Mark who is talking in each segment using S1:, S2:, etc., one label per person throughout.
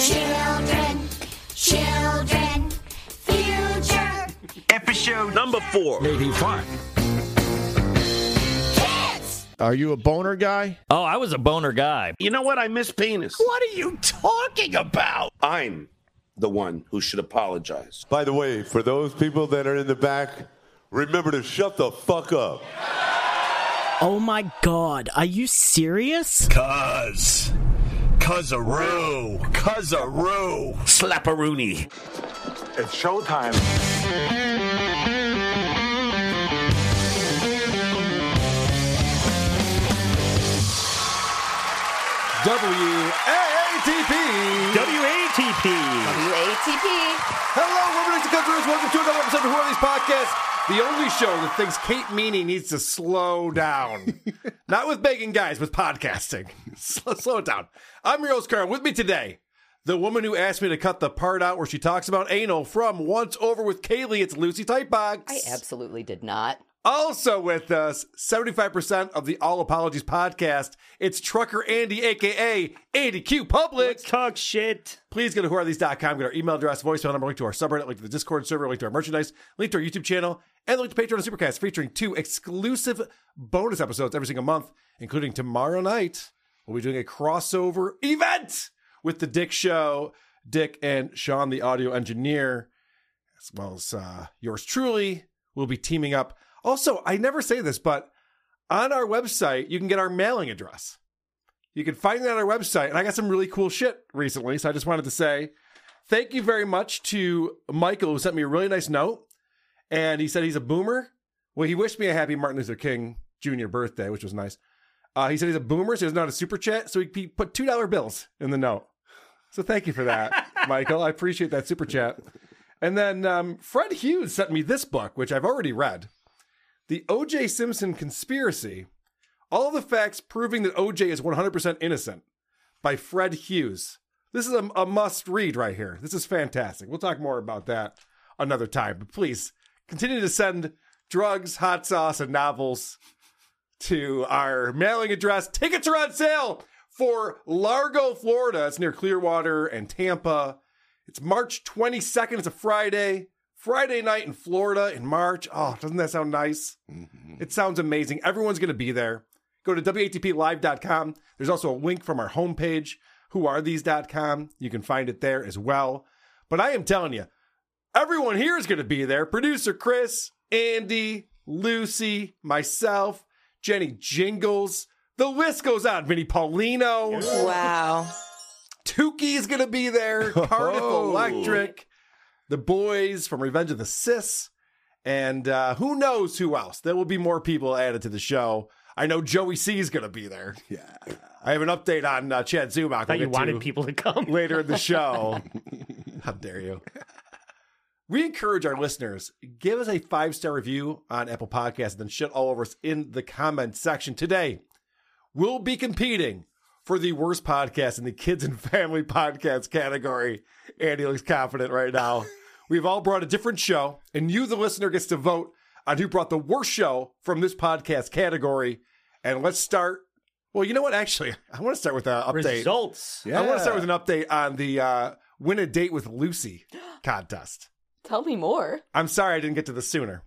S1: Children, children, future
S2: Episode number four.
S1: kids.
S3: Are you a boner guy?
S4: Oh, I was a boner guy.
S2: You know what? I miss penis. What are you talking about? I'm the one who should apologize.
S5: By the way, for those people that are in the back, remember to shut the fuck up.
S6: Oh my god, are you serious?
S2: Cuz. Cuzaroo. Cuzaroo. Slapperoonie.
S5: It's showtime.
S7: WAATP.
S4: WATP.
S7: Hello, women and countries. Welcome to another episode of Who Are These Podcasts, the only show that thinks Kate Meany needs to slow down. Not with begging guys, with podcasting. slow, slow it down. I'm your host, Carl. With me today, the woman who asked me to cut the part out where she talks about anal from Once Over with Kaylee. It's Lucy Tightbox.
S8: I absolutely did not.
S7: Also with us, 75% of the All Apologies podcast. It's Trucker Andy, aka Andy Q Public.
S4: Talk shit.
S7: Please go to whoarethese.com, get our email address, voicemail number, link to our subreddit, link to the Discord server, link to our merchandise, link to our YouTube channel, and link to Patreon and Supercast, featuring two exclusive bonus episodes every single month, including tomorrow night. We'll be doing a crossover event with the Dick Show, Dick and Sean, the audio engineer, as well as uh, yours truly. We'll be teaming up. Also, I never say this, but on our website, you can get our mailing address. You can find that on our website. And I got some really cool shit recently. So I just wanted to say thank you very much to Michael, who sent me a really nice note. And he said he's a boomer. Well, he wished me a happy Martin Luther King Jr. birthday, which was nice. Uh, he said he's a boomer, so he doesn't know how to super chat. So he- he put $2 bills in the note. So thank you for that, Michael. I appreciate that super chat. And then um, Fred Hughes sent me this book, which I've already read The O.J. Simpson Conspiracy all the facts proving that OJ is 100% innocent by Fred Hughes. This is a, a must read right here. This is fantastic. We'll talk more about that another time. But please continue to send drugs, hot sauce, and novels to our mailing address. Tickets are on sale for Largo, Florida. It's near Clearwater and Tampa. It's March 22nd. It's a Friday. Friday night in Florida in March. Oh, doesn't that sound nice? It sounds amazing. Everyone's going to be there. Go to WATPLive.com. There's also a link from our homepage, whoarethese.com. You can find it there as well. But I am telling you, everyone here is going to be there. Producer Chris, Andy, Lucy, myself, Jenny Jingles. The list goes on. Vinny Paulino.
S8: Wow.
S7: Tukey is going to be there. Cardiff Electric, the boys from Revenge of the Sis, and uh, who knows who else? There will be more people added to the show. I know Joey C is going to be there. Yeah, I have an update on uh, Chad Zumach.
S4: Thought you wanted people to come.
S7: later in the show. How dare you? We encourage our listeners, give us a five star review on Apple Podcasts and then shit all over us in the comment section. Today, we'll be competing for the worst podcast in the kids and family podcast category. Andy looks confident right now. We've all brought a different show, and you, the listener, gets to vote on who brought the worst show from this podcast category. And let's start. Well, you know what? Actually, I want to start with an update.
S4: Results.
S7: I want to start with an update on the uh, win a date with Lucy contest.
S8: Tell me more.
S7: I'm sorry I didn't get to this sooner.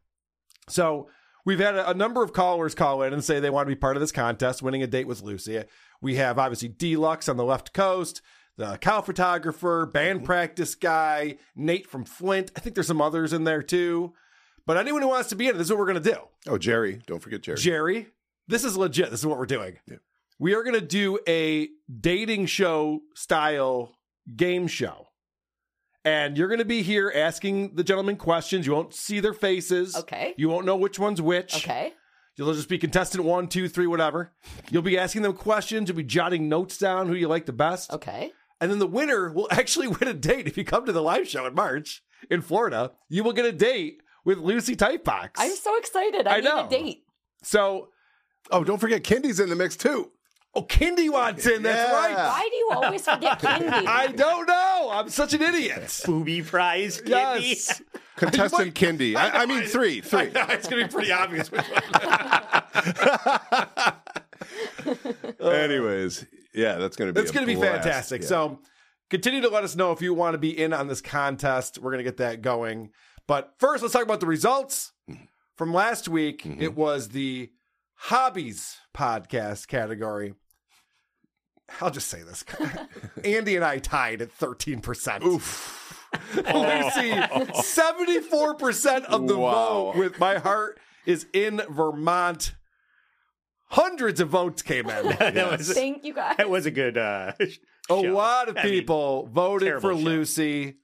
S7: So we've had a, a number of callers call in and say they want to be part of this contest, winning a date with Lucy. We have obviously Deluxe on the left coast, the cow photographer, band practice guy, Nate from Flint. I think there's some others in there too. But anyone who wants to be in it, this is what we're going to do.
S9: Oh, Jerry. Don't forget Jerry.
S7: Jerry, this is legit. This is what we're doing. We are going to do a dating show style game show. And you're going to be here asking the gentlemen questions. You won't see their faces.
S8: Okay.
S7: You won't know which one's which.
S8: Okay.
S7: You'll just be contestant one, two, three, whatever. You'll be asking them questions. You'll be jotting notes down who you like the best.
S8: Okay.
S7: And then the winner will actually win a date. If you come to the live show in March in Florida, you will get a date with Lucy Tightbox.
S8: I'm so excited.
S7: I
S8: I, need
S7: know.
S8: a date.
S7: so
S10: Oh, don't forget Kendi's in the mix too.
S7: Oh, Kindy Watson, that's
S10: Yeah.
S7: right.
S8: Why do you always forget Candy?
S7: I don't know. I'm such an idiot.
S4: Booby prize candy.
S7: Yes.
S10: Contestant Kendi. I, I mean three, three.
S7: it's going to be pretty obvious.
S10: Anyways, yeah, that's gonna be
S7: It's
S10: a
S7: going to be
S10: blast.
S7: fantastic.
S10: Yeah.
S7: So continue to let us know if you want to be in on this contest. We're going to get that going. But first, let's talk about the results from last week.
S10: Mm-hmm.
S7: It was the hobbies podcast category. I'll just say this. Andy and I tied at 13%. Oof. Lucy, 74% of the
S10: Wow.
S7: vote with my heart is in Vermont. Hundreds of votes came in.
S4: That was
S8: Thank you guys.
S4: that was a good uh
S7: A
S4: show.
S7: lot of
S4: I mean,
S7: people voted
S4: terrible
S7: for
S4: show.
S7: Lucy.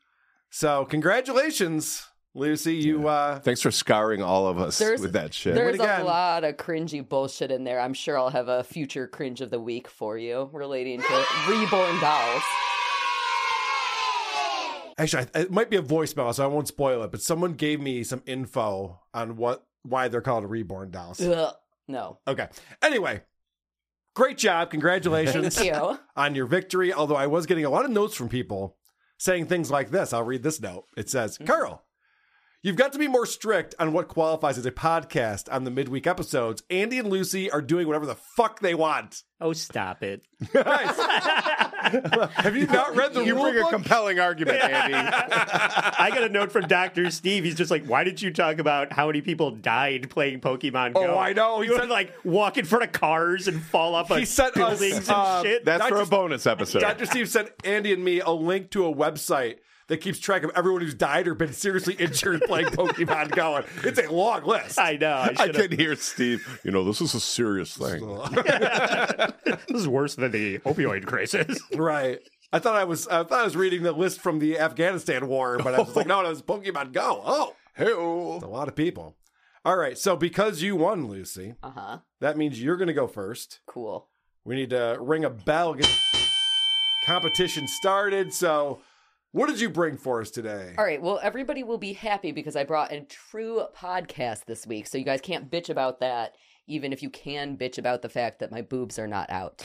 S7: So congratulations, Lucy. You uh
S10: Thanks for scouring all of us
S8: There's-
S10: with that shit.
S8: There's
S7: again.
S8: a lot of cringy bullshit in there. I'm sure I'll have a future cringe of the week for you relating to reborn dolls.
S7: actually I- it might be a voicemail, so I won't spoil it, but someone gave me some info on what why they're called reborn dolls.
S8: Ugh. No.
S7: Okay. Anyway, great job. Congratulations
S8: Thank you.
S7: on your victory. Although I was getting a lot of notes from people saying things like this. I'll read this note. It
S4: Mm-hmm.
S7: says, Carl, you've got to be more strict on what qualifies as a podcast on the midweek episodes. Andy and Lucy are doing whatever the fuck they want.
S4: Oh, stop it.
S7: Christ. Have you not read the
S10: you
S7: rule
S10: bring a
S7: book?
S10: compelling argument, Andy.
S4: I got a note from Dr. Steve. He's just like, why did you talk about how many people died playing Pokemon Go?
S7: Oh, I know. He
S4: You would
S7: said-
S4: like walk in front of cars and fall off
S7: He
S4: of
S7: sent us,
S4: buildings and
S7: uh,
S4: shit.
S10: That's
S7: Not
S10: for a
S7: just-
S10: bonus episode.
S7: Dr. Steve sent Andy and me a link to a website that keeps track of everyone who's died or been seriously injured playing Pokemon Go. It's a long list.
S4: I know. I
S10: I
S4: should have.
S10: can hear Steve. You know, this is a serious thing.
S4: This is worse than the opioid crisis.
S7: Right. I thought I was I thought I was reading the list from the Afghanistan war, but I was like, no, no, it's Pokemon Go. Oh,
S10: Hey-oh.
S7: a lot of people. All right, so because you won, Lucy,
S8: Uh huh.
S7: that means you're going to go first.
S8: Cool.
S7: We need to ring a bell, get competition started. So, what did you bring for us today?
S8: All right. Well, everybody will be happy because I brought a true podcast this week. So you guys can't bitch about that, even if you can bitch about the fact that my boobs are not out.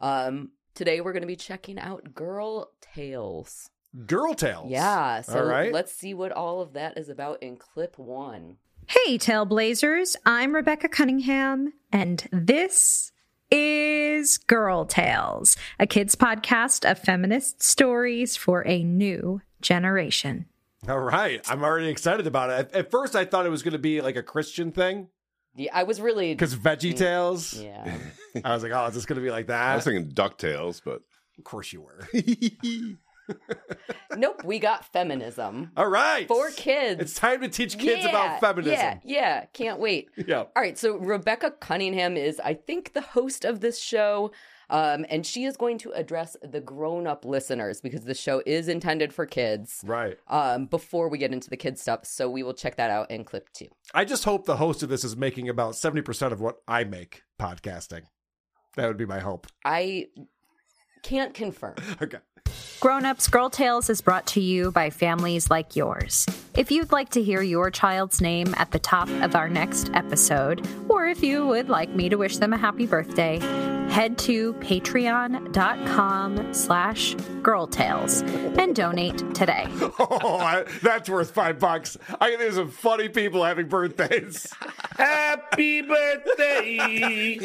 S8: Um, today we're going to be checking out Girl Tales.
S7: Girl tales.
S8: Yeah. So
S7: all right.
S8: let's see what all of that is about in clip one.
S11: Hey, Tailblazers. I'm Rebecca Cunningham, and this is Girl Tales, a kids' podcast of feminist stories for a new generation.
S7: all right. I'm already excited about it. At, at first, I thought it was going to be like a Christian thing
S8: Yeah, I was really. Mm.
S7: because Veggie Tales.
S8: Yeah.
S7: I was like, oh, is this going to be like
S10: I
S7: that?
S10: was thinking Ducktales, but
S7: of course you were.
S8: nope. We got feminism
S7: all right.
S8: for kids.
S7: It's time to teach kids
S8: Yeah,
S7: about feminism.
S8: Yeah, yeah, can't wait.
S7: Yeah.
S8: All right, so Rebecca Cunningham is, I think, the host of this show, um, and she is going to address the grown-up listeners because the show is intended for kids.
S7: Right.
S8: Um, before we get into the kids stuff, so we will check that out in clip two.
S7: I just hope the host of this is making about 70% of what I make podcasting. That would be my hope.
S8: I can't confirm.
S7: Okay.
S11: Grown Ups Girl Tales is brought to you by families like yours. If you'd like to hear your child's name at the top of our next episode, or if you would like me to wish them a happy birthday, head to patreon.com slash girl tales and donate today.
S7: Oh, I, that's worth five bucks. I think there's some funny people having birthdays.
S4: Happy birthday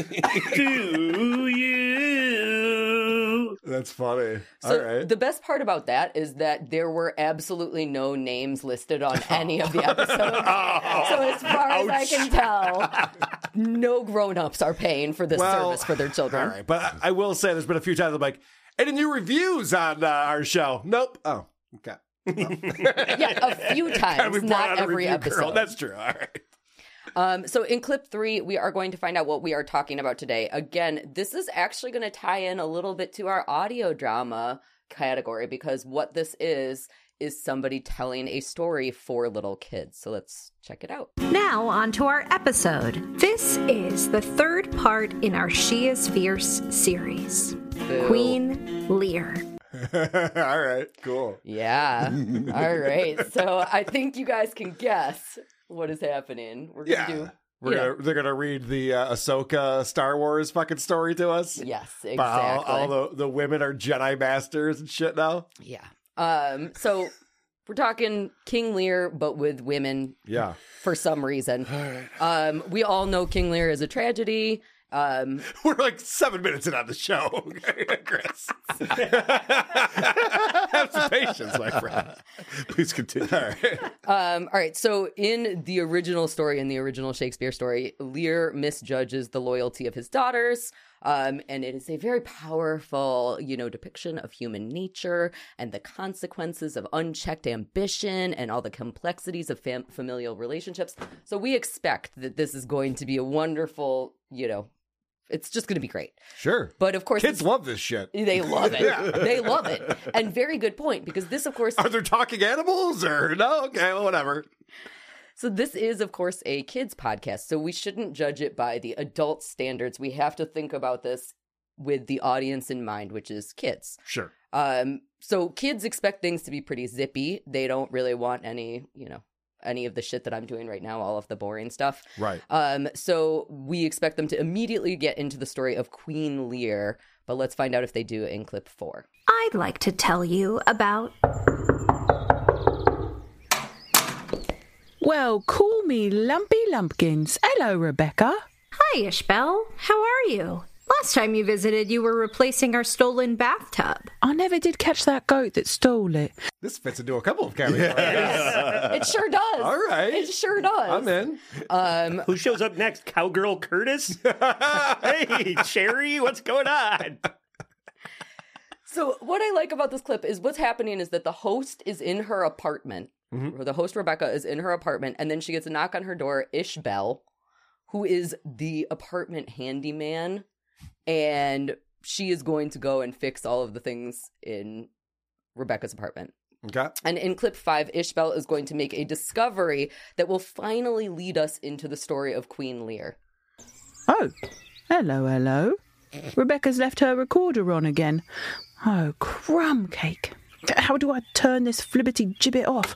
S4: to you.
S7: That's funny. All
S8: So
S7: right.
S8: the best part about that is that there were absolutely no
S7: Oh.
S8: names listed on any of the episodes. so as far as I can tell, no grown-ups are paying for this service for their children.
S7: All right, but I, I will say there's been a few times I'm like, any new reviews on uh, our show? Nope. Oh, okay.
S8: yeah, a few
S7: We
S8: times,
S7: brought out
S8: not
S7: a
S8: every
S7: review
S8: episode.
S7: girl. That's true. All right.
S8: Um, so in clip three, we are going to find out what we are talking about today. Again, this is actually going to tie in a little bit to our audio drama category because what this is is somebody telling a story for little kids. So let's check it out.
S11: Now, on to our episode. This is the third part in our She is Fierce series Queen Lear.
S10: All right, cool.
S8: Yeah. All right. So I think you guys can guess what is happening. We're going to do.
S7: We're gonna, they're gonna read the uh, Ahsoka Star Wars fucking story to us.
S8: Yes,
S7: About how All,
S8: exactly.
S7: the, the women are Jedi masters and shit now.
S8: Yeah. Um, so we're talking King Lear, but with women
S7: Yeah.
S8: for some reason. Um, we all know King Lear is a tragedy. Um,
S7: We're like seven minutes in on the show, Chris. Have some patience, my friend.
S10: Please continue.
S8: um, all right. So in the original story, in the original Shakespeare story, Lear misjudges the loyalty of his daughters. Um, and it is a very powerful, you know, depiction of human nature and the consequences of unchecked ambition and all the complexities of fam- familial relationships. So we expect that this is going to be a wonderful, you know, it's just going to be great.
S7: Sure.
S8: But of course,
S7: Kids love this shit.
S8: They love it.
S7: Yeah.
S8: They love it. And very good point because this, of course,
S7: Are there talking animals or no? Okay, well, whatever.
S8: so this is, of course, a kids podcast. So we shouldn't judge it by the adult standards. We have to think about this with the audience in mind, which is kids.
S7: Sure.
S8: Um, so kids expect things to be pretty zippy. They don't really want any, you know, any of the shit that I'm doing right now, all of the boring stuff.
S7: Right.
S8: Um, so we expect them to immediately get into the story of Queen Lear, but let's find out if they do in clip four.
S11: I'd like to tell you about.
S12: Well, call me Lumpy Lumpkins. Hello, Rebecca.
S11: Hi, Ishbel. How are you? Last time you visited, you were replacing our stolen bathtub.
S12: I never did catch that goat that stole it.
S7: This fits into a couple of categories.
S8: It sure does.
S7: All right.
S8: It sure
S7: I'm
S8: does.
S7: in.
S8: Um,
S4: Who shows up next? Cowgirl Curtis? hey, Cherry, what's going on?
S8: So what I like about this clip is what's happening is that the host is in her apartment. The host Rebecca is in her apartment, and then she gets a knock on her door. Ishbel, who is the apartment handyman, and she is going to go and fix all of the things in Rebecca's apartment.
S7: Okay.
S8: And in clip five, Ishbel is going to make a discovery that will finally lead us into the story of Queen Lear.
S12: Oh, hello, hello. Rebecca's left her recorder on again. Oh, crumb cake. How do I turn this flibbity gibbet off?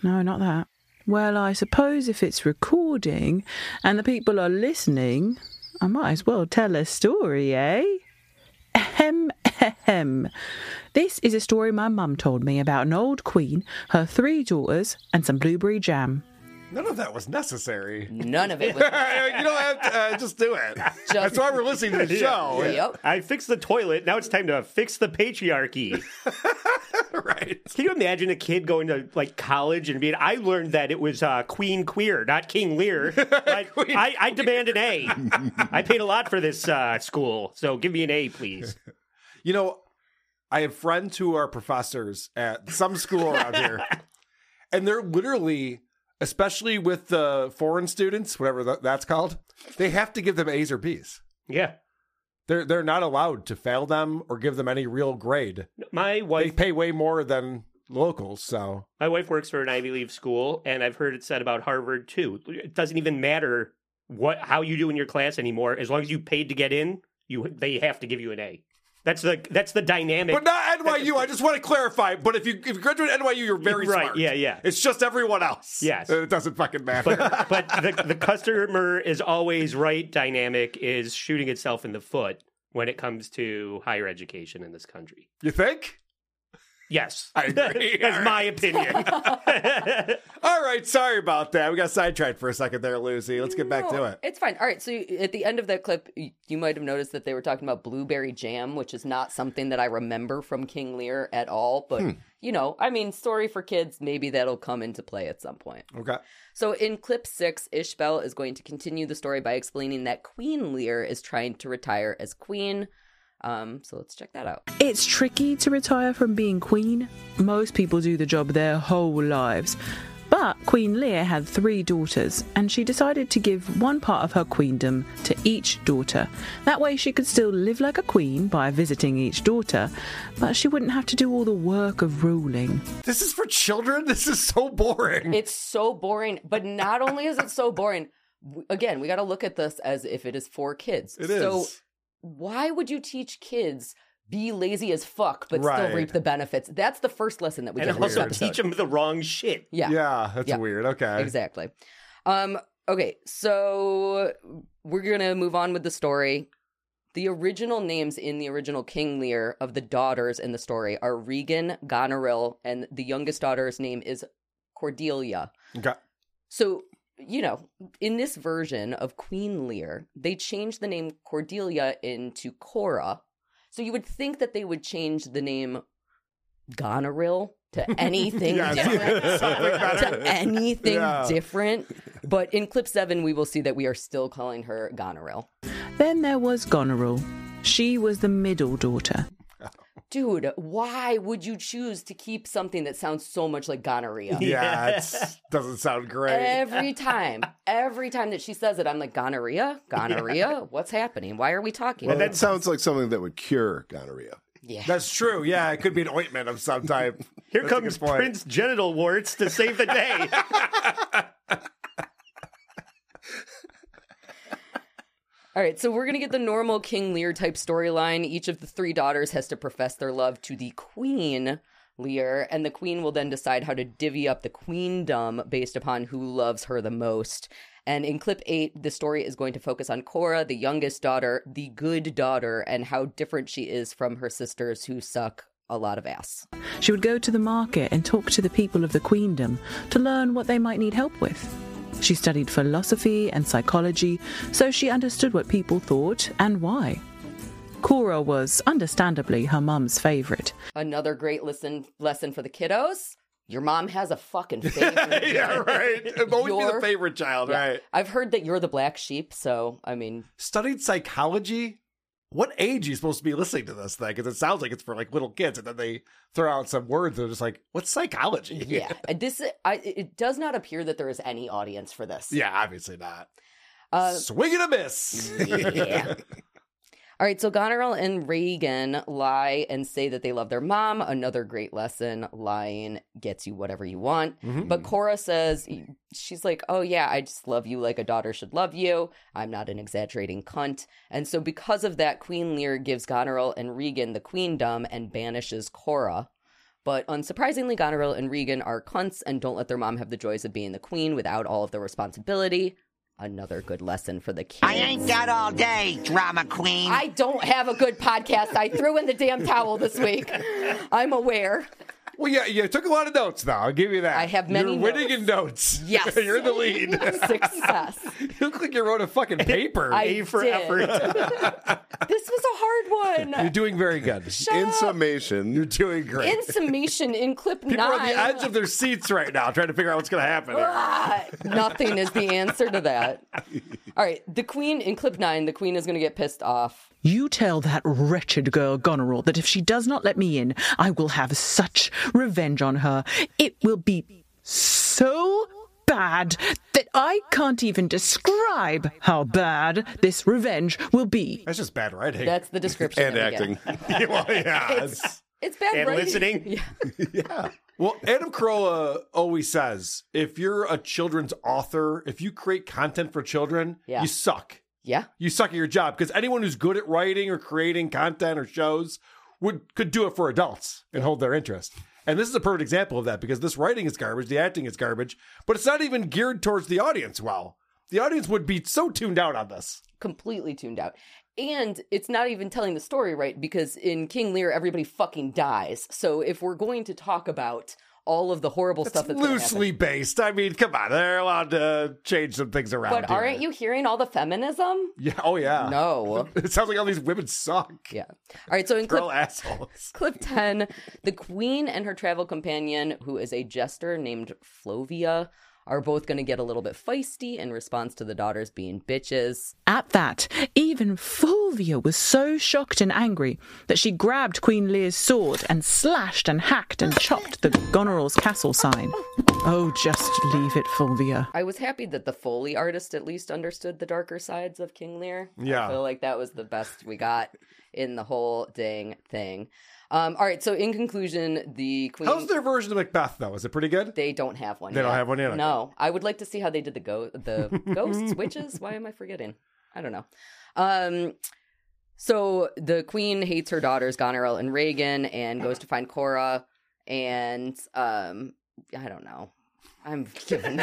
S12: No, not that. Well, I suppose if it's recording and the people are listening, I might as well tell a story, eh? Ahem, ahem. This is a story my mum told me about an old queen, her three daughters, and some blueberry jam.
S7: None of that was necessary.
S8: None of it
S7: you
S8: was.
S7: don't have to uh, just do it. That's why we're listening to the
S4: Yeah.
S7: show.
S8: Yep.
S4: I fixed the toilet. Now it's time to fix the patriarchy.
S7: Right.
S4: Can you imagine a kid going to like college and being? I learned that it was uh, Queen Queer, not King Lear. But I, I demand an A. I paid a lot for this uh, school, so give me an A, please.
S7: You know, I have friends who are professors at some school around here, and they're literally, especially with the foreign students, whatever tha- that's called, they have to give them A's or B's.
S4: Yeah,
S7: They're they're not allowed to fail them or give them any real grade.
S4: my
S7: They
S4: wife.
S7: pay way more than locals, so
S4: My wife works for an Ivy League school, and I've heard it said about Harvard too. It doesn't even matter what how you do in your class anymore, as long as you paid to get in, you they have to give you an A. That's the that's the dynamic.
S7: But not NYU. I just want to clarify. But if you if you graduate NYU, you're very
S4: Right,
S7: smart.
S4: yeah, yeah.
S7: It's just everyone else.
S4: Yes.
S7: it doesn't fucking matter.
S4: but but the, the customer is always right dynamic is shooting itself in the foot when it comes to higher education in this country.
S7: you think?
S4: Yes.
S7: I agree.
S4: That's my opinion.
S7: All right, sorry about that. We got sidetracked for a second there, Lucy. Let's get back to it.
S8: It's fine. All right. So you- at the end of that clip, y- you might have noticed that they were talking about blueberry jam, which is not something that I remember from King Lear at all. But,
S7: Hmm.
S8: you know, I mean, story for kids, maybe that'll come into play at some point.
S7: Okay.
S8: So in clip six, Ishbel is going to continue the story by explaining that Queen Lear is trying to retire as queen. Um, so let's check that out.
S12: It's tricky to retire from being queen. Most people do the job their whole lives. But Queen Lear had three daughters, and she decided to give one part of her queendom to each daughter. That way, she could still live like a queen by visiting each daughter, but she wouldn't have to do all the work of ruling.
S7: This is for children? This is so boring.
S8: It's so boring, but not only is it so boring, w- again, we got to look at this as if it is for kids.
S7: It
S8: So
S7: is.
S8: why would you teach kids be lazy as fuck but
S7: Right.
S8: still reap the benefits? That's the first lesson that we
S4: and
S8: get. in this
S4: also
S8: episode.
S4: teach them the wrong shit.
S8: Yeah.
S7: Yeah, that's
S8: Yeah.
S7: weird. Okay.
S8: Exactly. Um, okay, so we're gonna move on with the story. The original names in the original King Lear of the daughters in the story are Regan, Goneril, and the youngest daughter's name is Cordelia.
S7: Okay.
S8: So, you know, in this version of Queen Lear, they changed the name Cordelia into Cora. So you would think that they would change the name Goneril to anything
S5: Yes.
S8: different.
S5: Something better.
S8: to anything
S5: Yeah.
S8: different. But in clip seven, we will see that we are still calling her Goneril.
S12: Then there was Goneril. She was the middle daughter.
S8: Dude, why would you choose to keep something that sounds so much like gonorrhea?
S7: Yeah, it doesn't sound great.
S8: Every time, every time that she says it, I'm like, gonorrhea, gonorrhea, what's happening? Why are we talking?
S5: Well,
S8: about
S5: that sounds like something that would cure gonorrhea.
S8: Yeah.
S7: That's true. Yeah, it could be an ointment of some type.
S4: Here
S7: That's a
S4: comes
S7: good point.
S4: Prince Genital Warts to save the day.
S8: All right, so we're going to get the normal King Lear type storyline. Each of the three daughters has to profess their love to the Queen Lear, and the Queen will then decide how to divvy up the queendom based upon who loves her the most. And in clip eight, the story is going to focus on Cora, the youngest daughter, the good daughter, and how different she is from her sisters who suck a lot of ass.
S12: She would go to the market and talk to the people of the queendom to learn what they might need help with. She studied philosophy and psychology, so she understood what people thought and why. Cora was, understandably, her mum's favourite.
S8: Another great listen lesson for the kiddos. Your mom has a fucking favorite.
S7: yeah, right. Always be the
S8: Your-
S7: favorite child,
S8: Yeah.
S7: right?
S8: I've heard that you're the black sheep, so I mean,
S7: Studied psychology. What age are you supposed to be listening to this thing? Because it sounds like it's for like little kids, and then they throw out some words that are just like, "What's psychology?"
S8: yeah. This I it does not appear that there is any audience for this.
S7: yeah, obviously not.
S8: Uh,
S7: Swing and a miss.
S8: Yeah. All right, so Goneril and Reagan lie and say that they love their mom. Another great lesson. Lying gets you whatever you want.
S5: Mhm.
S8: But Cora says, she's like, oh, yeah, I just love you like a daughter should love you. I'm not an exaggerating cunt. And so, because of that, Queen Lear gives Goneril and Regan the queendom and banishes Cora. But unsurprisingly, Goneril and Regan are cunts and don't let their mom have the joys of being the queen without all of the responsibility. Another good lesson for the kids.
S13: I ain't got all day, drama queen.
S8: I don't have a good podcast. I threw in the damn towel this week. I'm aware.
S7: well, yeah, you took a lot of notes, though. I'll give you that. I have
S8: many
S7: You're winning in notes.
S8: Yes.
S7: you're in the lead.
S8: Success.
S7: you look like you wrote a fucking paper.
S8: I A for did. effort. This was a hard
S7: You're
S8: one.
S7: doing very good.
S5: in summation,
S7: you're doing great.
S8: In summation, in clip
S7: People are on
S8: nine,
S7: the edge of their seats right now, trying to figure out what's going to happen. here.
S8: nothing is the answer to that. All right, the queen in clip nine, the queen is going to get pissed off.
S12: You tell that wretched girl Goneril that if she does not let me in, I will have such revenge on her. It will be so bad that I can't even describe how bad this revenge will be.
S7: That's just bad writing.
S8: That's the description.
S5: And that we get.
S7: well, yeah. it's-
S8: It's bad
S7: And
S8: writing.
S7: listening.
S8: Yeah.
S7: Well, Adam Carolla always says if you're a children's author, if you create content for children,
S8: Yeah.
S7: you suck.
S8: Yeah.
S7: You suck at your job because anyone who's good at writing or creating content or shows would could do it for adults and hold their interest. And this is a perfect example of that because this writing is garbage, the acting is garbage, but it's not even geared towards the audience well. The audience would be so tuned out on this.
S8: Completely tuned out. And it's not even telling the story right because in King Lear, everybody fucking dies. So if we're going to talk about all of the horrible stuff that's gonna happen-
S7: Loosely based. I mean, come on, they're allowed to change some things around.
S8: But
S7: here.
S8: aren't you hearing all the feminism?
S7: Yeah. Oh yeah.
S8: No.
S7: it sounds like all these women suck.
S8: Yeah. All right. So in
S7: They're
S8: clip,
S7: all assholes.
S8: clip ten, the queen and her travel companion, who is a jester named Flovia, are both going to get a little bit feisty in response to the daughters being bitches.
S12: At that, even Fulvia was so shocked and angry that she grabbed Queen Lear's sword and slashed and hacked and chopped the Goneril's castle sign. Oh, just leave it, Fulvia.
S8: I was happy that the Foley artist at least understood the darker sides of King Lear.
S12: Yeah.
S8: I feel like that was the best we got in the whole dang thing. Um, all right, so in conclusion, the queen.
S7: How's their version of Macbeth though? Is it pretty good?
S8: They don't have one.
S7: They don't
S8: yet.
S7: have one yet.
S8: No, I would like to see how they did the go the ghosts, witches. Why am I forgetting? I don't know. Um, so the queen hates her daughters Goneril and Reagan, and goes to find Cora. And um, I don't know. I'm giving.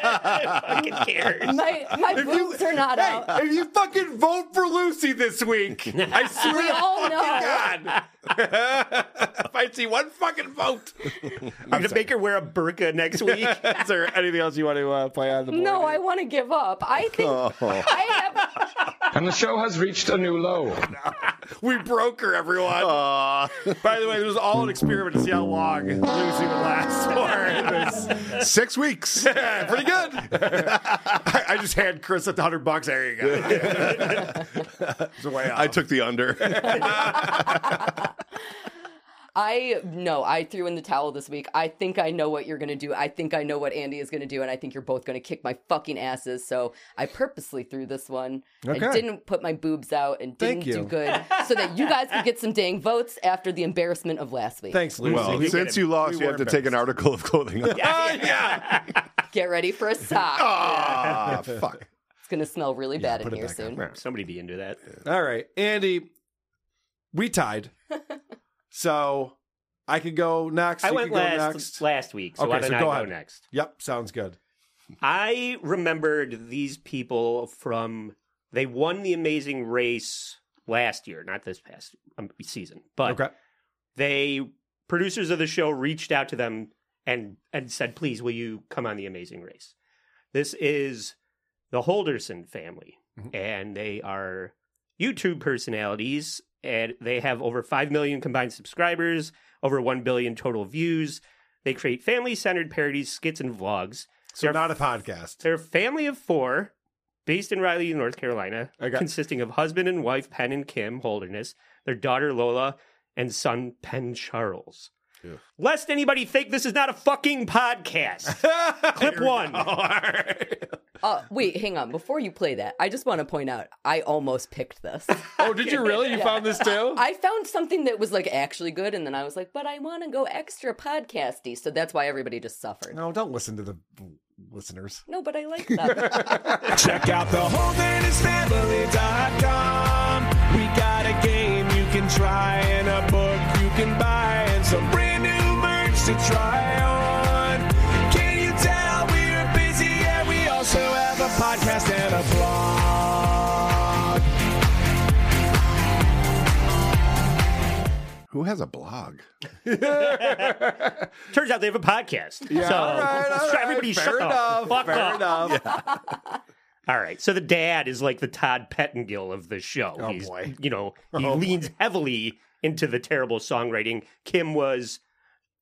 S7: Fucking
S4: cares?
S8: My my
S7: If you-
S8: boots are not
S7: Hey,
S8: out.
S7: If you fucking vote for Lucy this week, I swear
S8: We
S7: to
S8: all
S7: fucking
S8: know.
S7: God. if I see one fucking vote, I'm
S4: gonna make her wear a burqa next week.
S7: Is there anything else you want to uh, play on the board?
S8: No, I want to give up. I think
S7: Oh.
S14: And the show has reached a new low.
S7: We broke her, everyone. Oh. By the way, it was all an experiment to see how long Lucy would last for. It was
S5: Six weeks.
S7: Pretty good. I I just hand Chris the hundred bucks. There you go. It's way
S5: I took the under.
S8: I no, I threw in the towel this week. I think I know what you're gonna do. I think I know what Andy is gonna do, and I think you're both gonna kick my fucking asses. So I purposely threw this one.
S7: Okay.
S8: I didn't put my boobs out and didn't
S7: Thank
S8: do
S7: you.
S8: good, so that you guys could get some dang votes after the embarrassment of last week.
S7: Thanks, Lucy.
S5: Well, since you lost, you have to take an article of clothing. off.
S8: Get ready for a sock.
S5: Ah,
S7: fuck.
S8: It's gonna smell really bad in
S7: put it
S8: here
S7: back up.
S8: soon.
S4: Somebody be into that.
S7: All right, Andy, we tied. so I could go next.
S4: I
S7: you
S4: went
S7: could go
S4: last
S7: next.
S4: last week, so
S7: okay,
S4: why don't
S7: so
S4: I
S7: go
S4: go
S7: ahead.
S4: next?
S7: Yep, sounds good.
S4: I remembered these people from they won the Amazing Race last year, not this past um, season, but they producers of the show reached out to them and and said, "Please, will you come on the Amazing Race?" This is the Holderson family,
S7: Mm-hmm.
S4: and they are YouTube personalities, and they have over five million combined subscribers, over one billion total views. They create family-centered parodies, skits, and vlogs.
S7: So not a podcast.
S4: They're a family of four, based in Raleigh, North Carolina, consisting of husband and wife Penn and Kim Holderness, their daughter Lola, and son Penn Charles. Lest anybody think this is not a fucking podcast. Clip one.
S8: Uh, wait, hang on. Before you play that, I just want to point out I almost picked this.
S7: Oh, did you really? You found this too?
S8: I found something that was like actually good, and then I was like, but I want to go extra podcasty, so that's why everybody just suffered.
S7: No, don't listen to the listeners.
S8: No, but I like that.
S2: Check out the wholefanisfamily.com. We got a game you can try and a book you can buy and some brand new merch to try on. Can you tell we're busy and we also have a podcast and a blog?
S5: Who has a blog?
S4: Turns out they have a podcast.
S5: Yeah,
S4: so
S5: all right,
S4: let's
S5: all
S4: try- everybody
S5: right,
S4: shut
S5: fair
S4: the
S5: enough,
S4: fuck
S5: fair
S4: up.
S5: enough.
S4: All right. So the dad is like the Todd Pettingill of the show. Oh, He's, boy. You know, he
S5: Oh,
S4: leans heavily into the terrible songwriting. Kim was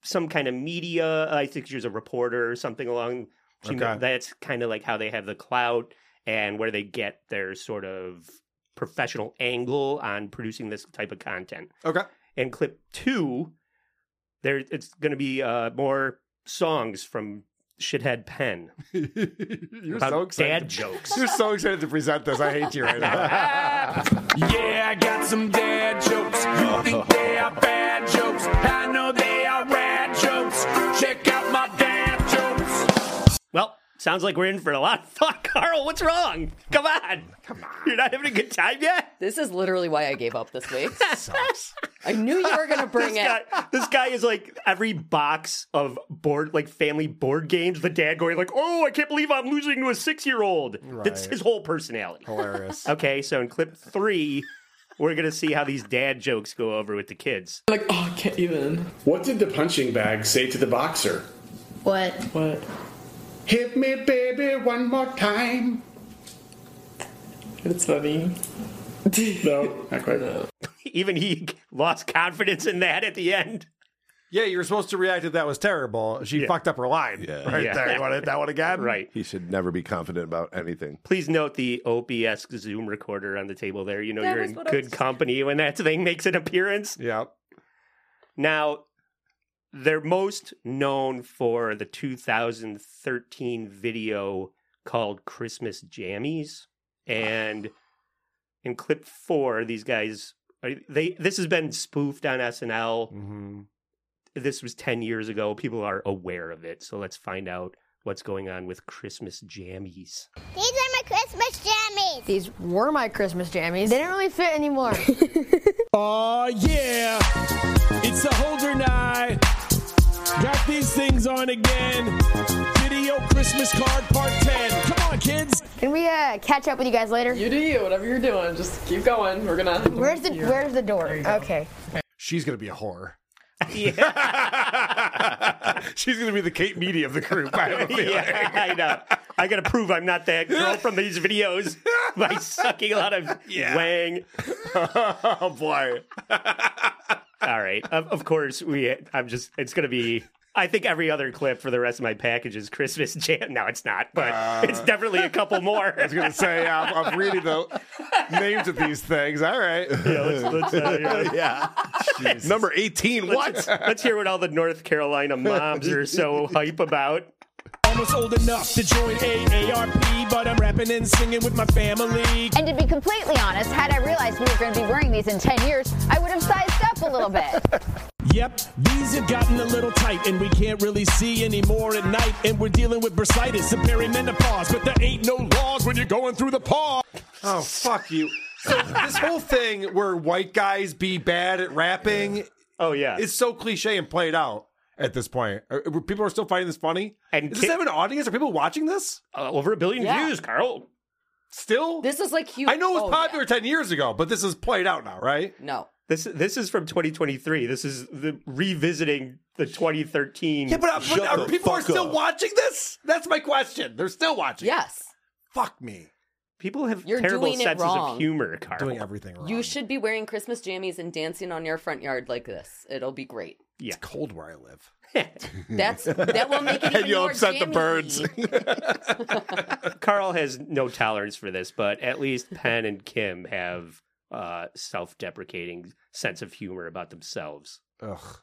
S4: some kind of media. I think she was a reporter or something along. She,
S7: Okay.
S4: That's kind of like how they have the clout and where they get their sort of professional angle on producing this type of content.
S7: Okay.
S4: And clip two, there it's going to be uh, more songs from Shithead Pen.
S7: You're
S4: About
S7: so excited.
S4: dad
S7: to-
S4: jokes.
S7: You're so excited to present this. I hate you right now.
S2: Yeah, I got some dad jokes. You think they are bad jokes? I know they are rad jokes. Check out my dad jokes.
S4: Well, sounds like we're in for a lot of fun. Carl, what's wrong? Come on. Come on. You're not having a good time yet?
S8: this is literally why I gave up this week. I knew you were going to bring
S4: this
S8: it.
S4: Guy, this guy is like every box of board, like family board games. The dad going like, "Oh, I can't believe I'm losing to a six year old." That's
S7: Right.
S4: his whole personality.
S7: Hilarious.
S4: Okay, so in clip three, we're gonna see how these dad jokes go over with the kids.
S15: Like, oh, I can't even. What did the punching bag say to the boxer?
S3: What?
S15: What?
S2: Hit me, baby, one more time.
S15: It's funny.
S4: No, not quite. Even he lost confidence in that at the end.
S7: Yeah, you were supposed to react that that was terrible. She fucked up her line. Yeah. Right
S4: Yeah.
S7: there. You want to hit that one again?
S4: Right.
S5: He should never be confident about anything.
S4: Please note the OBS Zoom recorder on the table there. You know
S5: That
S4: you're
S5: was
S4: in
S5: what I
S4: good company when that thing makes an appearance.
S7: Yeah.
S4: Now, they're most known for the 2013 video called Christmas Jammies. And in clip four, these guys, are, they this has been spoofed on SNL. This was 10 years ago. People are aware of it. So let's find out what's going on with Christmas Jammies.
S16: These are my Christmas jammies. These were my Christmas jammies. They don't really fit anymore.
S2: Oh, yeah. It's a holder night. Got these things on again. Video Christmas card part 10. Come on, kids.
S16: Can we uh, catch up with you guys later? You do you. Whatever you're doing, just keep going. We're gonna. Where's the Where's the door? Okay.
S7: She's going to be a whore.
S4: She's going to be the Kate Media of the group. I, yeah, I know. I got to prove I'm not that girl from these videos by sucking a lot of wang. oh boy! All right. Of, of course, we. I'm just. It's going to be. I think every other clip for the rest of my package is Christmas jam. No, it's not, but
S5: Uh,
S4: it's definitely a couple more. Uh, I was
S7: going to say, I'm, I'm reading the names of these things. All right.
S4: Yeah, let's- let's, uh, yeah.
S5: Number 18.
S4: Let's-
S5: what?
S4: Let's hear what all the North Carolina moms are so hype about.
S2: Almost old enough to join AARP, but I'm rapping and singing with my family.
S1: And to be completely honest, had I realized we were going to be wearing these in 10 years, I would have sized up a little bit.
S2: Yep, these have gotten a little tight, and we can't really see anymore at night. And we're dealing with bursitis and perimenopause, but there ain't no laws when you're going through the paw.
S7: Oh, fuck you. So this whole thing where white guys be bad at rapping.
S4: Oh yeah,
S7: it's so cliche and played out at this point. Are- are people are still finding this funny. And does this have an audience? Are people watching this?
S4: Uh, over a billion
S8: Yeah.
S4: views, Carl.
S7: Still,
S8: this is like huge.
S7: I know it was
S8: oh,
S7: popular ten years ago, but this is played out now, right?
S8: No.
S4: This this is from 2023. This is the revisiting the 2013.
S7: Yeah, but, uh, but are people are still
S4: watching.
S7: watching this. That's my question. They're still watching.
S8: Yes.
S7: Fuck me.
S4: People have
S8: You're
S4: terrible
S8: doing it
S4: senses of
S8: wrong.
S4: humor, Carl.
S7: Doing everything wrong.
S8: You should be wearing Christmas jammies and dancing on your front yard like this. It'll be great.
S4: Yeah. It's
S7: cold where I live.
S8: That's that will make it even
S5: And you'll
S8: more
S5: upset the
S8: jammy.
S5: birds.
S4: Carl has no tolerance for this, but at least Penn and Kim have uh, self-deprecating sense of humor about themselves.
S7: Ugh.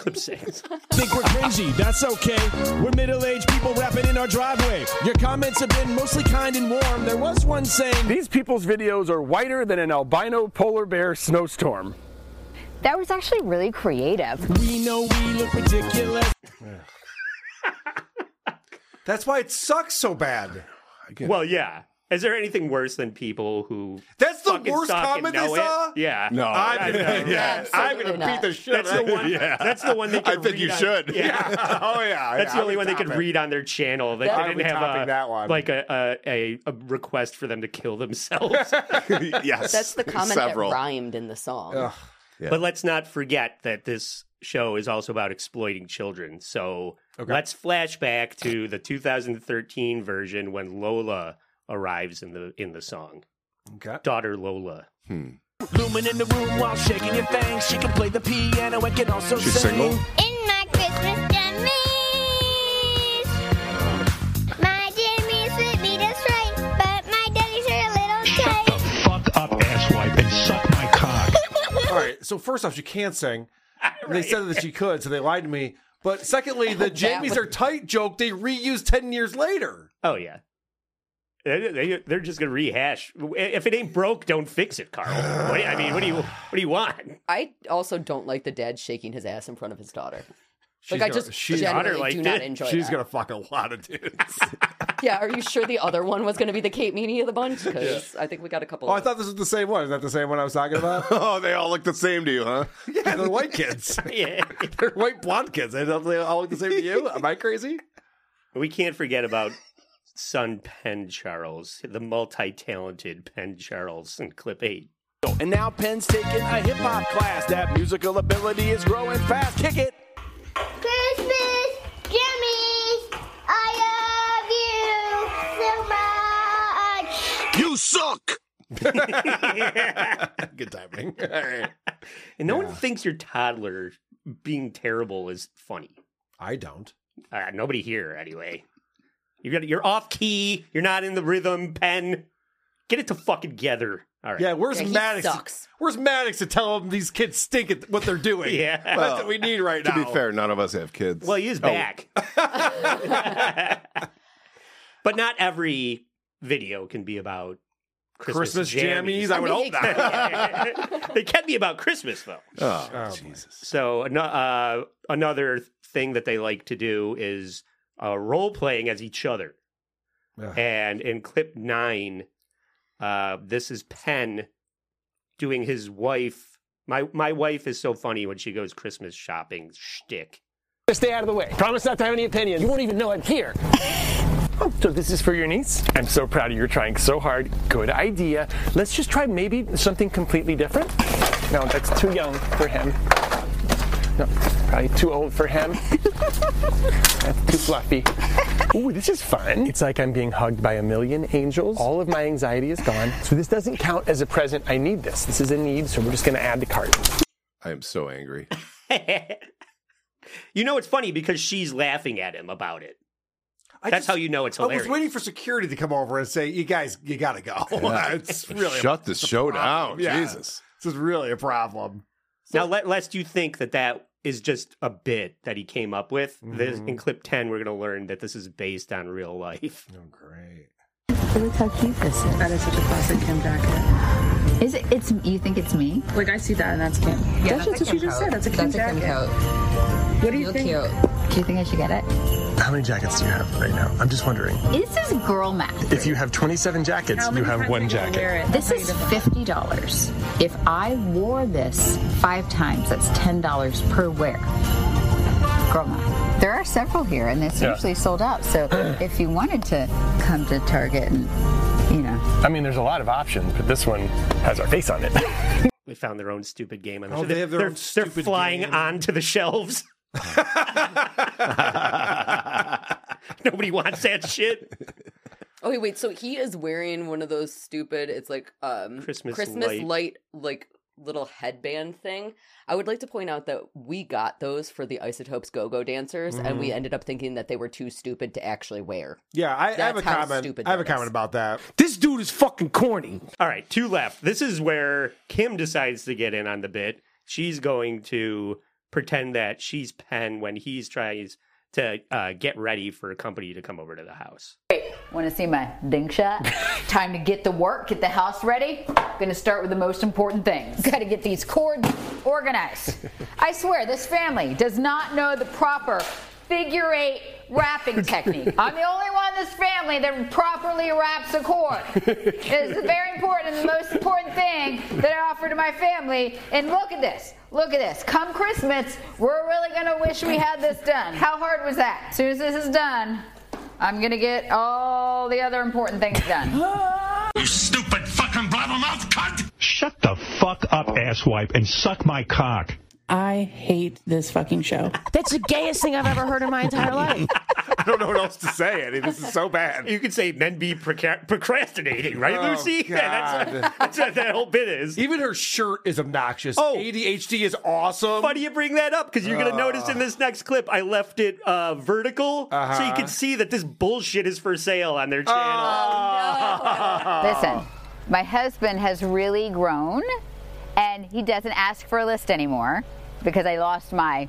S4: Clip six.
S2: Think we're cringy, that's okay. We're middle aged people rapping in our driveway. Your comments have been mostly kind and warm. There was one saying These people's videos are whiter than an albino polar bear snowstorm.
S1: That was actually really creative.
S2: We know we look ridiculous.
S7: That's why it sucks so bad.
S4: Well, yeah. Is there anything worse than people who?
S7: That's the
S4: fucking
S7: worst
S4: suck and
S7: comment they
S4: know it?
S7: saw?
S4: Yeah.
S7: No.
S4: I
S7: I'm-
S4: know, right?
S7: yeah,
S4: I'm gonna
S7: absolutely
S4: beat the
S7: not.
S4: shit. That's the
S7: out of
S4: one.
S7: you. Yeah.
S4: That's the one they.
S7: I
S4: Could
S7: think you
S4: read on-
S7: should. Yeah. Oh, yeah,
S4: That's
S7: yeah,
S4: the only
S7: I
S4: one
S7: would
S4: they could
S7: top it.
S4: read on their channel. That
S7: I
S4: they
S7: would
S4: didn't have
S7: topping
S4: a,
S7: that one.
S4: like a, a, a a request for them to kill themselves.
S5: yes.
S8: That's the comment that rhymed in the song.
S4: Ugh.
S5: Yeah.
S4: But let's not forget that this show is also about exploiting children. So let's flash back to the 2013 version when Lola arrives in the in the song.
S7: Okay.
S4: Daughter Lola. Hmm.
S2: Looming in the room while shaking your fangs. She can play the piano and can also
S4: She's
S2: sing.
S4: single?
S16: In my Christmas jammies. My jammies fit me just right, but my daddies are a little tight.
S2: Fuck up, asswipe, and suck my cock.
S7: All right. So first off, she can't sing. They said that she could, so they lied to me. But secondly, the
S4: That
S7: Jamie's
S4: was-
S7: are tight joke they reused ten years later.
S4: Oh yeah. They, they, they're just gonna rehash. If it ain't broke, don't fix it, Carl. What do you- I mean, what do you what do you want?
S8: I also don't like the dad shaking his ass in front of his daughter. Like I just genuinely do not enjoy
S7: She's
S8: that.
S7: gonna fuck a lot of dudes.
S8: Yeah, are you sure the other one was going to be the Kate Meany of the bunch? Because I think we got a couple.
S7: oh, I thought this was the same one. Is that the same one I was talking about?
S5: oh, they all look the same to you, huh?
S7: Yeah, they're white kids.
S4: yeah,
S7: they're white blonde kids. They don't- they all look the same to you. Am I crazy?
S4: We can't forget about son Penn Charles, the multi-talented Penn Charles in clip eight.
S2: And now Penn's taking a hip hop class. That musical ability is growing fast. Kick it.
S3: Christmas, Jimmy's, I love
S2: You
S3: you so much.
S2: suck.
S7: Good timing.
S4: And no one thinks your toddler being terrible is funny.
S7: I don't.
S4: Uh, nobody here, anyway. You're gonna, you're off key. You're not in the rhythm. Pen, get it to fucking together. All right.
S7: Yeah, where's Maddox? Where's Maddox to tell them these kids stink at what they're doing?
S4: Yeah.
S7: that's what we need right
S5: to
S7: now.
S5: be fair, none of us have kids.
S4: Well, he is
S5: Oh,
S4: back. but not every video can be about Christmas,
S7: Christmas jammies? I would I mean, hope
S4: not. they can be about Christmas though.
S5: Oh,
S4: So ano- uh, another thing that they like to do is uh, role playing as each other.
S7: Ugh.
S4: And in clip nine, uh, this is Penn doing his wife. My my wife is so funny when she goes Christmas shopping shtick.
S17: Just stay out of the way. Promise not to have any opinions. You won't even know I'm here. Oh, so this is for your niece. I'm so proud of you. You're trying so hard. Good idea. Let's just try maybe something completely different. No, that's too young for him. No, probably too old for him. That's too fluffy. Ooh, this is fun. It's like I'm being hugged by a million angels. All of my anxiety is gone. So this doesn't count as a present. I need this. This is a need, so we're just going to add the cart.
S5: I am so angry.
S4: You know it's funny because she's laughing at him about it.
S7: I
S4: That's
S7: just-
S4: how you know it's
S7: I
S4: hilarious.
S7: was waiting for security to come over and say, "You guys, you gotta go."
S5: Yeah.
S7: it's really
S5: Shut the show
S7: problem.
S5: down.
S7: Yeah.
S5: Jesus.
S7: This is really a problem.
S4: now, let, lest you think that that is just a bit that he came up with, this,
S7: Mm-hmm.
S4: in clip 10, we're going to learn that this is based on real life.
S7: Oh, great.
S18: Look how cute this is. That is such a classic Kim jacket. Is it? It's you think it's me? Like I see that, and that's Kim.
S1: Yeah,
S18: that's,
S1: that's
S18: just
S1: a
S18: what she
S1: Kim
S18: just
S1: coat.
S18: said. That's a Kim
S1: That's a Kim
S18: jacket.
S1: coat.
S18: What do you
S1: Real
S18: think?
S1: cute. Do you think I should get it?
S17: How many jackets do you have right now? I'm just wondering.
S1: This is girl math.
S17: If you have 27 jackets, you have one jacket.
S1: This is fifty dollars. If I wore this five times, that's ten dollars per wear. Girl math. There are several here, and it's
S17: Yeah.
S1: usually sold out. So if you wanted to come to Target and you know,
S17: I mean, there's a lot of options, but this one has our face on it.
S4: They found their own stupid game. On the
S17: Oh,
S4: show.
S17: they have their
S4: they're,
S17: own
S4: they're flying onto the shelves. Nobody wants that shit.
S8: Okay, wait. So he is wearing one of those stupid. It's like um
S4: Christmas light.
S8: light. like little headband thing. I would like to point out that we got those for the Isotopes Go Go dancers, and we
S7: Mhm.
S8: ended up thinking that they were too stupid to actually wear.
S7: Yeah, I, I have
S8: That's
S7: a
S8: how
S7: comment.
S8: stupid
S7: I have a
S8: that is.
S7: comment about that.
S4: This dude is fucking corny. All right, two left. This is where Kim decides to get in on the bit. She's going to pretend that she's Penn when he's trying to uh, get ready for a company to come over to the house.
S1: Want to see my ding shot? Time to get to work, get the house ready. Gonna start with the most important things. Gotta get these cords organized. I swear, this family does not know the proper figure eight wrapping technique. I'm the only one in this family that properly wraps a cord. It's very important and the most important thing that I offer to my family. And look at this. Look at this. Come Christmas, we're really gonna wish we had this done. How hard was that? As soon as this is done, I'm gonna get all the other important things done.
S2: You stupid fucking blabbermouth cunt.
S19: Shut the fuck up,
S16: Oh.
S19: asswipe, and suck my cock.
S8: Uh,
S18: I hate this fucking show. That's the gayest thing I've ever heard in my entire life.
S7: I don't know what else to say. Eddie, this is so bad.
S4: You could say men be proca- procrastinating, right,
S7: Oh,
S4: Lucy? Yeah,
S7: God.
S4: that's, that's what that whole bit is.
S7: Even her shirt is obnoxious.
S4: Oh.
S7: ADHD is awesome.
S4: Funny you bring that up because you're going to
S7: Uh.
S4: notice in this next clip I left it uh, vertical so you
S7: Uh-huh. Uh.
S4: can see that this bullshit is for sale on their channel.
S8: Oh,
S1: Listen, my husband has really grown and he doesn't ask for a list anymore because I lost my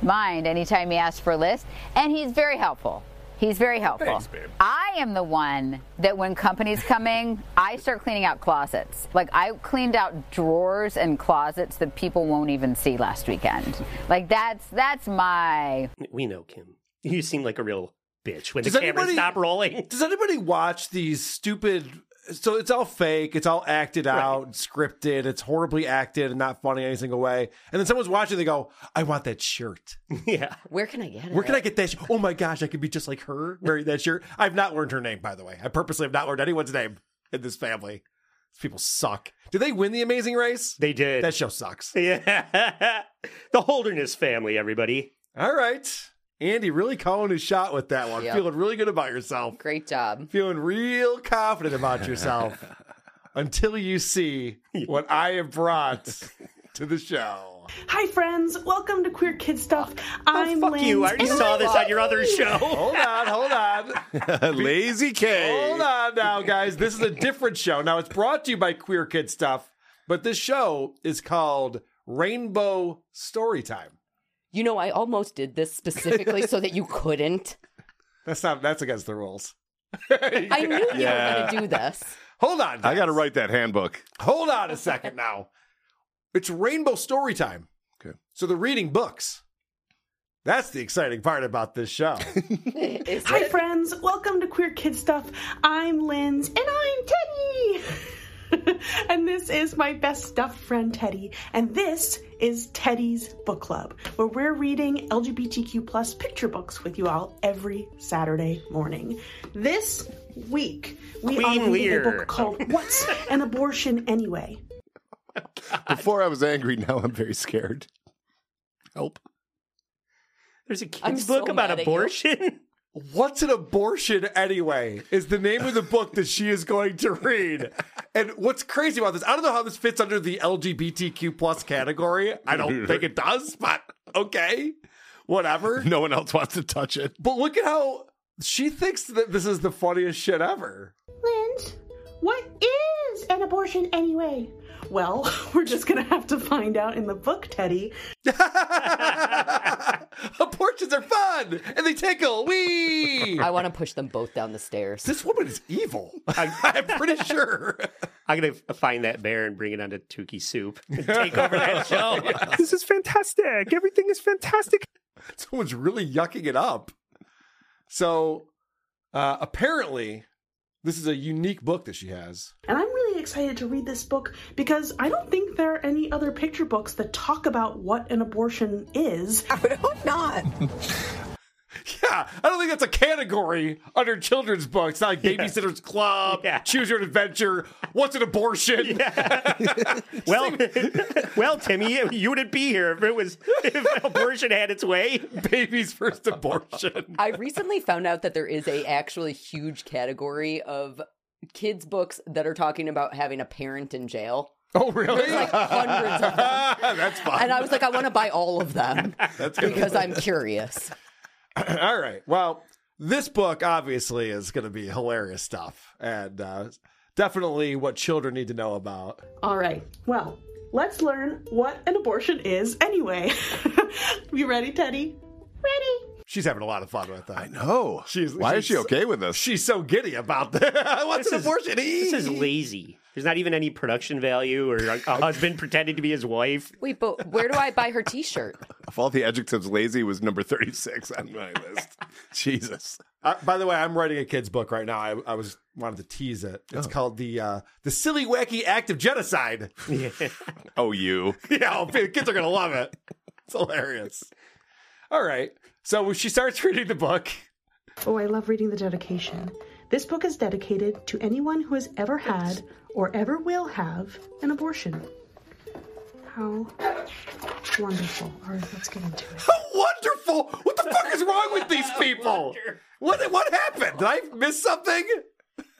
S1: mind anytime he asks for a list. And he's very helpful. He's very helpful.
S17: Thanks, babe.
S1: I am the one that when company's coming, I start cleaning out closets. Like I cleaned out drawers and closets that people won't even see last weekend. Like that's that's my
S4: We know, Kim. You seem like a real bitch when
S7: Does
S4: the cameras
S7: anybody-
S4: stop rolling.
S7: Does anybody watch these stupid? So it's all fake. It's all acted out, scripted. It's horribly acted and not funny in any single way. And then someone's watching. They go, "I want that shirt.
S4: Yeah.
S8: Where can I get it?
S7: Where can I get that? Sh- oh my gosh, I could be just like her wearing that shirt." I've not learned her name, by the way. I purposely have not learned anyone's name in this family. These people suck. Did they win the Amazing Race?
S4: They did.
S7: That show sucks.
S4: Yeah. the Holderness family, everybody.
S7: All right. Andy really calling his shot with that one.
S8: Yep.
S7: Feeling really good about yourself.
S8: Great job.
S7: Feeling real confident about yourself until you see what I have brought to the show.
S6: Hi, friends. Welcome to Queer Kid Stuff.
S18: Oh,
S6: I'm fuck Lynn.
S4: you. I already saw this on your other show.
S7: Hold on, hold on.
S5: Lazy K.
S7: Hold on now, guys. This is a different show. Now, it's brought to you by Queer Kid Stuff, but this show is called Rainbow Storytime.
S8: You know, I almost did this specifically so that you couldn't.
S7: That's not, that's against the rules.
S8: I knew you
S5: Yeah.
S8: were going to do this.
S7: Hold on.
S5: I got to write that handbook.
S7: Hold on a second now. It's Rainbow Storytime.
S5: Okay.
S7: So they're reading books. That's the exciting part about this show.
S6: Hi, friends. Welcome to Queer Kid Stuff. I'm Linz. And I'm Teddy. and this is my best stuffed friend, Teddy. And this is Teddy's Book Club, where we're reading LGBTQ plus picture books with you all every Saturday morning. This week, we
S4: Queen
S6: are reading a
S4: Lear.
S6: book called What's an Abortion Anyway?
S5: Before I was angry, now I'm very scared. Help.
S4: There's a kid's
S6: I'm so
S4: book about
S6: mad at you.
S4: abortion.
S7: What's an abortion anyway? Is the name of the book that she is going to read. And what's crazy about this, I don't know how this fits under the LGBTQ plus category. I don't think it does, but okay. Whatever.
S5: No one else wants to touch it.
S7: But look at how she thinks that this is the funniest shit ever.
S6: Lind, what is an abortion anyway? Well, we're just gonna have to find out in the book, Teddy.
S7: Abortions are fun and they tickle. Wee!
S8: I want to push them both down the stairs.
S7: This woman is evil. I'm pretty sure.
S4: I'm gonna f- find that bear and bring it onto Tukey Soup and take over that show.
S17: This is fantastic. Everything is fantastic.
S7: Someone's really yucking it up. So uh, apparently, this is a unique book that she has.
S6: And I'm really excited to read this book because I don't think there are any other picture books that talk about what an abortion is. I would hope not.
S7: Yeah, I don't think that's a category under children's books. Not like Babysitter's Club, Choose Your Own Adventure. What's an abortion?
S4: well, well, Timmy, you- you wouldn't be here if it was if abortion had its way.
S7: Baby's first abortion.
S8: I recently found out that there is a actually huge category of kids books that are talking about having a parent in jail.
S7: Oh, really?
S8: hundreds of them.
S7: that's fun.
S8: And I was like, I want to buy all of them
S7: That's good.
S8: because I'm curious.
S7: All right. Well, this book obviously is going to be hilarious stuff and uh, definitely what children need to know about.
S6: All right, well, let's learn what an abortion is anyway. you ready, Teddy? Ready.
S7: She's having a lot of fun with that. I
S5: know.
S7: She's
S5: Why is
S7: she's-
S5: she okay with this?
S7: She's so giddy about that. What's an abortion?
S4: This is lazy. There's not even any production value or a, a husband pretending to be his wife.
S8: Wait, but where do I buy her t shirt?
S5: Of all the adjectives, lazy was number 36 on my list. Jesus.
S7: Uh, by the way, I'm writing a kid's book right now. I, I was wanted to tease it. It's called the uh, the silly wacky act of genocide.
S5: Oh, you.
S7: yeah, oh, kids are gonna love it. It's hilarious. All right, so she starts reading the book.
S6: Oh, I love reading the dedication. This book is dedicated to anyone who has ever had or ever will have an abortion. How wonderful. All right, let's get into it.
S7: How wonderful! What the fuck is wrong with these people? What what happened? Did I miss something?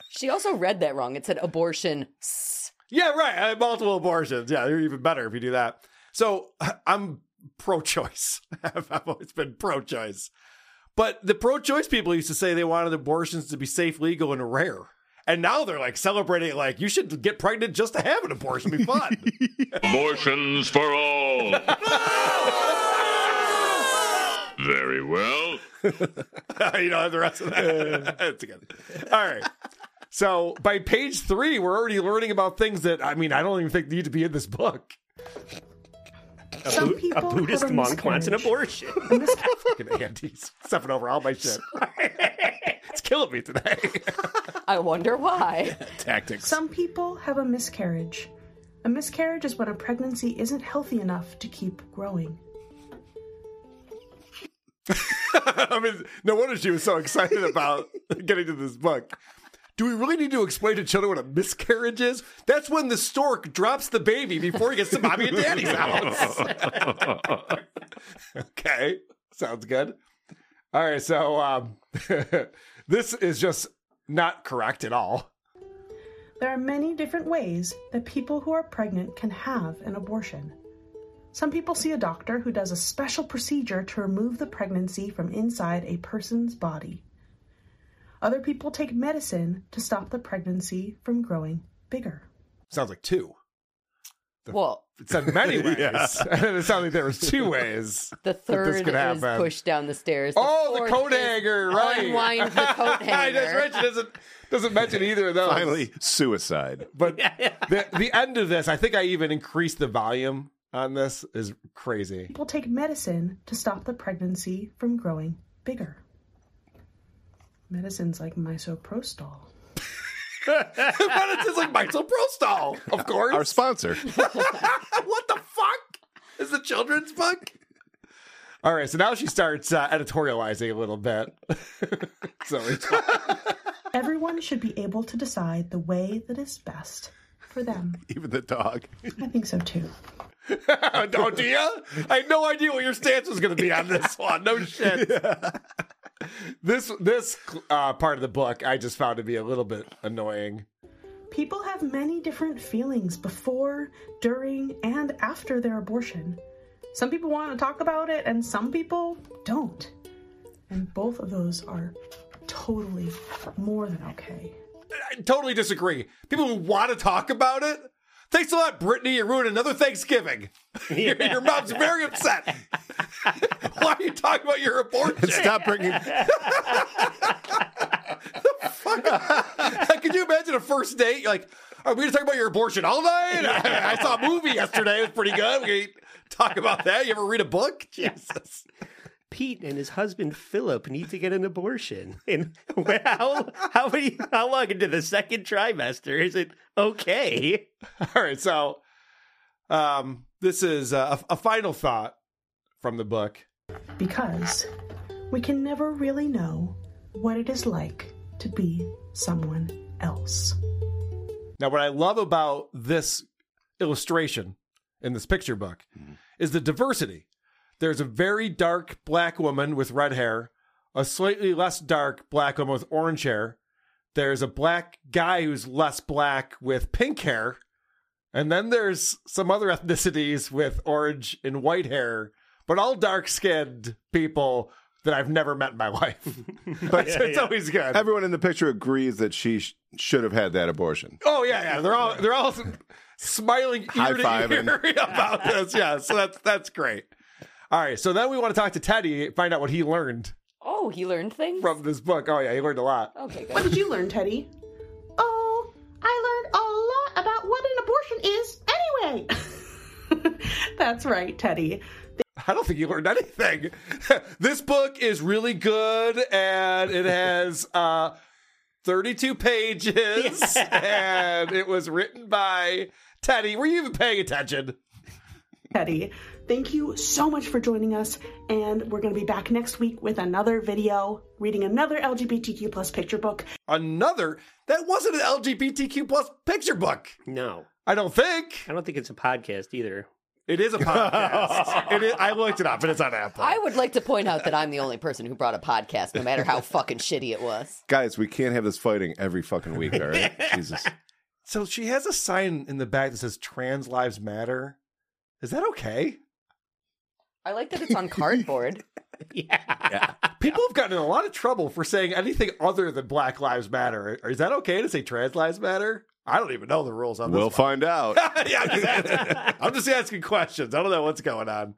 S8: She also read that wrong. It said abortion. s-
S7: Yeah, right. I had multiple abortions. Yeah, they're even better if you do that. So I'm pro-choice. I've always been pro-choice, but the pro-choice people used to say they wanted abortions to be safe, legal, and rare. And now they're like celebrating, it like you should get pregnant just to have an abortion. It'd be fun.
S20: Abortions for all. Very well.
S7: you don't have the rest of that together. All right. So by page three, we're already learning about things that I mean I don't even think need to be in this book.
S4: A, Bu- a Buddhist monk wants an abortion.
S7: Fucking Andy's stepping over all my shit. it's killing me today.
S8: I wonder why.
S7: Tactics.
S6: Some people have a miscarriage. A miscarriage is when a pregnancy isn't healthy enough to keep growing.
S7: I mean, no wonder she was so excited about getting to this book. Do we really need to explain to children what a miscarriage is? That's when the stork drops the baby before he gets to mommy and daddy's house. okay, sounds good. All right, so um, this is just not correct at all.
S6: There are many different ways that people who are pregnant can have an abortion. Some people see a doctor who does a special procedure to remove the pregnancy from inside a person's body. Other people take medicine to stop the pregnancy from growing bigger.
S7: Sounds like two.
S8: Well,
S7: It said many ways.
S8: Yeah.
S7: and it sounded like there was two ways.
S8: The
S7: that this
S8: third
S7: could
S8: is
S7: happen.
S8: pushed down the stairs.
S7: Oh, the
S8: fourth
S7: coat
S8: is
S7: hanger, right?
S8: Unwind the coat hanger.
S7: That's right. She doesn't doesn't mention either of those.
S5: Finally, suicide.
S7: But the the end of this, I think I even increased the volume on this. Is crazy.
S6: People take medicine to stop the pregnancy from growing bigger. Medicines like misoprostol.
S7: but it's just like misoprostol, of course.
S5: Our sponsor.
S7: what the fuck is the children's book? All right, so now she starts uh, editorializing a little bit. so it's
S6: Everyone should be able to decide the way that is best for them.
S5: Even the dog.
S6: I think so too.
S7: oh, do ya? I had no idea what your stance was going to be on this one. No shit. This this uh, part of the book I just found to be a little bit annoying.
S6: People have many different feelings before, during, and after their abortion. Some people want to talk about it, and some people don't. And both of those are totally more than okay.
S7: I totally disagree. People who want to talk about it. Thanks a lot, Brittany. You ruined another Thanksgiving. your, your mom's very upset. Why are you talking about your abortion?
S5: Stop bringing.
S7: Like, Could you imagine a first date? You're like, are we going to talk about your abortion all night? I, saw a movie yesterday. It was pretty good. We can talk about that. You ever read a book? Jesus.
S4: Pete and his husband Philip need to get an abortion. And how how many how long into the second trimester is it okay?
S7: All right, so um, this is uh, a, a final thought from the book.
S6: Because we can never really know what it is like to be someone else.
S7: Now, what I love about this illustration in this picture book is the diversity. There's a very dark black woman with red hair, a slightly less dark black woman with orange hair. There's a black guy who's less black with pink hair. And then there's some other ethnicities with orange and white hair, but all dark skinned people that I've never met in my life. but it's, it's always good.
S5: Everyone in the picture agrees that she sh- should have had that abortion.
S7: Oh yeah, yeah. They're all they're all smiling ear to
S5: High-fiving.
S7: ear about this. Yeah, so that's that's great. All right, so then we want to talk to Teddy, find out what he learned
S8: Oh, he learned things.
S7: from this book. Oh yeah, he learned a lot.
S8: Okay,
S6: What did you learn, Teddy? Oh, I learned a lot about what an abortion is anyway. That's right, Teddy.
S7: I don't think you learned anything. this book is really good, and it has uh, 32 pages, and it was written by Teddy. Were you even paying attention?
S6: Teddy, thank you so much for joining us, and we're going to be back next week with another video reading another LGBTQ plus picture book.
S7: Another that wasn't an LGBTQ plus picture book.
S4: No.
S7: I don't think.
S4: I don't think it's a podcast either.
S7: It is a podcast. it is, I looked it up, and it's on Apple.
S8: I would like to point out that I'm the only person who brought a podcast, no matter how fucking shitty it was.
S5: Guys, we can't have this fighting every fucking week, all right? Jesus.
S7: So she has a sign in the back that says "Trans Lives Matter." Is that okay?
S8: I like that it's on cardboard.
S7: People have gotten in a lot of trouble for saying anything other than Black Lives Matter. Is that okay to say Trans Lives Matter? I don't even know the rules on this.
S5: We'll
S7: one.
S5: find out.
S7: yeah, I'm just asking questions. I don't know what's going on.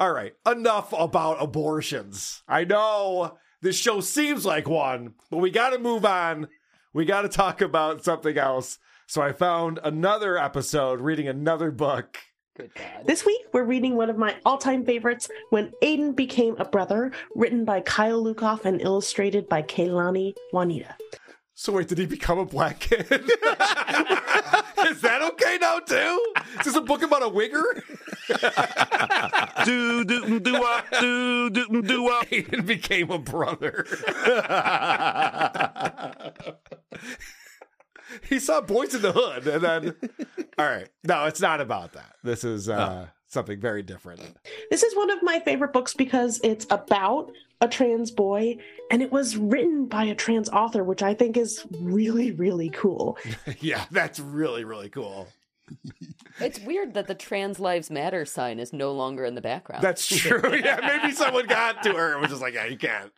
S7: All right, enough about abortions. I know this show seems like one, but we got to move on. We got to talk about something else. So I found another episode reading another book.
S6: This week, we're reading one of my all time favorites, When Aiden Became a Brother, written by Kyle Lukoff and illustrated by Kaylani Juanita.
S7: So wait, did he become a black kid? Is that okay now too? Is this a book about a wigger?
S2: do do do
S7: uh,
S2: up do do do up.
S7: Aiden became a brother. he saw boys in the hood, and then all right. No, it's not about that. This is uh, something very different.
S6: This is one of my favorite books because it's about a trans boy and it was written by a trans author, which I think is really, really cool.
S7: yeah, that's really really cool.
S8: It's weird that the trans lives matter sign is no longer in the background.
S7: That's true. yeah, maybe someone got to her and was just like, yeah, you can't.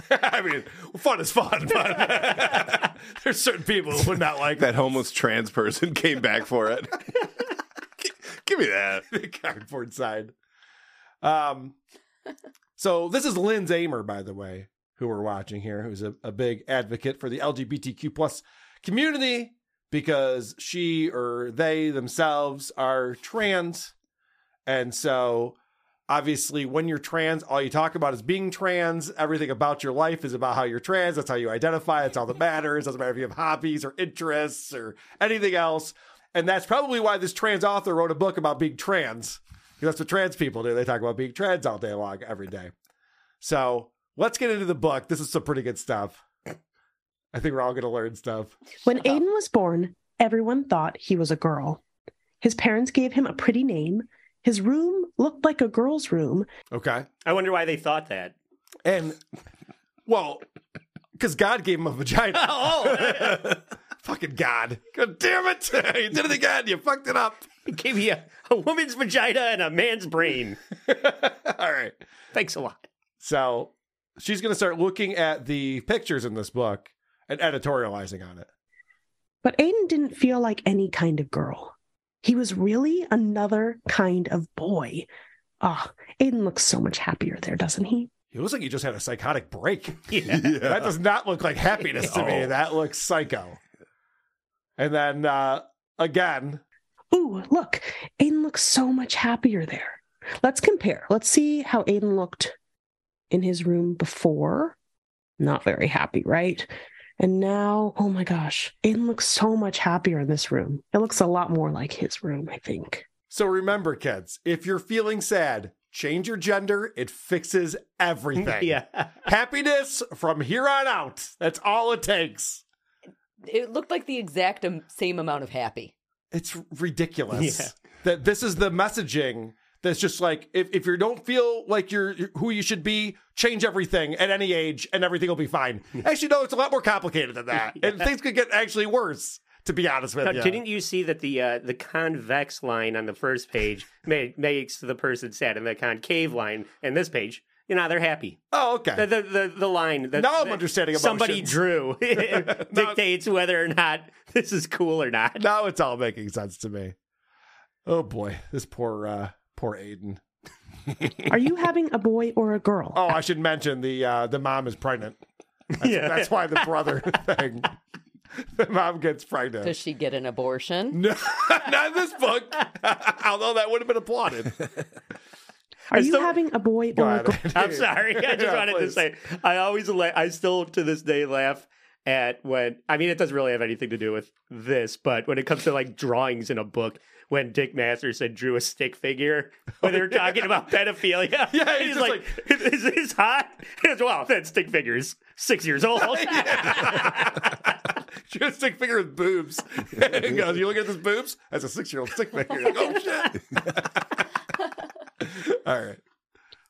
S7: I mean, fun is fun, but there's certain people who would not like
S5: that homeless trans person came back for it. Gi- Give me that.
S7: the cardboard side. Um, so this is Lynn's Amer, by the way, who we're watching here, who's a, a big advocate for the LGBTQ plus community because she or they themselves are trans, and so obviously when you're trans, all you talk about is being trans. Everything about your life is about how you're trans. That's how you identify. That's all that matters. Doesn't matter if you have hobbies or interests or anything else. And that's probably why this trans author wrote a book about being trans. Because that's what trans people do. They talk about being trans all day long, every day. So let's get into the book. This is some pretty good stuff. I think we're all going to learn stuff.
S6: When Aiden was born, everyone thought he was a girl. His parents gave him a pretty name. His room looked like a girl's room.
S7: Okay.
S4: I wonder why they thought that.
S7: And well, because God gave him a vagina.
S4: oh,
S7: fucking God! God damn it! you did it again. You fucked it up.
S4: it gave you a, a woman's vagina and a man's brain.
S7: All right.
S4: Thanks a lot.
S7: So she's going to start looking at the pictures in this book and editorializing on it.
S6: But Aiden didn't feel like any kind of girl. He was really another kind of boy. Ah, Aiden looks so much happier there, doesn't he?
S7: He looks like he just had a psychotic break.
S4: Yeah. Oh.
S7: That does not look like happiness to me.
S6: No.
S7: That looks psycho. And then uh, again,
S6: Ooh, look, Aiden looks so much happier there. Let's compare. Let's see how Aiden looked in his room before. Not very happy, right? And now, oh my gosh, Aiden looks so much happier in this room. It looks a lot more like his room, I think.
S7: So remember, kids, if you're feeling sad, change your gender. It fixes everything.
S4: Yeah.
S7: Happiness from here on out. That's all it takes.
S8: It looked like the exact am- same amount of happy.
S7: It's ridiculous.
S8: Yeah.
S7: That this is the messaging that's just like if, if you don't feel like you're you're who you should be, change everything at any age and everything will be fine. Actually, no, it's a lot more complicated than that. And things could get actually worse, to be honest with
S4: Now,
S7: you.
S4: Didn't you see that the uh, the convex line on the first page ma- makes the person sad, and the concave line in this page, you know, they're happy.
S7: Oh, okay.
S4: The the, the, the line that
S7: Now I'm
S4: that
S7: understanding
S4: somebody
S7: emotions.
S4: drew dictates whether or not this is cool or not.
S7: now it's all making sense to me. Oh boy, this poor uh poor Aiden.
S6: Are you having a boy or a girl?
S7: Oh, I should mention the uh the mom is pregnant. That's,
S4: Yeah.
S7: that's why the brother thing. The mom gets pregnant.
S8: Does she get an abortion?
S7: No, not in this book. Although that would have been applauded.
S6: Are you having a boy
S7: Go
S6: or a
S7: ahead.
S6: girl?
S4: I'm sorry. I just
S7: Yeah,
S4: wanted to
S7: please.
S4: say I always la- I still to this day laugh at when I mean it doesn't really have anything to do with this, but when it comes to like drawings in a book when Dick Masterson drew a stick figure when they were talking about pedophilia.
S7: Yeah, he's
S4: he's,
S7: just
S4: like, is this hot? He goes, wow, that stick figure is six years old.
S7: She has a stick figure with boobs. He goes, you look at this boobs? That's a six year old stick figure. Like, oh shit. All right.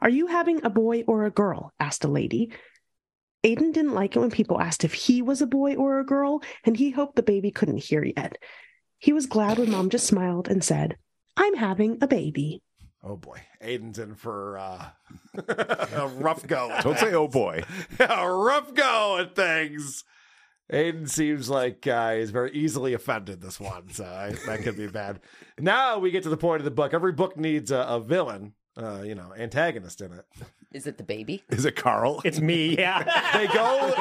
S6: Are you having a boy or a girl? asked a lady. Aiden didn't like it when people asked if he was a boy or a girl, and he hoped the baby couldn't hear yet. He was glad when mom just smiled and said, I'm having a baby.
S7: Oh boy. Aiden's in for uh, a rough go.
S5: Don't say, oh boy.
S7: a rough go at things. Aiden seems like uh, he's very easily offended this one, so I, that could be bad. Now we get to the point of the book. Every book needs a, a villain, uh, you know, antagonist in it.
S8: Is it the baby?
S7: Is it Carl?
S4: It's me. Yeah.
S7: they go.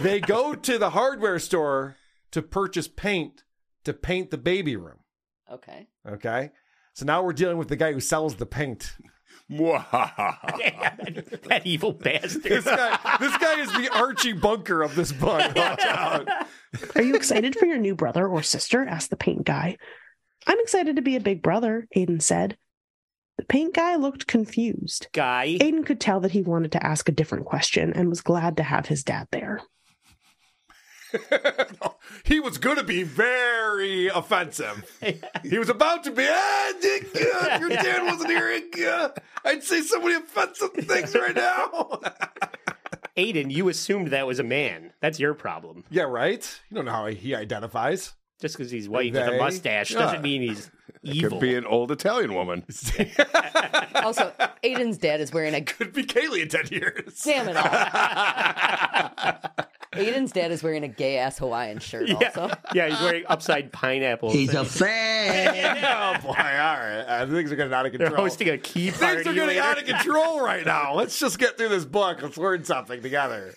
S7: They go to the hardware store to purchase paint to paint the baby room.
S8: Okay.
S7: Okay. So now we're dealing with the guy who sells the paint. that
S4: evil bastard.
S7: This guy, this guy is the Archie Bunker of this book. Watch out.
S6: Are you excited for your new brother or sister? asked the paint guy. I'm excited to be a big brother, Aiden said. The paint guy looked confused.
S4: Guy.
S6: Aiden could tell that he wanted to ask a different question and was glad to have his dad there.
S7: He was going to be very offensive. He was about to be. Ah, Dick, uh, your dad wasn't here. uh, I'd say so many offensive things right now.
S4: Aiden, you assumed that was a man. That's your problem.
S7: Yeah, right. You don't know how he identifies.
S4: Just because he's white with a mustache doesn't mean he's evil.
S5: Could be an old Italian woman.
S8: Also, Aiden's dad is wearing a
S7: could be Kaylee in ten years.
S8: Damn it all. Aiden's dad is wearing a gay ass Hawaiian shirt. Also,
S4: yeah, he's wearing upside pineapple.
S8: He's a
S7: fan. oh boy! All right, Uh, things are getting out of
S4: They're
S7: control.
S4: hosting a key party.
S7: Things are getting
S4: later.
S7: out of control right now. Let's just get through this book. Let's learn something together.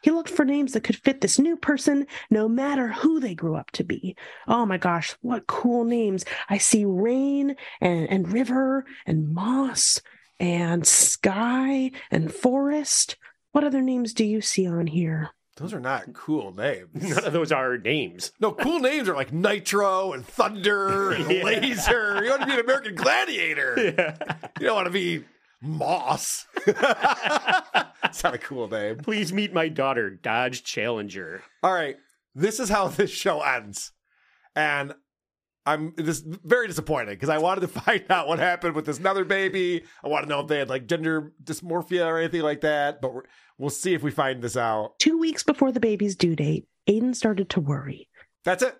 S6: He looked for names that could fit this new person, no matter who they grew up to be. Oh my gosh, what cool names! I see rain and, and river and moss and sky and forest. What other names do you see on here?
S7: Those are not cool names.
S4: None of those are names.
S7: No, cool names are like Nitro and Thunder and
S4: Yeah.
S7: Laser. You want to be an American Gladiator. You don't want to be Moss. it's not a cool name.
S4: Please meet my daughter, Dodge Challenger.
S7: All right, this is how this show ends, and I'm this very disappointed because I wanted to find out what happened with this another baby. I want to know if they had like gender dysmorphia or anything like that. But we're, we'll see if we find this out.
S6: Two weeks before the baby's due date, Aiden started to worry.
S7: That's it.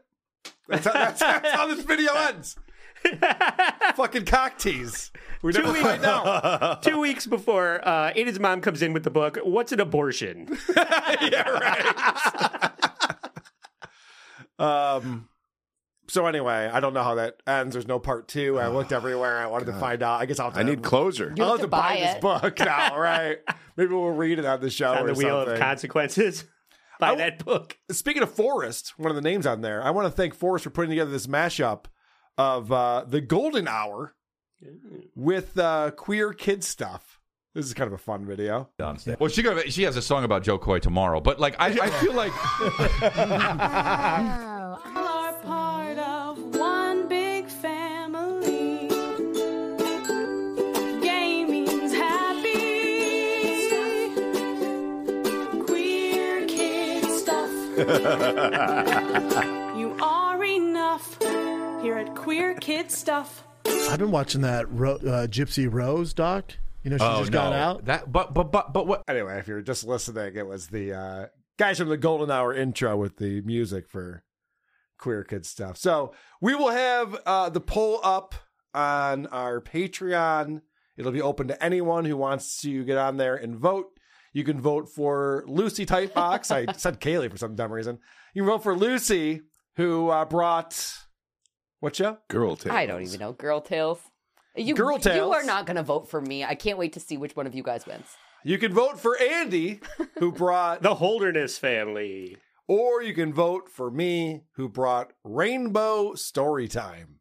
S7: That's how, that's, that's how this video ends. Fucking cock tease. We
S4: Two
S7: never
S4: weeks,
S7: find out.
S4: two weeks before uh, Aiden's mom comes in with the book, What's an Abortion?
S7: Um. So anyway, I don't know how that ends. There's no part two. I looked everywhere. I wanted to find out. I guess I'll. Have to
S5: I need closure.
S7: I'll have to buy, this book now, right? Maybe we'll read it on the show.
S4: On
S7: or
S4: the Wheel of
S7: something.
S4: Consequences. By that book.
S7: Speaking of Forrest, one of the names on there, I want to thank Forrest for putting together this mashup of uh, the Golden Hour with uh, queer kid stuff. This is kind of a fun video.
S20: Well, she got she has a song about Joe Coy tomorrow, but like I, I feel like
S21: are part of one big family. Gay means happy. Queer kid stuff. You are enough here at Queer Kid Stuff.
S22: I've been watching that Ro- uh, Gypsy Rose doc. You know, she
S7: Oh,
S22: just got out.
S7: That, but but but but what? Anyway, if you're just listening, it was the uh, guys from the Golden Hour intro with the music for queer kid stuff. So we will have uh, the poll up on our Patreon. It'll be open to anyone who wants to get on there and vote. You can vote for Lucy Tightbox. I said Kaylee for some dumb reason. You can vote for Lucy, who uh, brought what show?
S5: Girl
S8: I don't even know. Girl Tales. You,
S7: Girl
S8: You
S7: Tales.
S8: are not going to vote for me. I can't wait to see which one of you guys wins.
S7: You can vote for Andy, who brought
S4: the Holderness family,
S7: or you can vote for me, who brought Rainbow Storytime.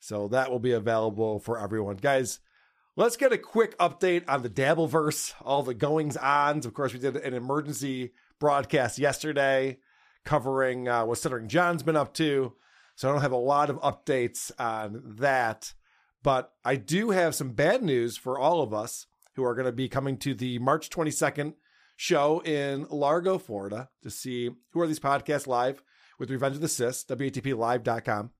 S7: So that will be available for everyone. Guys, let's get a quick update on the Dabbleverse, all the goings ons. Of course, we did an emergency broadcast yesterday covering uh, what Stuttering John's been up to. So I don't have a lot of updates on that. But I do have some bad news for all of us who are going to be coming to the March 22nd show in Largo, Florida to see who are these podcasts live with Revenge of the Sis, WATPlive.com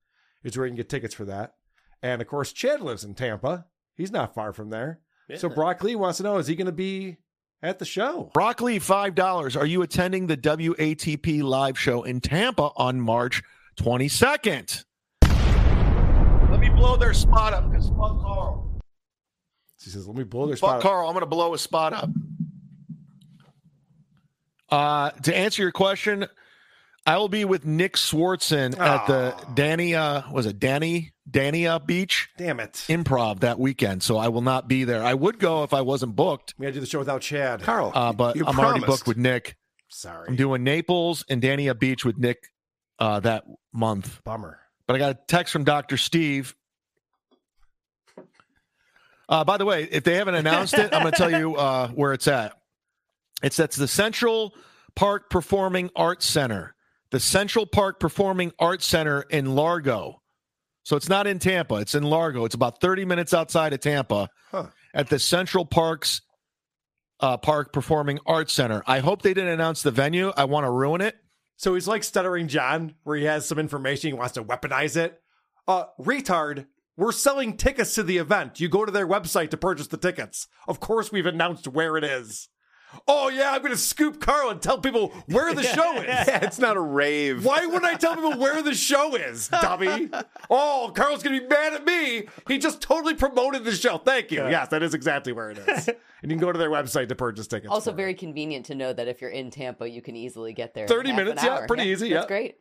S7: is where you can get tickets for that. And of course, Chad lives in Tampa. He's not far from there. So
S9: Yeah.
S7: Brock Lee wants to know is he going to be at the show?
S9: Broccoli, $5. Are you attending the WATP live show in Tampa on March 22nd? Let me blow their spot up because fuck Carl.
S7: She says, let me blow their
S9: Fuck
S7: spot.
S9: Carl. I'm going to blow his spot up. Uh, to answer your question, I will be with Nick Swartzen at the Danny, uh, was it Danny, Danny uh, Beach?
S7: Damn it.
S9: Improv that weekend. So I will not be there. I would go if I wasn't booked.
S7: We got to do the show without Chad. Carl.
S9: Uh, but I'm
S7: you
S9: already
S7: promised.
S9: booked with Nick.
S7: Sorry.
S9: I'm doing Naples and Dania Beach with Nick uh, that month.
S7: Bummer.
S9: But I got a text from Dr. Steve. Uh, by the way, if they haven't announced it, I'm going to tell you uh, where it's at. It's that's the Central Park Performing Arts Center, the Central Park Performing Arts Center in Largo. So it's not in Tampa; it's in Largo. It's about 30 minutes outside of Tampa, at the Central Parks uh, Park Performing Arts Center. I hope they didn't announce the venue. I want to ruin it.
S7: So he's like stuttering John, where he has some information, he wants to weaponize it. Uh, retard, we're selling tickets to the event. You go to their website to purchase the tickets. Of course, we've announced where it is. Oh, yeah, I'm going to scoop Carl and tell people where the show is.
S5: Yeah, it's not a rave.
S7: Why wouldn't I tell people where the show is, dummy? Oh, Carl's going to be mad at me. He just totally promoted the show. Thank you.
S8: Yeah.
S7: Yes, that is exactly where it is. and you can go to their website to purchase tickets.
S8: also, very convenient to know that if you're in Tampa, you can easily get there. in
S7: 30
S8: half an
S7: minutes, yeah,
S8: hour.
S7: pretty easy,
S8: That's
S7: yeah.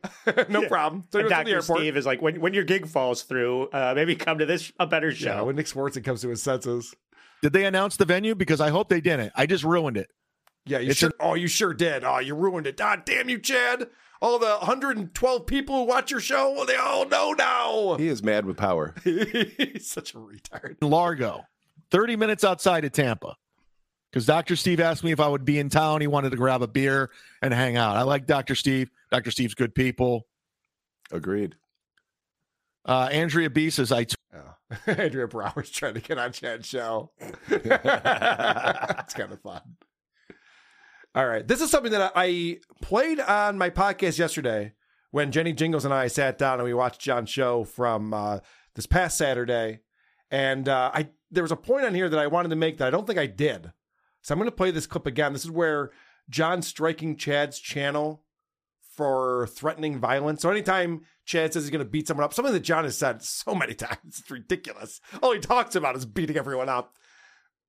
S8: great.
S7: no problem. Throw
S4: And
S7: it to the
S4: Dr.
S7: airport.
S4: Steve is like, when, when your gig falls through, uh, maybe come to this a better show.
S7: Yeah, when Nick Swartzen comes to his senses.
S9: Did they announce the venue? Because I hope they didn't. I just ruined it.
S7: Yeah, you
S9: It's
S7: sure.
S9: in-
S7: oh, you sure did. Oh, you ruined it. God damn you, Chad. All the 112 people who watch your show, well, they all know now.
S5: He is mad with power.
S7: He's such a retard.
S9: in Largo, 30 minutes outside of Tampa. Because Dr. Steve asked me if I would be in town. He wanted to grab a beer and hang out. I like Dr. Steve. Dr. Steve's good people.
S5: Agreed.
S9: Uh, Andrea B says, I
S7: Andrea Brower's trying to get on Chad's show. it's kind of fun. All right. This is something that I I played on my podcast yesterday when Jenny Jingles and I sat down and we watched John's show from uh, this past Saturday. And uh, I there was a point on here that I wanted to make that I don't think I did. So I'm going to play this clip again. This is where John's striking Chad's channel for threatening violence. So anytime Chad says he's going to beat someone up, something that John has said so many times, it's ridiculous. All he talks about is beating everyone up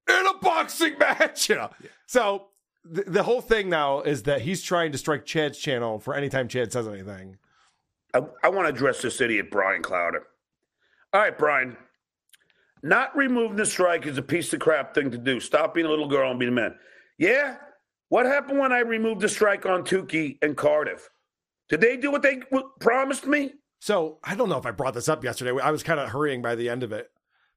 S7: in a boxing match. You know? So the, the whole thing now is that he's trying to strike Chad's channel for anytime Chad says anything.
S10: I, I want to address this idiot, Brian Clouder. All right, Brian. Not removing the strike is a piece of crap thing to do. Stop being a little girl and be a man. Yeah? What happened when I removed the strike on Tukey and Cardiff? Did they do what they w- promised me?
S7: So I don't know if I brought this up yesterday. I was kind of hurrying by the end of it.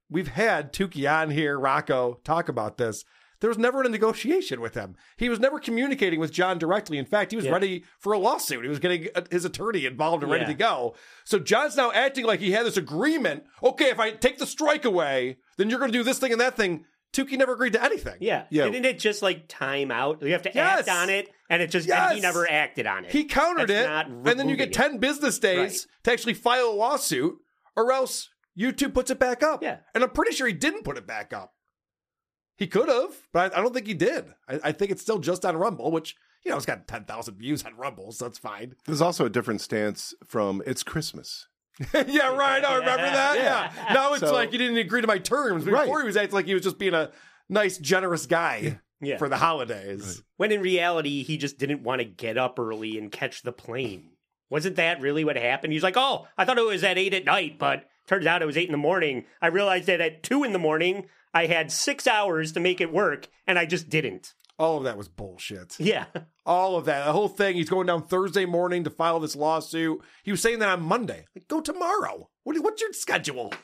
S7: We've had Tukey on here, Rocco, talk about this. There was never a negotiation with him. He was never communicating with John directly. In fact, he was
S4: Yeah.
S7: ready for a lawsuit. He was getting uh, his attorney involved and ready
S4: Yeah.
S7: to go. So John's now acting like he had this agreement. Okay, if I take the strike away, then you're going to do this thing and that thing. Tukey never agreed to anything.
S4: Yeah. Didn't it just like time out? You have to
S7: Yes.
S4: act on it, and it just and he
S7: Yes.
S4: never acted on it.
S7: He countered
S4: That's not
S7: it, and then you
S4: removing
S7: get
S4: it.
S7: 10 business days to actually file a lawsuit, or else YouTube puts it back up. Yeah. And I'm pretty sure he didn't put it back up. He could have, but I, I don't think he did. I, I think it's still just on Rumble, which, you know, it's got 10,000 views on Rumble, so that's fine.
S5: There's also a different stance from it's Christmas.
S7: yeah, right. I remember that. Yeah. Now it's
S5: So-
S7: like you didn't agree to my terms. Before he was acting like he was just being a nice, generous guy
S4: Yeah.
S7: for the holidays.
S4: When in reality, he just didn't want to get up early and catch the plane. Wasn't that really what happened? He's like, oh, I thought it was at eight at night, but turns out it was eight in the morning. I realized that at two in the morning, I had six hours to make it work, and I just didn't.
S7: All of that was bullshit.
S4: Yeah.
S7: All of that. The whole thing. He's going down Thursday morning to file this lawsuit. He was saying that on Monday. Like, go tomorrow. What, what's your schedule?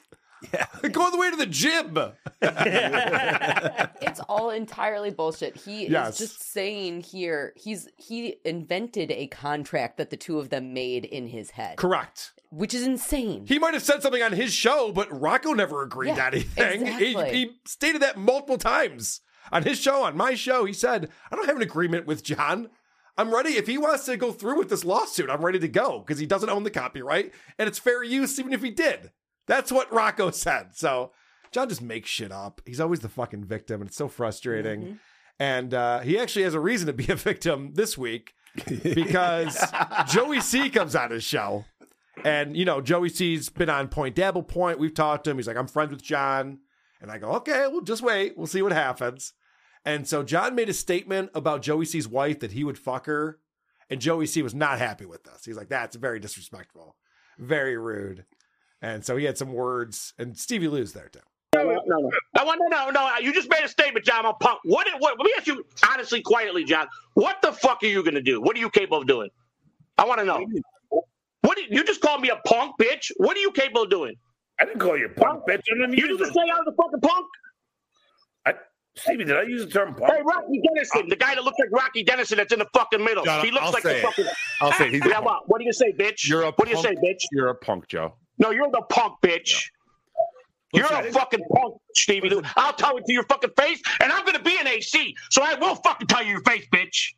S7: Yeah. go all the way to the gym.
S8: it's all entirely bullshit. He
S7: Yes.
S8: is just saying here he's he invented a contract that the two of them made in his head.
S7: Correct.
S8: Which is insane.
S7: He might have said something on his show, but Rocco never agreed to
S8: Yeah,
S7: anything. He-
S8: exactly.
S7: He, stated that multiple times on his show, on my show. He said, I don't have an agreement with John. I'm ready. If he wants to go through with this lawsuit, I'm ready to go because he doesn't own the copyright and it's fair use even if he did. That's what Rocco said. So John just makes shit up. He's always the fucking victim and it's so frustrating.
S8: Mm-hmm.
S7: And uh, he actually has a reason to be a victim this week because Joey C comes on his show. And, you know, Joey C's been on Point Dabble Point. We've talked to him. He's like, I'm friends with John. And I go, okay, we'll just wait. We'll see what happens. And so John made a statement about Joey C's wife that he would fuck her. And Joey C was not happy with this. He's like, that's very disrespectful, very rude. And so he had some words. And Stevie Lou's there too.
S10: No, no, no, no, no. You just made a statement, John. I'm punk. What, what? Let me ask you honestly, quietly, John. What the fuck are you going to do? What are you capable of doing? I want to know. What? do- You just called me a punk, bitch. What are you capable of doing?
S23: I didn't call you a punk, bitch. I didn't
S10: you just say I was a fucking punk.
S23: I, Stevie, did I use the term punk?
S10: Hey, Rocky Dennison, the guy that looks like Rocky Dennison that's in the fucking middle.
S2: John,
S10: he looks
S2: I'll
S10: like
S2: say
S10: the
S2: it.
S10: fucking.
S2: I'll say he's a
S10: Yeah,
S2: punk.
S10: what? What do you say, bitch?
S2: You're a
S10: What do you say,
S2: punk.
S10: bitch?
S2: You're a punk, Joe.
S10: No, you're the punk, bitch. You're a fucking punk, Stevie Lou. I'll tell it to your fucking face, and I'm gonna be an AC, so I will fucking tell you your face, bitch.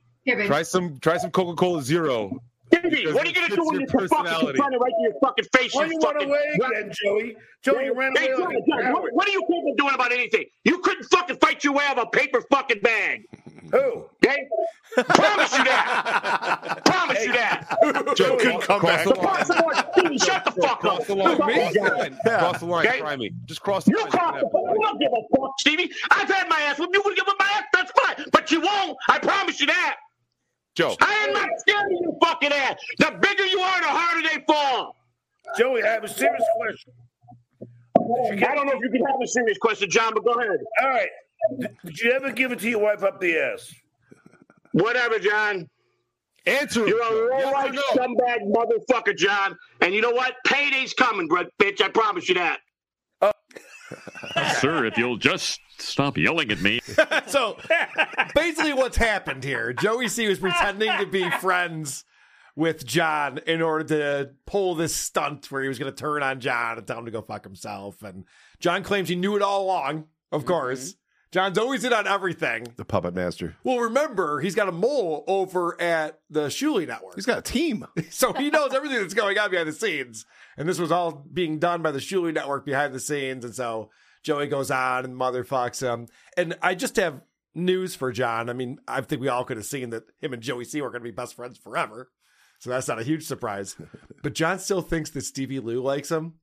S2: Try some try some Coca Cola Zero.
S10: Stevie, what are you gonna do when
S2: Because it fits
S10: you're
S2: your
S10: fucking
S2: personality.
S10: trying to right to your fucking face?
S23: Why you run
S10: fucking
S23: away again, Joey? Joey, you ran
S10: Hey,
S23: away
S10: John,
S23: like a
S10: John, what,
S23: coward.
S10: what are you people doing about anything? You couldn't fucking fight your way out of a paper fucking bag.
S23: Who?
S10: Okay? Promise you that. Promise you that.
S2: Joe, couldn't come back.
S10: Cross the line. Stevie, shut the fuck up.
S2: Cross the line.
S10: Fuck
S2: Cross the
S10: off.
S2: line. Cross the line.
S10: Okay?
S2: Try me. Just cross the
S10: you
S2: line.
S10: cross the fucking line. You don't give a fuck, Stevie. I've had my ass. If you would give up my ass, that's fine. But you won't. I promise you that.
S2: Joe.
S10: I am not scared of your fucking ass. The bigger you are, the harder they fall.
S23: Joey, I have a serious question.
S10: I don't know if you can have a serious question, John, but go ahead.
S23: All right. Did- Did you ever give it to your wife up the ass?
S10: Whatever, John.
S2: Answer.
S10: You're a low life scumbag motherfucker, John. And you know what? Payday's coming, bro, bitch. I promise you that.
S19: Sir, if you'll just stop yelling at me.
S7: so basically what's happened here joey c was pretending to be friends with john in order to pull this stunt where he was going to turn on john and tell him to go fuck himself and john claims he knew it all along of course john's always in on everything
S5: The puppet master.
S7: well remember he's got a mole over at the shuli network he's
S5: got a team
S7: so he knows everything that's going on behind the scenes and this was all being done by the shuli network behind the scenes and so joey goes on and motherfucks him and i just have news for John. I mean, I think we all could have seen that him and Joey C were going to be best friends forever. So that's not a huge surprise. But John still thinks that Stevie Lou likes him.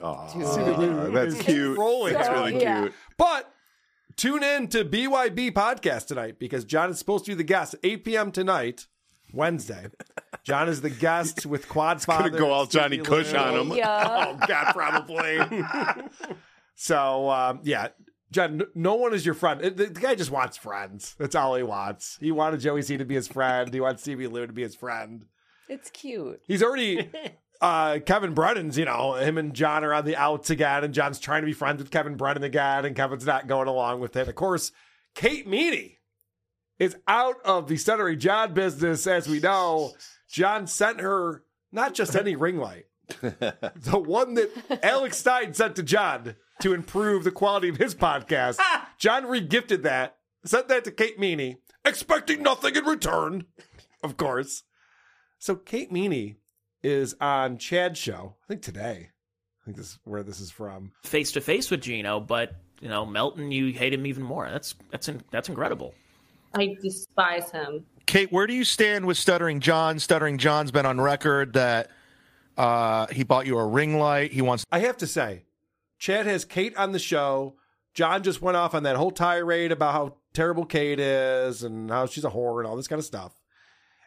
S5: Aw, that's cute.
S7: Rolling.
S5: That's really
S7: Yeah.
S5: cute.
S7: But tune in to BYB podcast tonight because John is supposed to be the guest at 8 p.m. tonight, Wednesday. John is the guest with Quad Father.
S5: go all Johnny Cush on him.
S7: Yeah. Oh, God, probably. so, um, yeah. John, n- no one is your friend. Uh, The, the guy just wants friends. That's all he wants. He wanted Joey C to be his friend. He wants Stevie Lou to be his friend.
S8: It's cute.
S7: He's already uh, Kevin Brennan's, you know, him and John are on the outs again, and John's trying to be friends with Kevin Brennan again, and Kevin's not going along with it. Of course, Kate Meany is out of the Stuttery John business, as we know. John sent her not just any ring light, the one that Alex Stein sent to John to improve the quality of his podcast. John regifted that, sent that to Kate Meany, expecting nothing in return, of course. So Kate Meany is on Chad's show, I think today. I think this is where this is from.
S20: face to face with Gino, but you know Melton, you hate him even more. That's that's in, that's incredible.
S15: I despise him.
S9: Kate, where do you stand with Stuttering John? Stuttering John's been on record that Uh, he bought you a ring light. He wants.
S7: I have to say, Chad has Kate on the show. John just went off on that whole tirade about how terrible Kate is and how she's a whore and all this kind of stuff.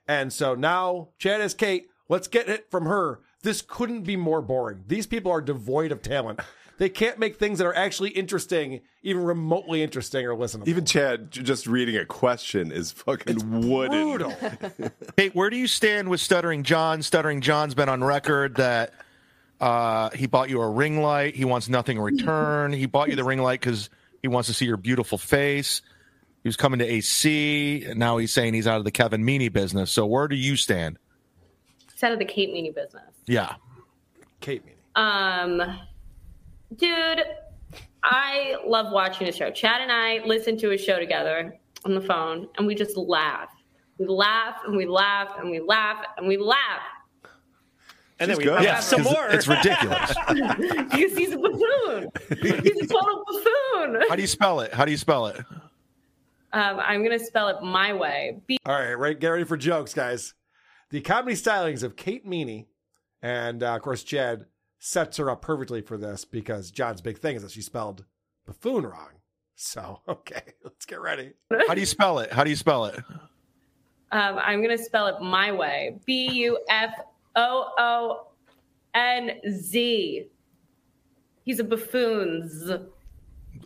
S7: And so now Chad has Kate. Let's get it from her. This couldn't be more boring. These people are devoid of talent. They can't make things that are actually interesting, even remotely interesting or listenable.
S5: Even Chad j- just reading a question is fucking wooden.
S7: brutal.
S9: Kate, where do you stand with Stuttering John? Stuttering John's been on record that uh, he bought you a ring light. He wants nothing in return. He bought you the ring light because he wants to see your beautiful face. He was coming to AC, and now he's saying he's out of the Kevin Meaney business. So where do you stand?
S15: It's out of the Kate Meany business.
S9: Yeah.
S7: Kate Meaney.
S15: Um, dude, I love watching a show. Chad and I listen to a show together on the phone, and we just laugh. We laugh and we laugh and we laugh and we laugh.
S4: And then we
S9: She's good.
S4: laugh
S9: Yeah,
S4: some
S9: 'cause
S4: more.
S9: it's ridiculous.
S15: because he's a buffoon. He's a total buffoon.
S9: How do you spell it? How do you spell it?
S15: Um, I'm gonna spell it my way. B
S7: All right, right. Get ready for jokes, guys. The comedy stylings of Kate Meaney, and uh, of course Chad sets her up perfectly for this because John's big thing is that she spelled buffoon wrong. So okay, let's get ready.
S9: How do you spell it? How do you spell it?
S15: Um, I'm going to spell it my way. B U F O O N Z. He's a buffoon's.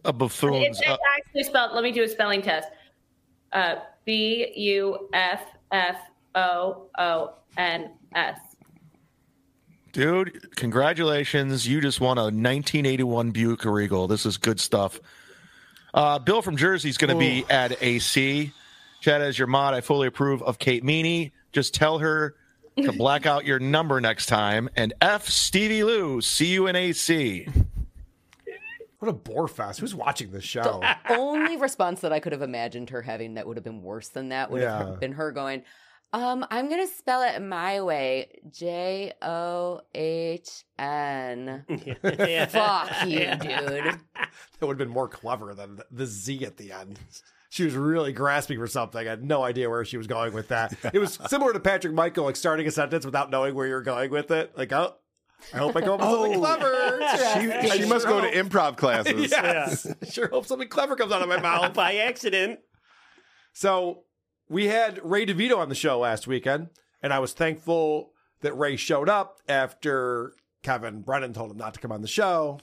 S9: A buffoon's.
S15: It's
S9: uh,
S15: actually spelled. Let me do a spelling test. Uh, B U F F O O N S.
S9: Dude, congratulations. You just won a 1981 Buick Regal. This is good stuff. Uh, Bill from Jersey's going to be at AC. Chad, as your mod, I fully approve of Kate Meaney. Just tell her to black out your number next time. And F Stevie Lou, see you in AC.
S7: What a bore fest. Who's watching this show?
S8: Only response that I could have imagined her having that would have been worse than that would
S7: Yeah.
S8: have been her going, um, I'm gonna spell it my way. J O H N. Fuck you, dude.
S7: That would have been more clever than the- the Z at the end. She was really grasping for something. I had no idea where she was going with that. It was similar to Patrick Michael, like starting a sentence without knowing where you're going with it. Like, oh, I hope I go up with something
S5: Oh,
S7: clever.
S5: she- she must go to improv classes.
S7: yes. Sure hope something clever comes out of my mouth.
S4: By accident.
S7: So we had Ray DeVito on the show last weekend, and I was thankful that Ray showed up after Kevin Brennan told him not to come on the show.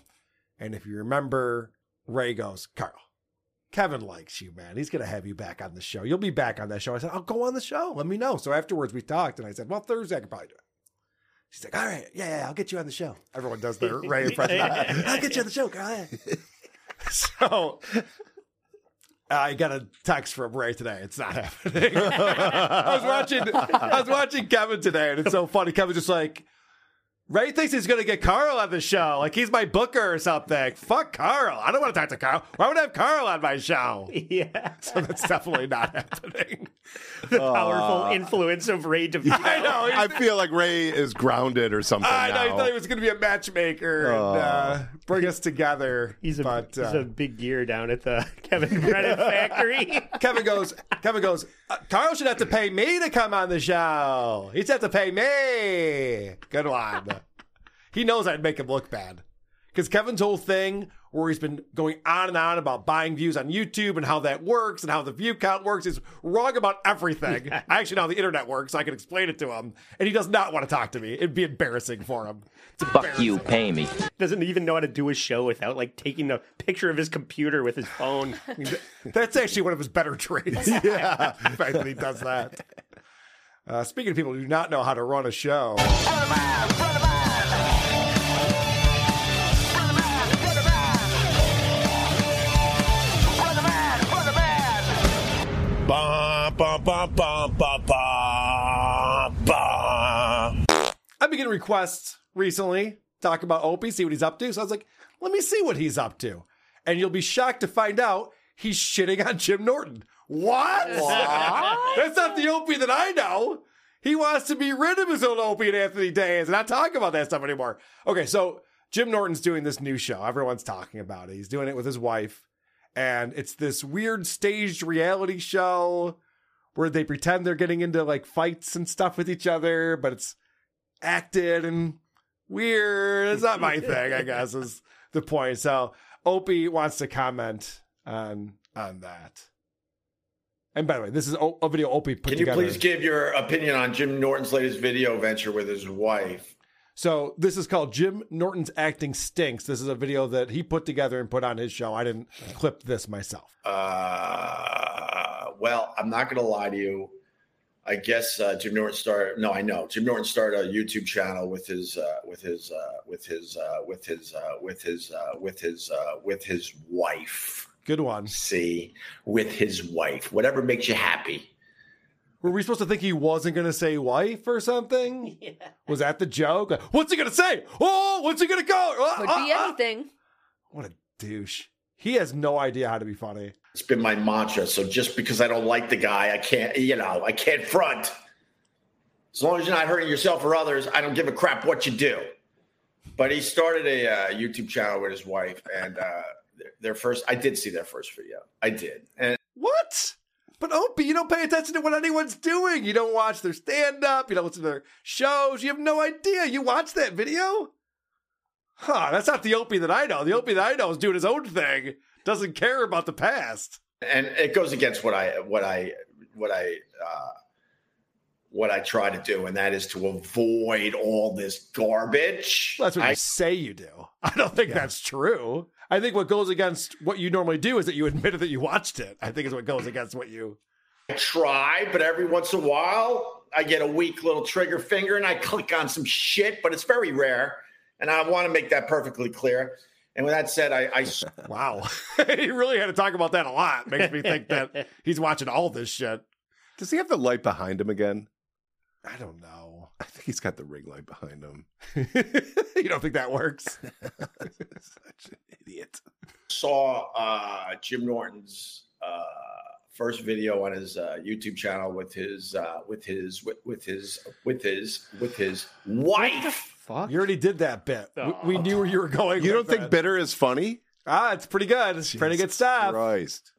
S7: And if you remember, Ray goes, Carl, Kevin likes you, man. He's going to have you back on the show. You'll be back on that show. I said, I'll go on the show. Let me know. So afterwards, we talked, and I said, Well, Thursday, I could probably do it. She's like, All right, yeah, yeah, I'll get you on the show. Everyone does their Ray impression. I'll get you on the show, Carl. yeah." so I got a text from Ray today. It's not happening. I was watching. I was watching Kevin today, and it's so funny. Kevin's just like, Ray thinks he's gonna get Carl on the show. Like he's my booker or something. Fuck Carl. I don't want to talk to Carl. Why would I have Carl on my show?
S4: Yeah.
S7: So that's definitely not happening. Uh,
S4: The powerful influence of Ray DeVito.
S7: I know.
S5: I feel like Ray is grounded or something.
S7: I know. He
S5: now.
S7: thought he was gonna be a matchmaker
S5: Oh.
S7: and uh, bring us together.
S4: He's a,
S7: but,
S4: he's
S7: uh,
S4: a big gear down at the Kevin Brennan factory.
S7: Kevin goes, Kevin goes, uh, Carl should have to pay me to come on the show. He'd have to pay me. Good one. he knows I'd make him look bad. Because Kevin's whole thing where he's been going on and on about buying views on YouTube and how that works and how the view count works is wrong about everything. I actually know how the internet works. So I can explain it to him. And he does not want to talk to me. It'd be embarrassing for him.
S4: Fuck you, pay me. Doesn't even know how to do a show without like taking a picture of his computer with his phone.
S7: That's actually one of his better traits. yeah. the fact that he does that. Uh, speaking of people who do not know how to run a show.
S2: Ba ba ba ba ba ba ba.
S7: I've been getting requests recently talk about Opie, see what he's up to. So I was like, let me see what he's up to. And you'll be shocked to find out he's shitting on Jim Norton. What?
S2: What?
S7: That's not the Opie that I know. He wants to be rid of his own Opie and Anthony Day and not talk about that stuff anymore. Okay, so Jim Norton's doing this new show. Everyone's talking about it. He's doing it with his wife. And it's this weird staged reality show where they pretend they're getting into like fights and stuff with each other, but it's acted and weird. It's not my thing, I guess, is the point. So Opie wants to comment on on that. And by the way, this is o- a video Opie put
S3: Can you
S7: together.
S3: please give your opinion on Jim Norton's latest video venture with his wife?
S7: So this is called Jim Norton's Acting Stinks. This is a video that he put together and put on his show. I didn't clip this myself.
S3: Uh, well, I'm not going to lie to you. I guess uh, Jim Norton started. No, I know Jim Norton started a YouTube channel with his uh, with his uh, with his uh, with his uh, with his uh, with his uh, with his wife.
S7: Good one.
S3: See, with his wife, whatever makes you happy.
S7: Were we supposed to think he wasn't going to say wife or something? Was that the joke? Like, What's he going to say? Oh, what's he going to go? Ah,
S8: Could
S7: ah,
S8: be
S7: ah.
S8: anything.
S7: What a douche. He has no idea how to be funny.
S3: It's been my mantra. So just because I don't like the guy, I can't. You know, I can't front. As long as you're not hurting yourself or others, I don't give a crap what you do. But he started a uh, YouTube channel with his wife, and uh, their- their first. I did see their first video. I did, and
S7: What? But Opie, you don't pay attention to what anyone's doing. You don't watch their stand up. You don't listen to their shows. You have no idea. You watch that video? Huh, that's not the Opie that I know. The Opie that I know is doing his own thing, doesn't care about the past.
S3: and it goes against what I what I what I uh, what I try to do, and that is to avoid all this garbage.
S7: That's what
S3: I
S7: you say you do. I don't think that's true. I think what goes against what you normally do is that you admitted that you watched it. I think is what goes against what you.
S3: I try, but every once in a while I get a weak little trigger finger and I click on some shit, but it's very rare. And I want to make that perfectly clear. And with that said, I, I
S7: wow, he really had to talk about that a lot. Makes me think that he's watching all this shit.
S12: Does he have the light behind him again?
S7: I don't know.
S12: I think he's got the ring light behind him.
S7: you don't think that works?
S3: idiot. Saw uh, Jim Norton's uh, first video on his uh, YouTube channel with his uh, with his with, with his with his with his wife.
S7: You already did that bit. We, we knew where you were going.
S12: You
S7: with
S12: don't think
S7: that.
S12: bitter is funny?
S7: Ah, it's pretty good. It's pretty good stuff.
S12: Christ.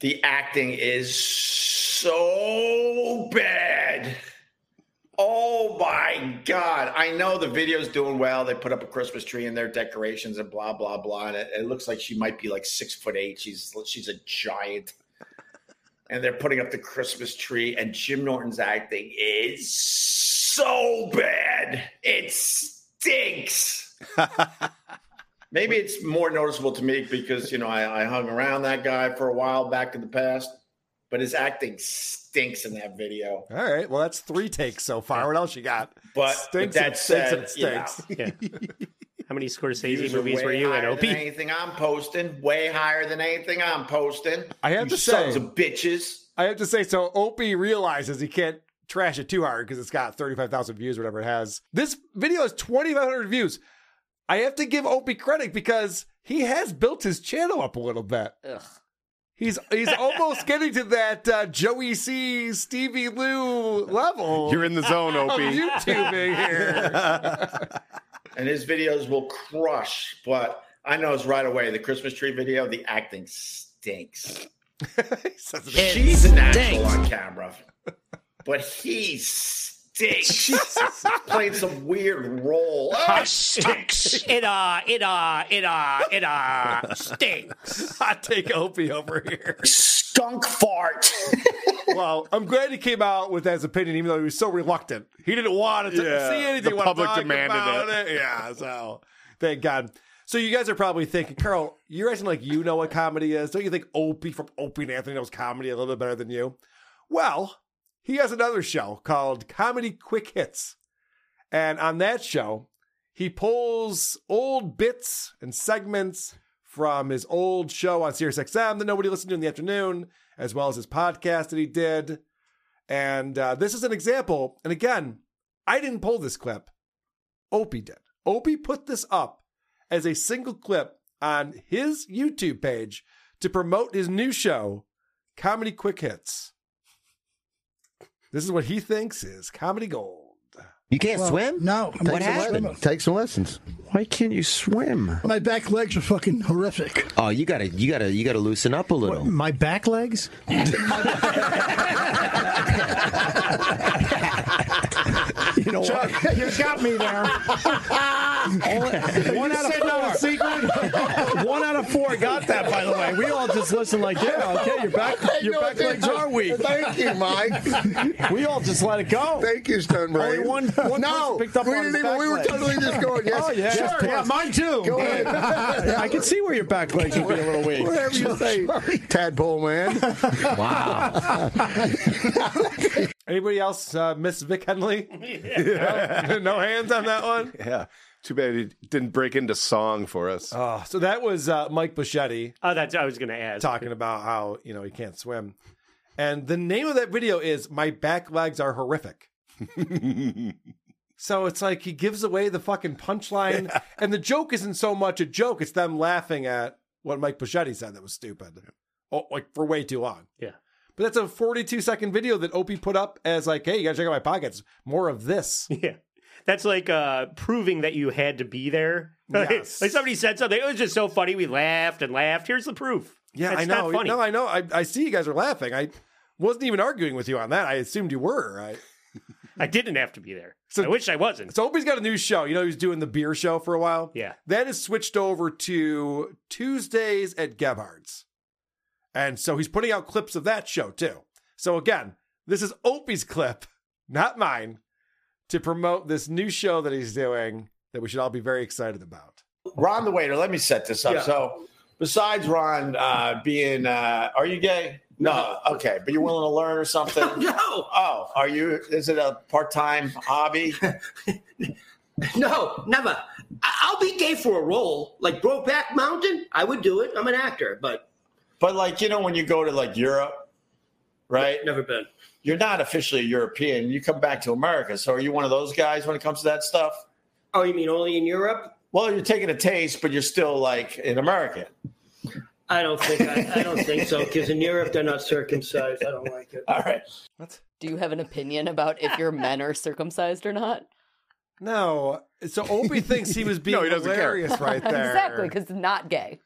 S3: The acting is so bad. Oh my God. I know the video's doing well. They put up a Christmas tree in their decorations and blah, blah, blah. And it, it looks like she might be like six foot eight. She's she's a giant. And they're putting up the Christmas tree, and Jim Norton's acting is so bad. It stinks. Maybe it's more noticeable to me because you know I, I hung around that guy for a while back in the past, but his acting stinks in that video.
S7: All right. Well, that's three takes so far. What else you got?
S3: But
S7: Stinks
S3: with
S7: and
S3: that
S7: stinks and
S3: said, you know,
S7: stinks.
S4: How many Scorsese
S3: views are
S4: movies
S3: way
S4: were you in,
S3: higher
S4: Opie?
S3: than anything I'm posting, way higher than anything I'm posting.
S7: I have
S3: you
S7: to
S3: sons
S7: say-
S3: of bitches.
S7: I have to say, so Opie realizes he can't trash it too hard because it's got 35,000 views, or whatever it has. This video has 2,500 views. I have to give Opie credit because he has built his channel up a little bit.
S8: Ugh.
S7: He's he's almost getting to that uh, Joey C, Stevie Lou level.
S12: You're in the zone,
S7: of
S12: Opie.
S7: YouTubing here.
S3: and his videos will crush. But I knows right away the Christmas tree video, the acting stinks. She's a natural on camera, but he stinks. Playing some weird role. Oh, stinks.
S4: It uh, it uh, it uh, it uh,
S7: stinks. I take Opie over here.
S3: Skunk fart.
S7: well, I'm glad he came out with his opinion, even though he was so reluctant. He didn't want to
S12: Yeah,
S7: see anything.
S12: the
S7: want
S12: public
S7: to talk
S12: demanded
S7: about
S12: it.
S7: Yeah, so thank God. So you guys are probably thinking, Carl, you're acting like you know what comedy is. Don't you think Opie from Opie and Anthony knows comedy a little bit better than you? Well, he has another show called Comedy Quick Hits. And on that show, he pulls old bits and segments from his old show on SiriusXM that nobody listened to in the afternoon, as well as his podcast that he did. And uh, this is an example. And again, I didn't pull this clip. Opie did. Opie put this up as a single clip on his YouTube page to promote his new show, Comedy Quick Hits. This is what he thinks is comedy gold.
S16: You can't
S7: Well,
S16: swim?
S7: no.
S16: Take
S7: What
S16: some
S7: happened?
S16: lessons. Take some lessons. Why can't you swim?
S22: My back legs are fucking horrific.
S16: Oh, you gotta, you gotta, you gotta loosen up a little.
S22: My back legs?
S6: You know
S2: Chuck,
S6: what?
S2: you got me there.
S6: Only- one
S2: You
S6: out of
S2: said not a
S6: four. one out of four got that. By the way, we all just listened like, yeah, okay, your back,
S5: I
S6: your
S5: know
S6: back
S5: it.
S6: legs are weak.
S5: Thank you, Mike.
S6: we all just let it go.
S5: Thank you, Stone
S6: Only
S5: Brain.
S6: one, one
S5: No,
S6: person picked up
S5: we
S6: on
S5: didn't
S6: his
S5: even-
S6: back
S5: we were
S6: legs.
S5: totally just going, yes,
S6: oh yeah,
S5: sure, yeah, mine too. Go ahead.
S6: Yeah, I can see where your back legs would be a little weak.
S5: Whatever you say, tadpole man.
S6: Wow.
S7: Anybody else uh, miss Vic Henley?
S5: Yeah.
S7: Oh, no hands on that one.
S5: Yeah. Too bad he didn't break into song for us.
S7: Oh, so that was uh, Mike Buschetti.
S4: Oh, that's I was going to ask.
S7: Talking about how you know he can't swim, and the name of that video is "My Back Legs Are Horrific." so it's like he gives away the fucking punchline, and the joke isn't so much a joke; it's them laughing at what Mike Buschetti said that was stupid, oh, like for way too long.
S4: Yeah.
S7: But that's a 42 second video that Opie put up as like, hey, you gotta check out my pockets. More of this.
S4: Yeah. That's like uh, proving that you had to be there.
S7: Yes.
S4: like somebody said something. It was just so funny. We laughed and laughed. Here's the proof.
S7: Yeah,
S4: That's
S7: I know.
S4: Not funny.
S7: No, I know. I, I see you guys are laughing. I wasn't even arguing with you on that. I assumed you were. I,
S4: I didn't have to be there. I wish I wasn't.
S7: So Opie's got a new show. You know, he was doing the beer show for a while.
S4: Yeah.
S7: That is switched over to Tuesdays at Gebhard's. And so he's putting out clips of that show too. So again, this is Opie's clip, not mine, to promote this new show that he's doing that we should all be very excited about.
S3: Ron the waiter, let me set this up.
S7: Yeah.
S3: So, besides Ron uh, being, uh, are you gay? No. Okay. But you're willing to learn or something? no. Oh, are you? Is it a part time hobby?
S1: No, never. I- I'll be gay for a role, like Brokeback Mountain. I would do it. I'm an actor, but
S3: but, like, you know, when you go to like Europe, right?
S1: Never been.
S3: You're not officially European. You come back to America. So, are you one of those guys when it comes to that stuff?
S1: Oh, you mean only in Europe?
S3: Well, you're taking a taste, but you're still like an American.
S1: I don't think I, I don't think so because in Europe they're not circumcised. I don't like it.
S3: All right.
S8: Do you have an opinion about if your men are circumcised or not?
S7: No. So Opie thinks he was being
S8: No, he doesn't care.
S7: hilarious right there.
S8: exactly, because not gay.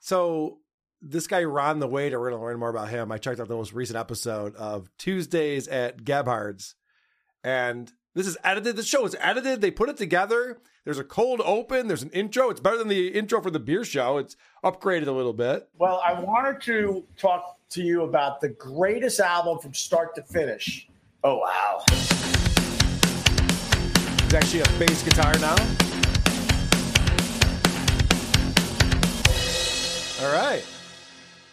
S7: So this guy Ron the waiter, we're gonna learn more about him. I checked out the most recent episode of Tuesdays at Gebhard's, and this is edited. The show is edited. They put it together. There's a cold open. There's an intro. It's better than the intro for the beer show. It's upgraded a little bit.
S3: Well, I wanted to talk to you about the greatest album from start to finish. Oh, wow.
S7: There's actually a bass guitar now. All right,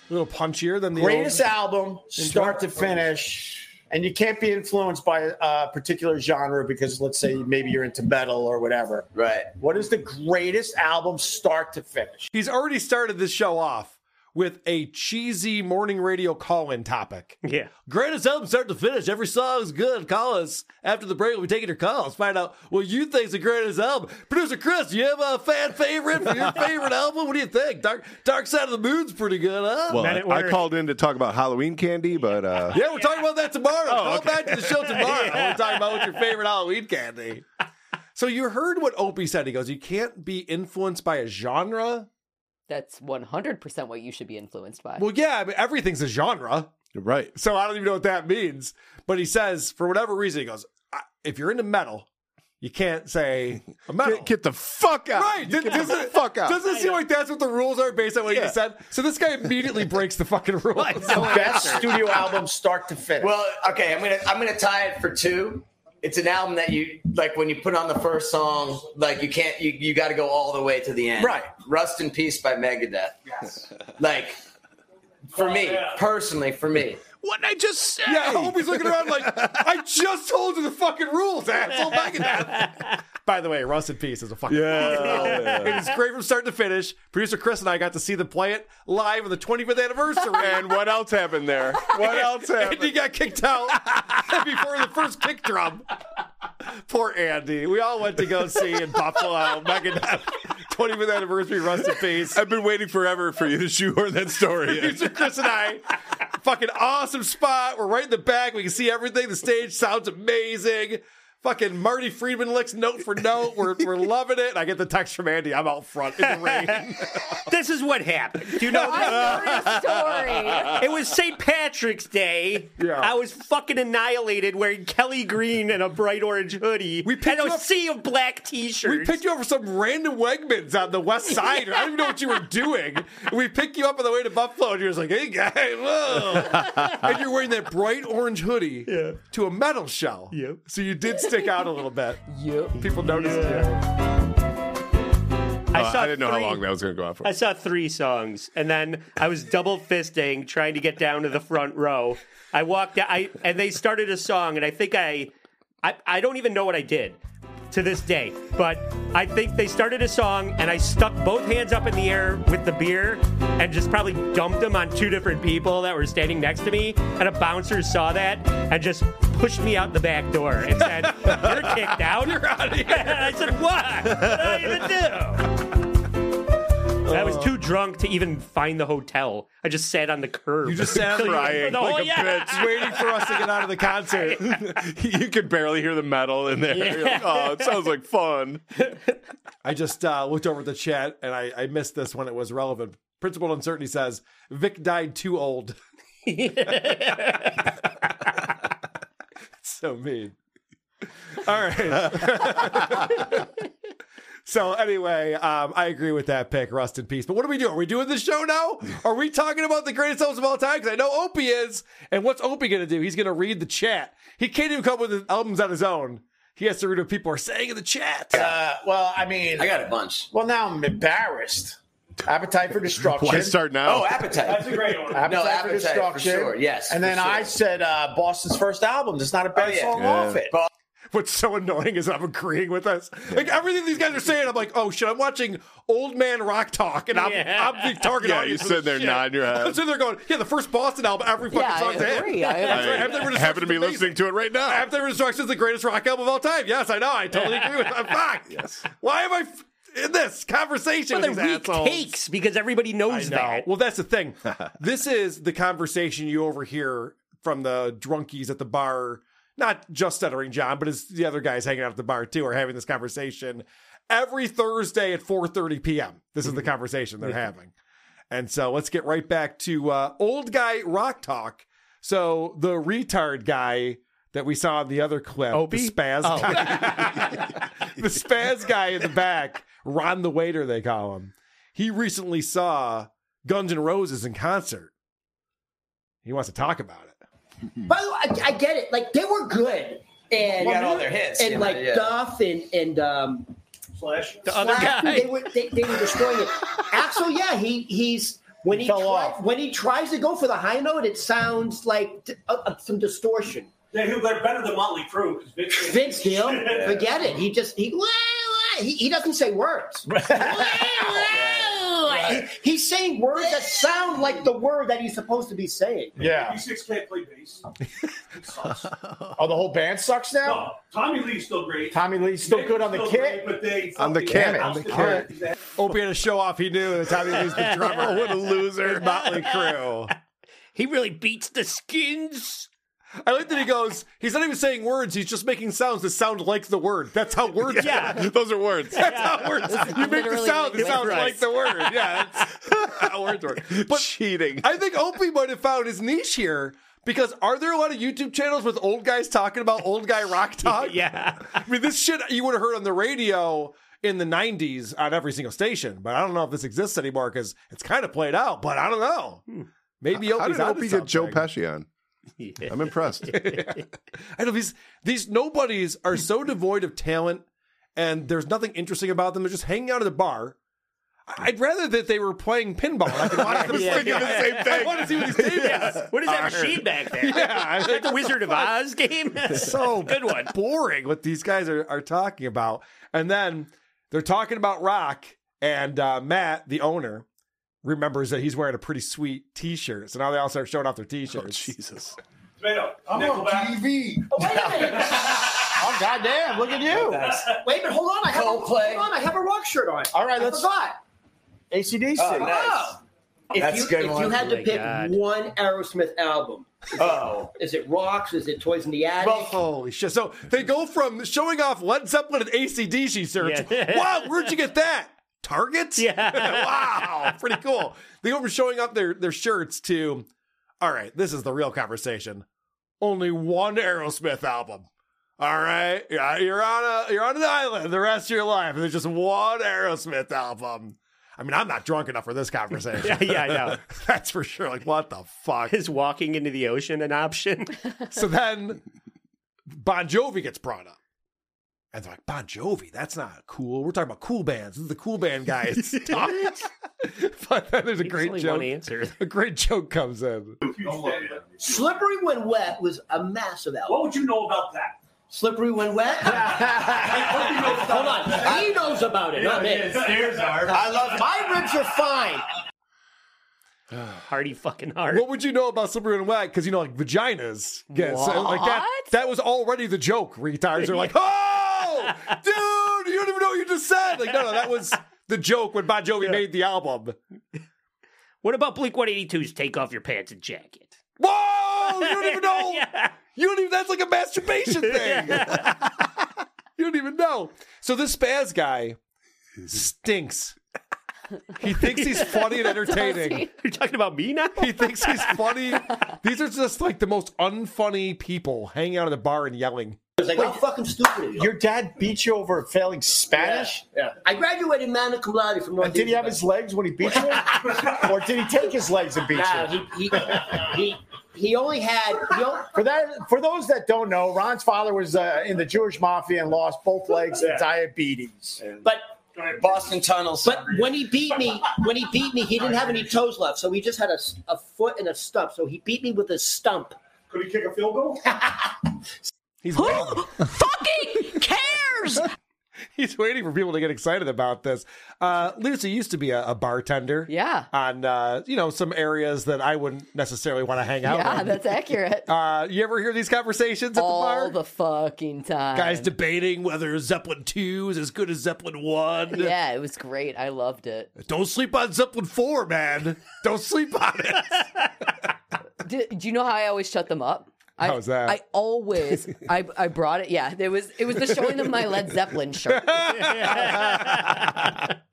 S7: a little punchier than the
S3: greatest
S7: old-
S3: album, start to finish. And you can't be influenced by a particular genre because let's say maybe you're into metal or whatever. Right. What is the greatest album start to finish?
S7: He's already started this show off with a cheesy morning radio call-in topic.
S4: Yeah.
S7: Greatest album start to finish. Every song's good. Call us after the break. We'll be taking your calls. Find out what you think's the greatest album. Producer Chris, do you have a fan favorite for your favorite album? What do you think? Dark Dark Side of the Moon's pretty good, huh?
S5: Well, I, I called in to talk about Halloween candy, but uh,
S7: Yeah, we're talking about that tomorrow.
S5: Oh,
S7: Call
S5: okay.
S7: back to the show tomorrow. We're talking about what's your favorite Halloween candy. So you heard what Opie said. He goes, "You can't be influenced by a genre."
S8: That's 100% what you should be influenced by.
S7: Well, yeah, but everything's a genre.
S5: Right.
S7: So I don't even know what that means. But he says, for whatever reason, he goes, "I- if you're into metal, you can't say a metal. Get,
S5: the fuck out.
S7: Right.
S5: You
S7: Does-
S5: get
S7: doesn't
S5: the fuck out.
S7: Doesn't it seem like that's what the rules are based on what you
S5: Yeah.
S7: said? So this guy immediately breaks the fucking rules.
S3: Best studio album start to finish.
S1: Well, okay, I'm gonna I'm gonna tie it for two. It's an album that you like when you put on the first song, like you can't you you got to go all the way to the end.
S3: Right.
S1: Rust in Peace by Megadeth. Yes. Like for me personally, for me.
S7: What did I just say? Oh, Yeah, Opie's looking around like, I just told you the fucking rules, asshole. Back in that. By the way, Rust in Peace is a fucking
S5: Yeah. Oh,
S7: It is great from start to finish. Producer Chris and I got to see them play it live on the 25th anniversary.
S5: and what else happened there? What else happened?
S7: And he got kicked out before the first kick drum. Poor Andy. We all went to go see in Buffalo, Megadeth, 25th anniversary, Rust in Peace.
S5: I've been waiting forever for you to shoehorn that story. in.
S7: Producer Chris and I, fucking awesome spot. We're right in the back. We can see everything. The stage sounds amazing. Fucking Marty Friedman licks note for note. We're, we're loving it. And I get the text from Andy. I'm out front in the rain.
S4: this is what happened. Do you know? It was St. Patrick's Day. I was fucking annihilated wearing Kelly green and a bright orange hoodie we and a sea of black t-shirts.
S7: We picked you up for some random Wegmans on the west side. I don't even know what you were doing. And we pick you up on the way to Buffalo, and you're just like, hey, guy, whoa. and you're wearing that bright orange hoodie to a metal shell. Yep. So you did stick out a little bit. Yep. People noticed
S5: uh,
S7: you.
S4: I saw
S12: I didn't know
S4: three-
S12: how long that was going to go on for.
S4: I saw three songs, and then I was double fisting trying to get down to the front row. I walked out, I, and they started a song, and I think I, I, I don't even know what I did to this day, but I think they started a song, and I stuck both hands up in the air with the beer, and just probably dumped them on two different people that were standing next to me, and a bouncer saw that and just pushed me out the back door and said, "You're kicked out." You're out of here. and I said, "What? What did I even do?" I
S7: Oh.
S4: was too drunk to even find the hotel. I just sat on the curb. Oh, You
S7: just sat on the-
S4: the
S7: like
S4: whole,
S7: a bitch, waiting for us to get out of the concert.
S5: you could barely hear the metal in there. You're like, oh, it sounds like fun.
S7: I just uh, looked over at the chat and I, I missed this when it was relevant. Principal Uncertainty says Vic died too old. so mean. All right. so anyway, um, I agree with that pick. Rust in peace. But what are we doing? Are we doing this show now? Are we talking about the greatest albums of all time? Because I know Opie is. And what's Opie going to do? He's going to read the chat. He can't even come up with his albums on his own. He has to read what people are saying in the chat.
S3: Uh, well, I mean,
S7: I got
S3: a bunch. Well, now I'm embarrassed. Appetite for Destruction.
S5: Why start now?
S3: Oh, Appetite.
S5: That's a great one.
S3: Appetite,
S5: No,
S3: for
S5: Appetite, for
S3: Destruction.
S5: sure. Yes,
S3: And then
S5: for sure.
S3: I said uh, Boston's first album. It's not a bad
S7: Oh, yeah.
S3: song
S7: Yeah.
S3: off it.
S7: What's so annoying is I'm agreeing with us. Like everything these guys are saying, I'm like, oh shit, I'm watching Old Man Rock Talk, and I'm,
S5: Yeah.
S7: I'm the target
S5: Yeah,
S7: audience.
S5: you
S7: for this
S5: sit there
S7: shit.
S5: nodding your head.
S7: I'm sitting there going, yeah, the first Boston album every fucking
S5: Yeah, I
S7: song's in.
S5: agree, I
S7: That's
S5: agree.
S7: right. Appetite for
S5: I
S7: Destruction
S5: happen to be
S7: is amazing.
S5: listening to it right now.
S7: Appetite for Destruction is the greatest rock album of all time. Yes, I know. I totally agree with that. Fuck. Why am I f- in this conversation
S4: Well,
S7: with
S4: they're
S7: these
S4: weak
S7: assholes?
S4: takes because everybody knows
S7: I know.
S4: that.
S7: Well, that's the thing. this is the conversation you overhear from the drunkies at the bar. Not just stuttering John, but it's the other guys hanging out at the bar too are having this conversation every Thursday at 4:30 p.m. This is the conversation they're having. And so let's get right back to uh, old guy rock talk. So the retard guy that we saw in the other clip, Uh, the spaz guy, the spaz guy in the back, Ron the waiter they call him. He recently saw Guns N' Roses in concert. He wants to talk about it.
S20: By the way, I, I get it. Like they were good, and
S7: They got all their hits,
S20: and
S7: yeah,
S20: like
S7: yeah.
S20: Duff and and um, Slash,
S7: The other guy.
S20: They were they, they were destroying it. Axel, yeah, he he's when he,
S3: Fell
S20: try-
S3: off.
S20: when he tries to go for the high note, it sounds like t- uh, uh, some distortion.
S21: They, they're better than Motley Crue. 'cause Vince,
S20: Vince Gill,
S21: Yeah.
S20: forget it. He just he. He, he doesn't say words. He- he's saying words that sound like the word that he's supposed to be saying.
S3: Yeah.
S21: Six can't play bass.
S3: Oh, the whole band sucks now?
S21: Tommy Lee's still great.
S3: Tommy Lee's still good on the
S21: Still
S3: kit.
S21: great, but they
S3: On the
S21: fucking
S3: kit,
S21: lost
S3: on the
S21: it.
S3: kit.
S21: All right. Exactly.
S7: Opie had a show off. He knew the time he was the drummer. what a loser. Motley Crue.
S4: He really beats the skins.
S7: I like that he goes, he's not even saying words, he's just making sounds that sound like the word. That's how words
S5: Yeah.
S7: sound.
S5: Those are words.
S7: That's how words
S5: This is
S7: You make the
S5: literally
S7: sound
S5: making
S7: that sounds
S5: words.
S7: like the word. Yeah, that's how words work. But
S5: Cheating.
S7: I think Opie might have found his niche here because are there a lot of YouTube channels with old guys talking about old guy rock talk?
S4: yeah.
S7: I mean, this shit you would have heard on the radio in the 90s on every single station, but I don't know if this exists anymore because it's kind of played out, but I don't know. Maybe
S5: Hmm. How
S7: Opie's
S5: did
S7: onto
S5: Opie get Joe
S7: something.
S5: Pesci on? I'm impressed.
S7: I know these these nobodies are so devoid of talent, and there's nothing interesting about them. They're just hanging out at a bar. I- I'd rather that they were playing pinball. I could watch
S5: I was
S7: them play.
S5: thinking the same
S7: I
S5: thing.
S7: want to see what these tables.
S5: Yeah.
S4: What is that machine back there?
S7: Yeah,
S4: Is that the Wizard of Oz game?
S7: so good one. Boring what these guys are, are talking about. And then they're talking about rock, and uh, Matt, the owner, remembers that he's wearing a pretty sweet T-shirt. So now they all start showing off their T-shirts. Oh, Jesus.
S21: Tomato. I'm on TV.
S20: Oh goddamn! Look at you. Wait, but hold on. I have a, hold on. I have a rock shirt on.
S3: All right,
S20: I
S3: let's-
S20: Forgot.
S3: ACDC.
S20: Wow. If
S1: Oh, That's
S20: you,
S1: a good
S20: if you
S1: one.
S20: had to
S1: Oh my
S20: pick
S1: God.
S20: one Aerosmith album, oh, is it Rocks? Is it Toys in the Attic?
S7: Well, holy shit. So they go from showing off Led Zeppelin and ACDC search.
S20: Yeah.
S7: wow, where'd you get that? Targets?
S4: Yeah.
S7: wow, pretty cool. They go from showing off their, their shirts to, all right, this is the real conversation. Only one Aerosmith album. All right, yeah, you're on a you're on an island the rest of your life, and there's just one Aerosmith album. I mean, I'm not drunk enough for this conversation.
S4: Yeah, yeah, I know.
S7: That's for sure. Like, what the fuck?
S4: Is walking into the ocean an option?
S7: so then Bon Jovi gets brought up. And they're like, Bon Jovi, that's not cool. We're talking about cool bands. This is the cool band guys. Stop it. but then there's a great
S4: only
S7: joke.
S4: one answer.
S7: A great joke comes in.
S20: Slippery When Wet was a massive album. What would you know about that? Slippery When Wet? Hold on. He knows about it, not me.
S1: I love my ribs are fine.
S4: Hardy fucking hard.
S7: What would you know about slippery and wet? Because you know, like vaginas. Get, so, like that.
S4: What?
S7: That was already the joke. Retards are like, oh, dude, you don't even know what you just said. Like, no, no, that was the joke when Bon Jovi made the album.
S4: What about Blink 182's Take Off Your Pants and Jacket?
S7: Whoa! You don't even know. You don't even. That's like a masturbation thing. you don't even know. So this spaz guy stinks. He thinks he's funny and entertaining.
S4: You're talking about me now?
S7: He thinks he's funny. These are just like the most unfunny people hanging out at a bar and yelling.
S20: It's like, how fucking stupid are you?
S7: Your dad beat you over failing
S20: Spanish? Yeah. I graduated magna cum laude from North
S11: Did he have his legs when he beat you? or did he take his legs and beat
S20: Nah,
S11: you?
S20: He, he, he, he only had. He only,
S11: For that, for those that don't know, Ron's father was uh, in the Jewish mafia and lost both legs to
S20: Yeah.
S11: diabetes.
S20: But
S1: Boston tunnels.
S20: But when he beat me, when he beat me, he didn't have any toes left, so he just had a, s- a foot and a stump. So he beat me with a stump. Could he kick a field goal?
S7: He's
S2: fucking cares?
S7: He's waiting for people to get excited about this. Uh, Lucy used to be a, a bartender.
S8: Yeah.
S7: On uh, you know some areas that I wouldn't necessarily want to hang out.
S8: yeah,
S7: in.
S8: that's accurate.
S7: Uh, you ever hear these conversations at
S8: All
S7: the bar?
S8: the fucking time.
S7: Guys debating whether Zeppelin two is as good as Zeppelin one.
S8: yeah, it was great. I loved it.
S7: Don't sleep on Zeppelin four, man. Don't sleep on it.
S8: Do, do you know how I always shut them up? I,
S7: How's that?
S8: I always I I brought it. Yeah, there was it was the showing them my Led Zeppelin shirt.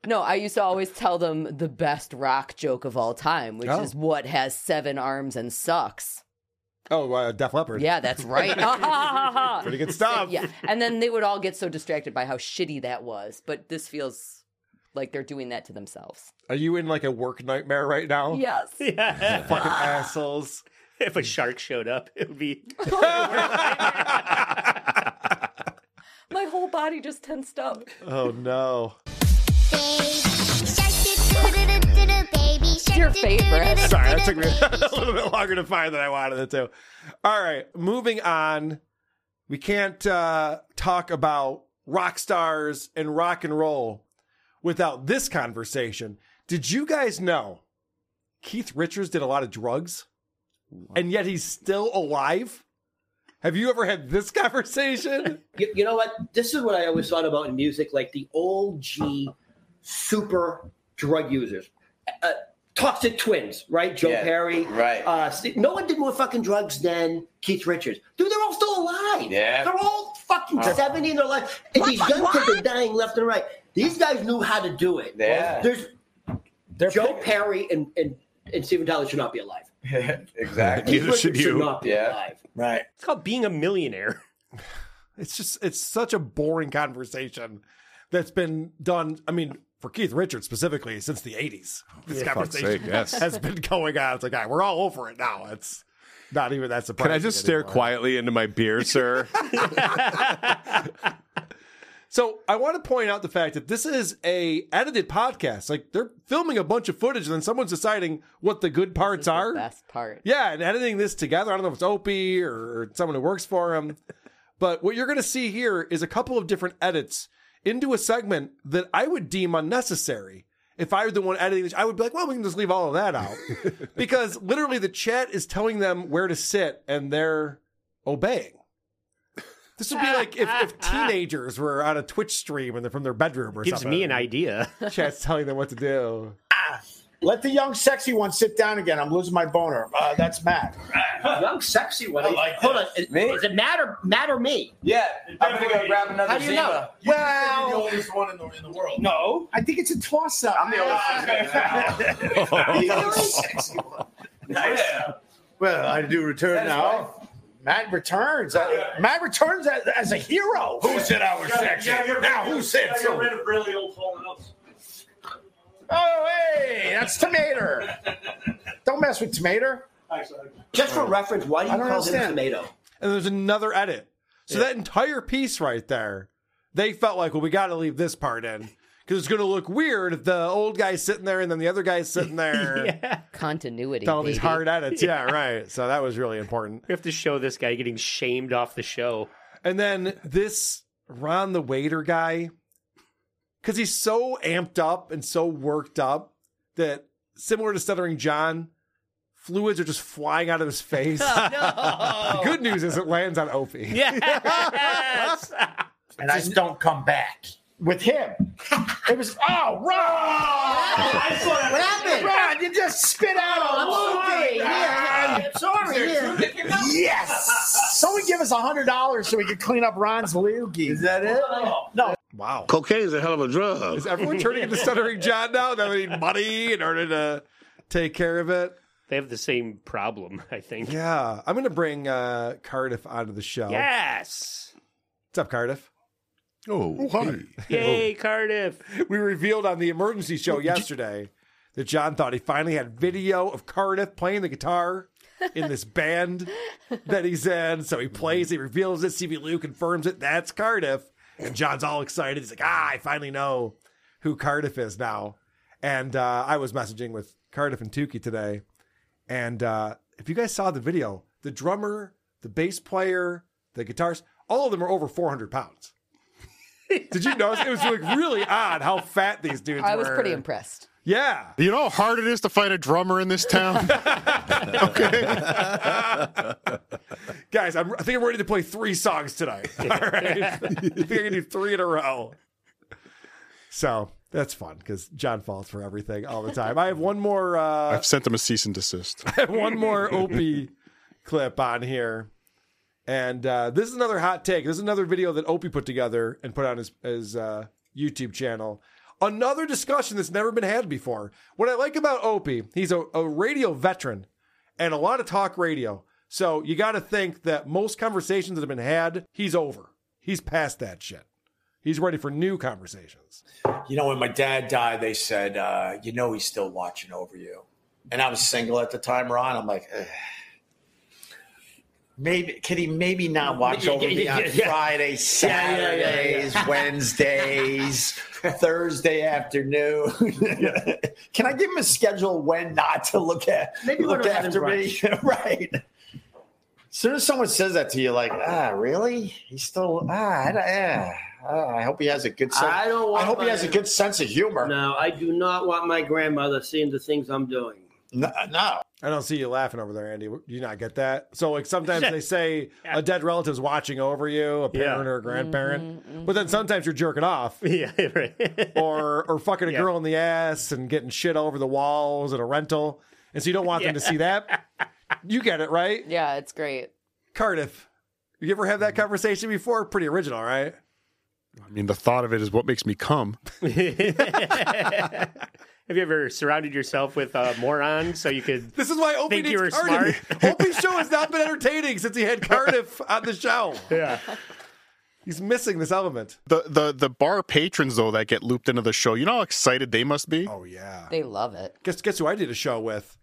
S8: no, I used to always tell them the best rock joke of all time, which
S7: Oh.
S8: is what has seven arms and sucks.
S7: Oh, uh, Def Leppard.
S8: Yeah, that's right. Ah, ha, ha, ha.
S7: Pretty good stuff.
S8: Yeah, and then they would all get so distracted by how shitty that was, but this feels like they're doing that to themselves.
S7: Are you in like a work nightmare right now?
S8: Yes.
S4: Yeah.
S7: Fucking assholes.
S4: If a shark showed up, it would be.
S8: My whole body just tensed up.
S7: Oh no.
S8: Your favorite.
S7: Sorry, that took me a little bit longer to find than I wanted it to. All right, moving on. We can't uh, talk about rock stars and rock and roll without this conversation. Did you guys know Keith Richards did a lot of drugs and yet he's still alive? Have you ever had this conversation?
S20: you, you know what? This is what I always thought about in music, like the old G super drug users. Uh, Toxic Twins, right? Joe
S1: Yeah,
S20: Perry.
S1: right.
S20: Uh, Steve- no one did more fucking drugs than Keith Richards. Dude, they're all still alive.
S1: Yeah.
S20: They're all fucking
S11: Oh.
S1: Huh.
S20: 70 in their life. And these young kids are dying left and right. These guys knew how to do it.
S1: Yeah.
S20: There's Joe Perry and, and, and Steven Tyler should not be alive.
S1: exactly.
S20: Keith Neither should Richards should you. not be
S1: yeah.
S20: alive.
S1: Right.
S4: It's called being a millionaire.
S7: It's just it's such a boring conversation that's been done. I mean, for Keith Richards specifically, since the eighties, this
S12: Yeah. Fuck's sake,
S7: conversation
S12: yes.
S7: has been going on. It's like, all right, we're all over it now. It's not even that surprising.
S12: Can I just stare
S7: anymore.
S12: quietly into my beer, sir?
S7: So I want to point out the fact that this is a edited podcast. Like they're filming a bunch of footage, and then someone's deciding what the good parts are.
S8: best part.
S7: Yeah, and editing this together. I don't know if it's Opie or, or someone who works for him, but what you're going to see here is a couple of different edits into a segment that I would deem unnecessary. If I were the one editing this, I would be like, well, we can just leave all of that out. because literally the chat is telling them where to sit and they're obeying. This would be like if, if teenagers were on a Twitch stream and they're from their bedroom or
S4: Gives
S7: something.
S4: me an idea.
S7: Chat's telling them what to do.
S11: Ah. Let the young sexy one sit down again. I'm losing my boner. Uh, that's Matt.
S20: Young sexy one. Hold on. Is, is it Matt or Matt or me?
S1: Yeah.
S11: I'm gonna go grab another
S20: How do you
S11: Zima.
S20: know?
S11: You just said you're the oldest
S20: one in the, in the world.
S11: No, I think it's a Ah. toss up. I'm the
S20: oldest
S11: sexy one. Well, I do return
S20: That is
S11: now. Matt returns. Uh, Matt returns as, as a hero.
S10: Who said I was sexy? Now, who said so?
S21: I got rid of really old Paul and Oates.
S11: Oh, hey, that's Tomato. Don't mess with Tomato.
S20: Just
S7: Oh.
S20: for reference, why do you
S11: I don't
S20: call
S11: understand.
S20: him tomato?
S7: And there's another edit. So that entire piece right there, they felt like, well, we got to leave this part in because it's going to look weird if the old guy's sitting there and then the other guy's sitting there.
S8: Continuity.
S7: With all these
S8: baby.
S7: hard edits. Yeah, right. So that was really important.
S4: We have to show this guy getting shamed off the show.
S7: And then this Ron the waiter guy, because he's so amped up and so worked up that similar to stuttering John, fluids are just flying out of his face. the good news is it lands on Opie.
S11: Yes. and I just don't come back with him. It was oh, Ron! I saw that.
S20: What happened?
S11: Ron, you just spit out
S20: Oh, I'm sorry. Yeah.
S11: a
S20: I'm sorry. Yeah.
S11: Yes. Someone give us a hundred dollars so we could clean up Ron's loogie. Is that it? No.
S7: Wow.
S5: Cocaine is a hell of a drug.
S7: Is everyone turning into stuttering John now? Now they need money in order to take care of it.
S4: They have the same problem, I think.
S7: Yeah. I'm going to bring uh, Cardiff onto the show.
S4: Yes.
S7: What's up, Cardiff?
S5: Oh, hi.
S4: Yay, Cardiff.
S7: We revealed on the emergency show yesterday that John thought he finally had video of Cardiff playing the guitar in this band that he's in. So he plays, he reveals it. CB Lou confirms it. That's Cardiff. And John's all excited. He's like, ah, I finally know who Cardiff is now. And uh, I was messaging with Cardiff and Tukey today. And uh, if you guys saw the video, the drummer, the bass player, the guitarist, all of them are over 400 pounds. Did you notice? It was like really odd how fat these dudes were.
S8: I was pretty impressed.
S7: Yeah.
S5: You know how hard it is to find a drummer in this town?
S7: Guys, I'm, I think I'm ready to play three songs tonight. All right. I think I can do three in a row. So that's fun because John falls for everything all the time. I have one more. Uh,
S5: I've sent them a cease and desist.
S7: I have one more Opie clip on here. And uh, this is another hot take. This is another video that Opie put together and put on his, his uh, YouTube channel. Another discussion that's never been had before. What I like about Opie, he's a, a radio veteran and a lot of talk radio. So you got to think that most conversations that have been had, he's over. He's past that shit. He's ready for new conversations.
S3: You know, when my dad died, they said, uh, you know, he's still watching over you. And I was single at the time, Ron. I'm like, "Ugh." maybe, could he maybe not watch over me on
S20: Yeah, yeah, yeah.
S3: Friday,
S20: Yeah, yeah, yeah, yeah.
S3: Saturdays, Wednesdays, Thursday afternoon? Can I give him a schedule when not to look at
S20: Maybe when
S3: look
S20: we're having
S3: after me? right. As soon as someone says that to you, like, ah, really? He's still ah, I, don't- ah, ah, I hope he has a good sense.
S20: I don't want
S3: I hope he
S20: my-
S3: has a good sense of humor.
S20: No, I do not want my grandmother seeing the things I'm doing.
S3: No, no.
S7: I don't see you laughing over there, Andy. Do you not get that? So, like, sometimes they say a dead relative's watching over you, a parent or a grandparent, but then sometimes you're jerking off.
S4: Yeah, right.
S7: or, or fucking a girl in the ass and getting shit all over the walls at a rental. And so you don't want them to see that. You get it, right?
S8: Yeah, it's great.
S7: Cardiff, you ever have that conversation before? Pretty original, right?
S5: I mean, the thought of it is what makes me come.
S4: Have you ever surrounded yourself with uh, morons so you could?
S7: This is why Opie
S4: think
S7: needs
S4: you were smart.
S7: Cardiff. Opie's show has not been entertaining since he had Cardiff on the show.
S4: Yeah.
S7: He's missing this element.
S5: The, the the bar patrons though that get looped into the show, you know how excited they must be.
S7: Oh yeah,
S8: They love it.
S7: guess guess who I did a show with?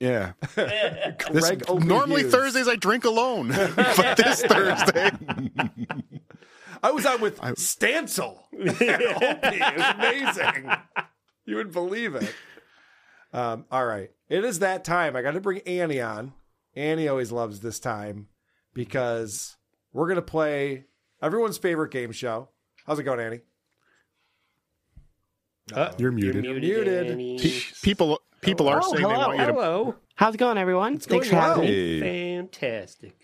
S5: yeah. This-
S7: Greg Opie
S5: normally
S7: Hughes.
S5: Thursdays I drink alone, but this Thursday
S7: I was out with Stancil. Opie. It was amazing. you would believe it. Um, all right. It is that time. I got to bring Annie on. Annie always loves this time because we're going to play everyone's favorite game show. How's it going, Annie?
S5: you're muted.
S4: You're
S7: muted.
S5: Pe- people people are saying they want you to
S4: Oh, hello.
S17: How's it going, everyone? Thanks for having me.
S4: Fantastic.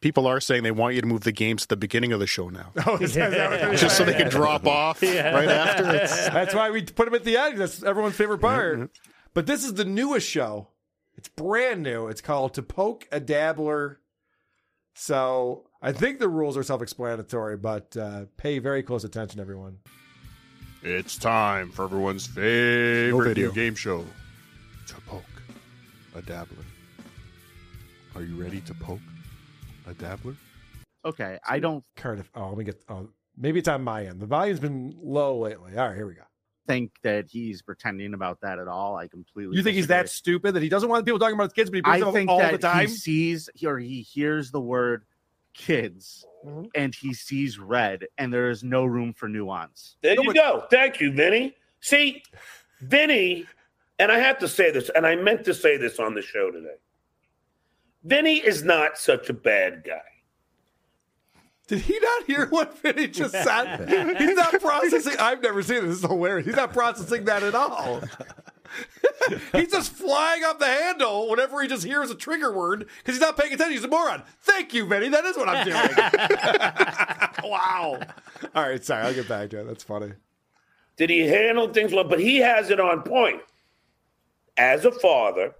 S17: People are saying they want you to move the games to the beginning of the show now.
S7: Oh, is that- is that what they're
S17: Just so
S7: saying?
S17: they can drop off right after. It's-
S7: That's why we put them at the end. That's everyone's favorite part. But this is the newest show. It's brand new. It's called To Poke a Dabbler. So I think the rules are self explanatory, but uh, pay very close attention, everyone.
S17: It's time for everyone's favorite
S7: video.
S17: new game show to poke a dabbler. Are you ready to poke a dabbler?
S7: Okay, I don't. Cardiff. Oh, let me get. Oh, maybe it's on my end. The volume's been low lately. All right, here we go.
S18: think that he's pretending about that at all. I completely.
S7: You think he's that stupid that he doesn't want people talking about his kids, but he brings
S18: disagree.
S7: them
S18: I
S7: up
S18: think
S7: all
S18: that
S7: the time?
S18: he sees or he hears the word kids,
S7: Mm-hmm.
S18: and he sees red, and there is no room for nuance.
S10: There you go. Thank you, Vinny. See, Vinny, and I have to say this, and I meant to say this on the show today. Vinny is not such a bad guy.
S7: Did he not hear what Vinny just said? He's not processing. I've never seen it. This is hilarious. He's not processing that at all. he's just flying off the handle whenever he just hears a trigger word because he's not paying attention. He's a moron. Thank you, Vinny. That is what I'm doing. wow. All right, sorry. I'll get back to it. That's funny.
S10: Did he handle things well? But he has it on point. As a father,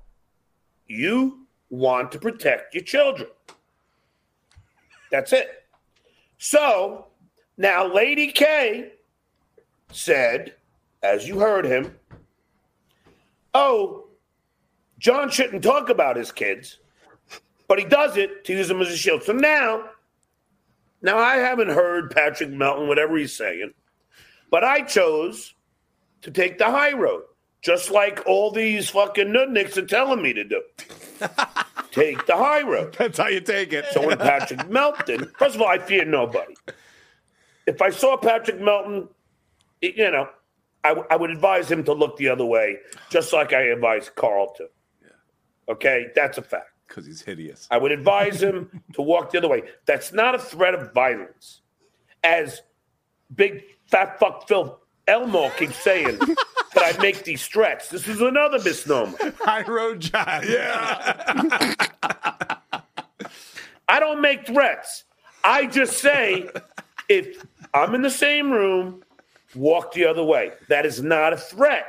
S10: you want to protect your children. That's it. So now, Lady K said, as you heard him, oh, John shouldn't talk about his kids, but he does it to use them as a shield. So now, now I haven't heard Patrick Melton, whatever he's saying. But I chose to take the high road, just like all these fucking nudniks are telling me to do. take the high road.
S7: That's how you take it.
S10: So when Patrick Melton, first of all, I fear nobody. If I saw Patrick Melton, y- you know, I, w- I would advise him to look the other way, just like I advise Carl to. Okay, that's a fact.
S12: Because he's hideous.
S10: I would advise him to walk the other way. That's not a threat of violence, as big fat fuck Phil Elmore keeps saying. that I make these threats. This is another misnomer.
S7: High road, John. Yeah.
S10: I don't make threats. I just say if I'm in the same room, walk the other way. That is not a threat.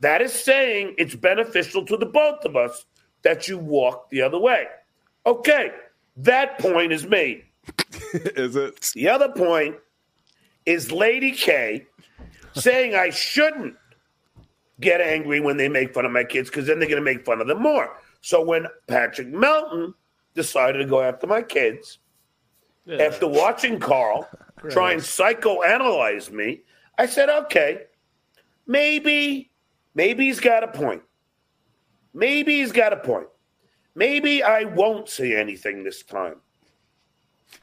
S10: That is saying it's beneficial to the both of us that you walk the other way. Okay, that point is made.
S12: is it?
S10: The other point is Lady K saying I shouldn't get angry when they make fun of my kids because then they're going to make fun of them more. So when Patrick Melton decided to go after my kids, after watching Carl try and psychoanalyze me, I said, okay, maybe, maybe he's got a point. Maybe he's got a point. Maybe I won't say anything this time.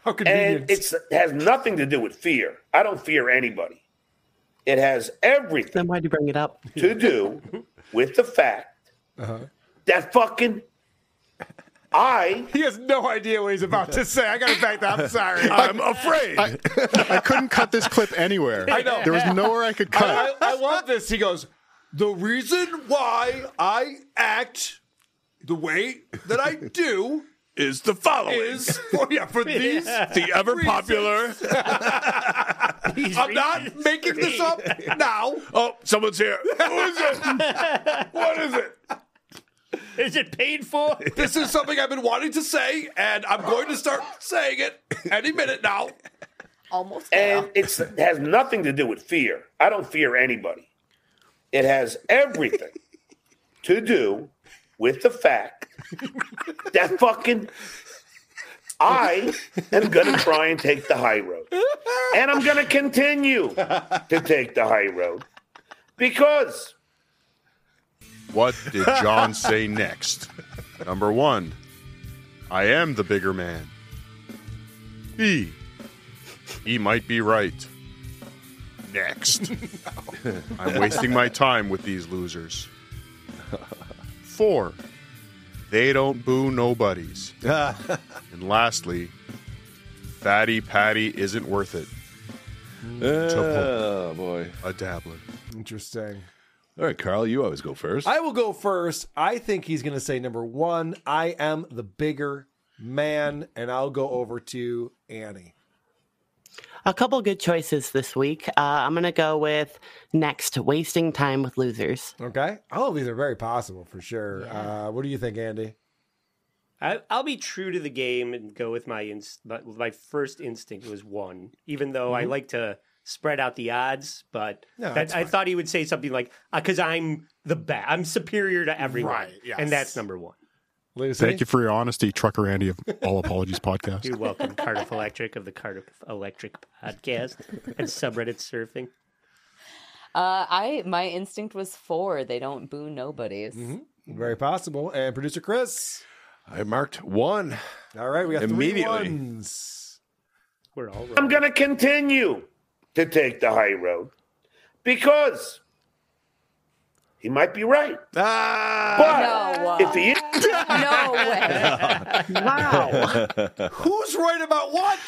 S7: How
S10: and it's, it has nothing to do with fear. I don't fear anybody. It has everything. Then why'd you bring it up? To do with the fact
S5: Uh-huh.
S10: that fucking I.
S7: He has no idea what he's about to say. I got to back that. I'm sorry.
S17: I'm afraid. I, I couldn't cut this clip anywhere.
S7: I know.
S17: There was nowhere I could cut. it.
S7: I, I, I love this. He goes, The reason why I act the way that I do
S17: is the following.
S7: Is for, yeah, for these
S17: The ever popular-
S7: I'm not making this up now.
S17: Oh, someone's here.
S7: Who is it? What is it?
S4: Is it paid for?
S7: This is something I've been wanting to say, and I'm going to start saying it any minute now.
S8: Almost.
S10: And it's, it has nothing to do with fear. I don't fear anybody. It has everything to do with the fact that fucking I am going to try and take the high road. And I'm going to continue to take the high road because
S17: What did John say next? Number one, I am the bigger man. B, he might be right. Next. I'm wasting my time with these losers. Four, they don't boo nobodies. and lastly, Fatty Patty isn't worth it.
S12: Mm, Oh, boy.
S17: A dabbler.
S7: Interesting.
S12: All right, Carl, you always go first.
S7: I will go first. I think he's going to say number one. I am the bigger man, and I'll go over to Annie.
S24: A couple good choices this week. Uh, I'm going to go with next, wasting time with losers.
S7: Okay. All of these are very possible for sure. Uh, what do you think, Andy?
S4: I, I'll be true to the game and go with my inst- my- my first instinct was one, even though I
S7: Mhm.
S4: like to spread out the odds. But
S7: No,
S4: that,
S7: that's
S4: I
S7: fine.
S4: thought he would say something like, "Because I'm the best, I'm superior to everyone,"
S7: Right, yes.
S4: and that's number one.
S7: Lucy?
S13: Thank you for your honesty, Trucker Andy of All Apologies Podcast.
S4: You're welcome, Cardiff Electric of the Cardiff Electric podcast and subreddit surfing.
S8: Uh, I my instinct was four. They don't boo nobodies.
S7: Very possible. And producer Chris.
S12: I marked one.
S7: All right, we got
S12: Immediately.
S7: three ones.
S4: We're all
S10: I'm going to continue to take the high road because he might be right.
S8: No.
S7: Ah.
S8: uh,
S10: but if he is,
S8: no way.
S7: Wow. Who's right about what?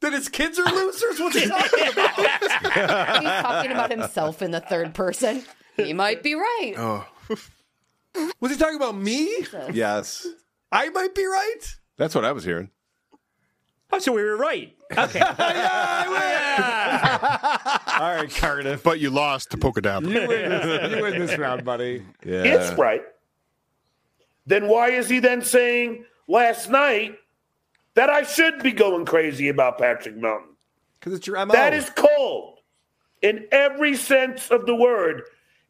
S7: That his kids are losers? What's he talking
S8: Are you talking
S7: about?
S8: about himself in the third person? He might be right.
S12: Oh,
S7: Was he talking about me?
S12: yes.
S7: I might be right.
S12: That's what I was hearing.
S4: Oh, so we were right. Okay.
S7: All right, Cardiff.
S13: But you lost to Polkadab.
S7: You win this, you win this round, buddy.
S10: it's right, then why is he then saying last night that I should be going crazy about Patrick Mountain?
S7: Because it's your MO.
S10: That is cold in every sense of the word.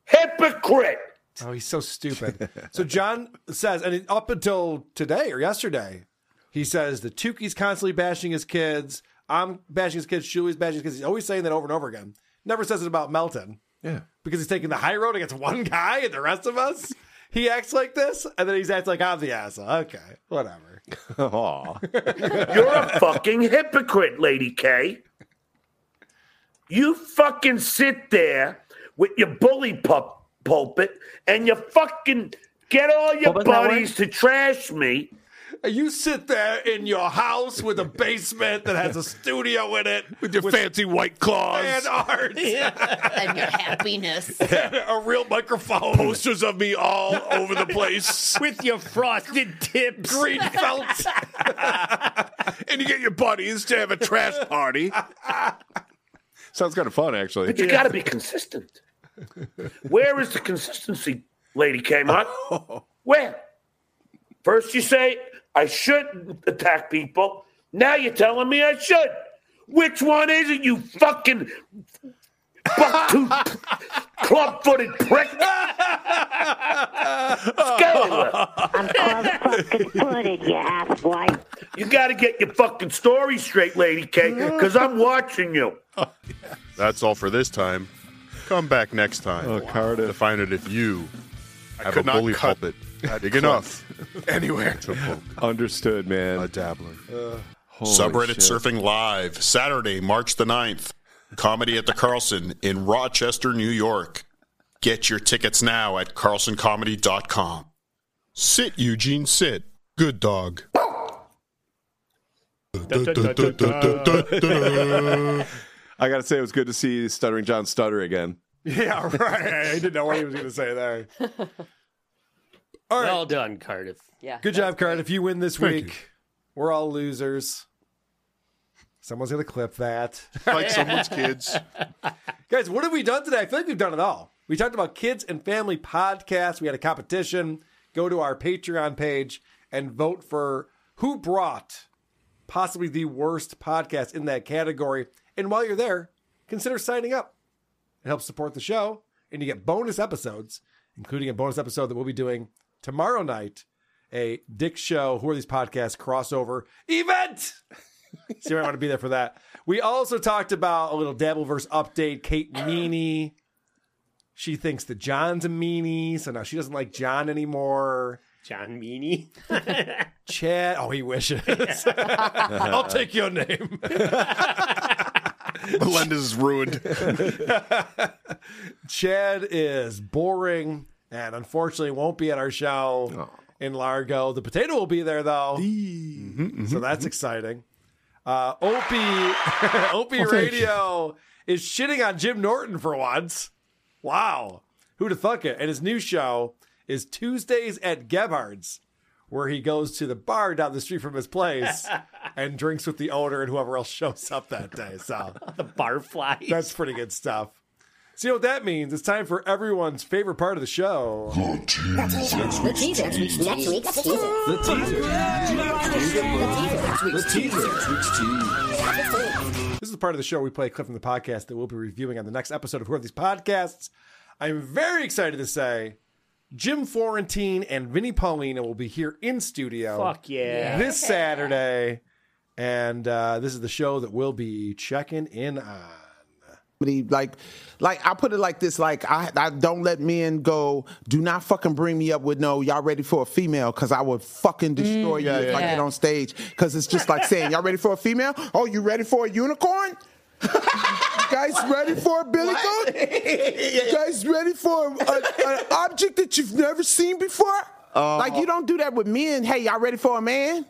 S10: Hypocrite.
S7: Oh, he's so stupid. so John says, and up until today or yesterday, he says the Tukey's constantly bashing his kids. I'm bashing his kids. Julie's bashing his kids. He's always saying that over and over again. Never says it about Melton.
S12: Yeah.
S7: Because he's taking the high road against one guy and the rest of us. He acts like this, and then he's acts like I'm the asshole. Okay, whatever.
S12: Aw.
S10: You're a fucking hypocrite, Lady K. You fucking sit there with your bully pup pulpit and you fucking get all your
S7: What was that
S10: buddies to trash me.
S7: You sit there in your house with a basement that has a studio in it with your
S12: fancy white claws
S7: and art.
S8: and your happiness.
S12: a
S7: real microphone.
S12: Posters of me all over the place.
S4: With your frosted tips.
S12: Green felt. and you get your buddies to have a trash party.
S5: Sounds kind of fun, actually.
S10: But you got to be consistent. Where is the consistency, Lady Kmart? Where? First you say I shouldn't attack people. Now you're telling me I should. Which one is it, you fucking buck-toothed, club-footed prick? Scalar. I'm club-fucking-footed, you asswipe. You got to get your fucking story straight, Lady K, because I'm watching you.
S17: That's all for this time. Come back next time. Oh, Cardiff. To find out if you have a
S12: could not
S17: bully
S12: cut
S17: pulpit
S12: that
S17: big
S12: clip
S17: enough
S12: anywhere.
S17: to pull.
S5: Understood, man. A
S17: dabbler.
S12: Uh, Holy
S13: Subreddit
S12: shit.
S13: Surfing Live, Saturday, March the 9th. Comedy at the Carlson in Rochester, New York. Get your tickets now at carlsoncomedy.com. Sit, Eugene, sit. Good dog.
S5: I got to say, it was good to see Stuttering John stutter again.
S7: Yeah, right. I didn't know what he was going to say there.
S4: Well done, Cardiff.
S8: Yeah.
S7: Good job, Cardiff. You win this
S4: Thank
S7: week. We're all losers. Someone's going to clip that.
S17: Like someone's kids.
S7: Guys, what have we done today? I feel like we've done it all. We talked about kids and family podcasts. We had a competition. Go to our Patreon page and vote for who brought possibly the worst podcast in that category. And while you're there, consider signing up. It helps support the show, and you get bonus episodes, including a bonus episode that we'll be doing tomorrow night, a Dick Show, Who Are These Podcasts crossover event. so you might want to be there for that. We also talked about a little Dabbleverse update. Kate Meany, she thinks that John's a meanie, so now she doesn't like John anymore.
S4: John Meany.
S7: Chad, oh, he wishes. I'll take your name.
S13: Melinda's ruined.
S7: Chad is boring and unfortunately won't be at our show in Largo. The potato will be there though, so that's exciting. Uh, Opie, Opie
S2: Well, thank
S7: Radio is shitting on Jim Norton for once. Wow, who to fuck it? And his new show is Tuesdays at Gebhard's, where he goes to the bar down the street from his place and drinks with the owner and whoever else shows up that day. So
S4: the barfly.
S7: That's pretty good stuff. So you know what that means? It's time for everyone's favorite part of the show.
S2: The teaser. Next week's teaser. The teaser. The teaser.
S7: This is the part of the show we play a clip from the podcast that we'll be reviewing on the next episode of Who Are These Podcasts. I'm very excited to say Jim Florentine and Vinnie Paulina will be here in studio.
S4: Fuck yeah.
S7: This
S4: Yeah.
S7: Saturday. And uh, this is the show that we'll be checking in on.
S14: Somebody, Like, like I put it like this: like I, I don't let men go. Do not fucking bring me up with no. Y'all ready for a female? Because I would fucking destroy you
S2: yeah,
S14: if
S2: yeah, Mm,
S14: I
S2: yeah.
S14: get on stage. Because it's just like saying, y'all ready for a female? Oh, you ready for a unicorn? You guys ready for a billy goat? You guys ready for a- a- an object that you've never seen before?
S2: Oh.
S14: like you don't do that with men. Hey, y'all ready for a man?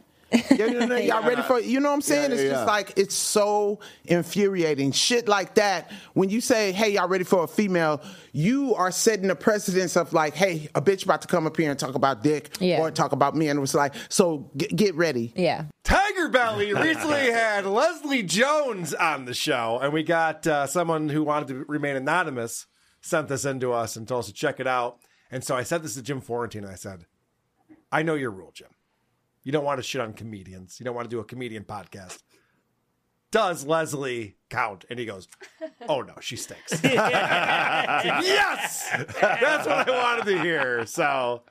S14: Yeah, you know, y'all
S2: Yeah.
S14: ready for you know what I'm saying?
S2: Yeah,
S14: it's
S2: yeah,
S14: just
S2: yeah.
S14: like it's so infuriating. Shit like that. When you say, "Hey, y'all ready for a female?" You are setting the precedence of like, "Hey, a bitch about to come up here and talk about dick or talk about me," and It's like, "So g- get ready."
S8: Yeah.
S7: Tiger Belly recently had Leslie Jones on the show, and we got uh, someone who wanted to remain anonymous sent this in to us and told us to check it out. And so I sent this to Jim Florentine. And I said, I know your rule, Jim. You don't want to shit on comedians. You don't want to do a comedian podcast. Does Leslie count? And he goes, Oh no, she stinks. yes, that's what I wanted to hear. So,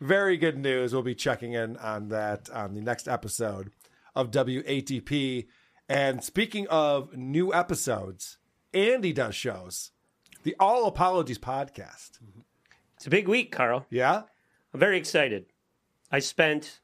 S7: very good news. We'll be checking in on that on the next episode of WATP. And speaking of new episodes, Andy does shows. The All Apologies podcast.
S4: It's a big week, Carl.
S7: Yeah?
S4: I'm very excited. I spent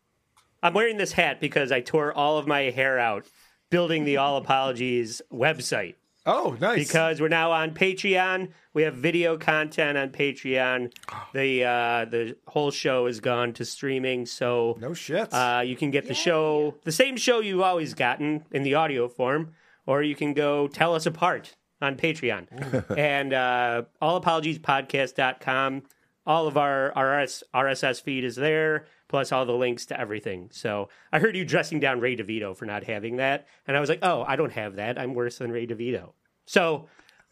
S4: I'm wearing this hat because I tore all of my hair out building the All Apologies website.
S7: Oh, nice.
S4: Because we're now on Patreon. We have video content on Patreon. The uh, the whole show has gone to streaming, so
S7: No shit.
S4: Uh, you can get the show, the same show you've always gotten in the audio form, or you can go tell us apart on
S7: Mm.
S4: Patreon. and uh, allapologiespodcast.com. All of our RS, RSS feed is there, plus all the links to everything. So I heard you dressing down Ray DeVito for not having that. And I was like, oh, I don't have that. I'm worse than Ray DeVito. So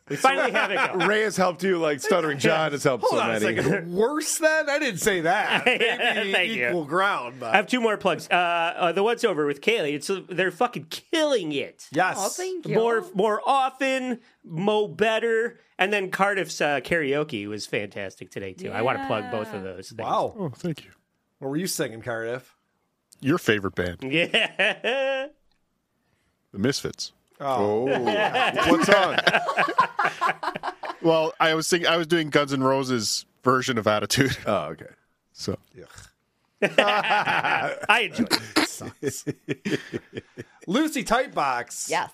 S4: we finally have it. Go.
S5: Ray has helped you like Stuttering John has helped
S4: Hold
S5: so
S4: on a
S5: many.
S4: second.
S7: Worse than? I didn't say that. Maybe
S4: Thank you.
S7: equal ground. But.
S4: I have two more plugs. Uh, uh, the what's over with Kaylee. It's uh, they're fucking killing it.
S7: Yes.
S8: Oh,
S7: Aw, thank you.
S4: More more often, mo better, and then Cardiff's uh, karaoke was fantastic today too. I want to plug both of those. Things.
S7: Wow. Oh, thank you. What were you singing, Cardiff?
S13: Your favorite band,
S4: Yeah.
S13: the Misfits.
S7: Oh.
S13: what's on? well, I was thinking I was doing Guns N' Roses version of Attitude. Oh, okay. So
S4: I enjoy
S7: it. Lucy Tightbox.
S8: Yes.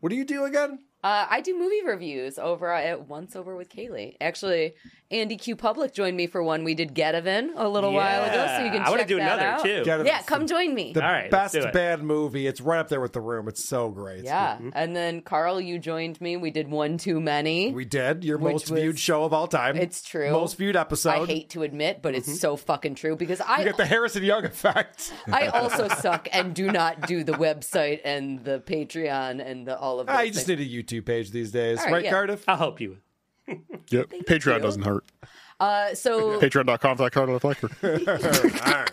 S7: What do you do again?
S8: Uh, I do movie reviews over uh, at Once Over with Kaylee. Actually, Andy Q Public joined me for one. We did Getavin a little while ago, so you can
S4: Yeah. I wanna
S8: check
S4: do
S8: that
S4: another,
S8: out.
S4: too.
S7: Getavin's
S8: yeah, come join me.
S7: The best
S4: do it.
S7: bad movie. It's right up there with The Room. It's so great.
S8: Yeah, and then Carl, you joined me. We did one too many.
S7: We did. Your
S8: Which
S7: most viewed show of all time.
S8: It's true.
S7: Most viewed episode. Mm-hmm.
S8: I hate to admit, but it's so fucking true because
S7: You
S8: I
S7: get the Harrison Young effect.
S8: I also suck and do not do the website and the Patreon and the all of. Those
S7: I Ah, just
S8: things.
S7: need a YouTube page these days.
S8: All
S7: Right,
S8: right, yeah.
S7: Cardiff?
S4: I'll help you.
S13: yep. Patreon doesn't hurt.
S8: Uh, so
S13: Patreon.com slash Cardiff Lecker.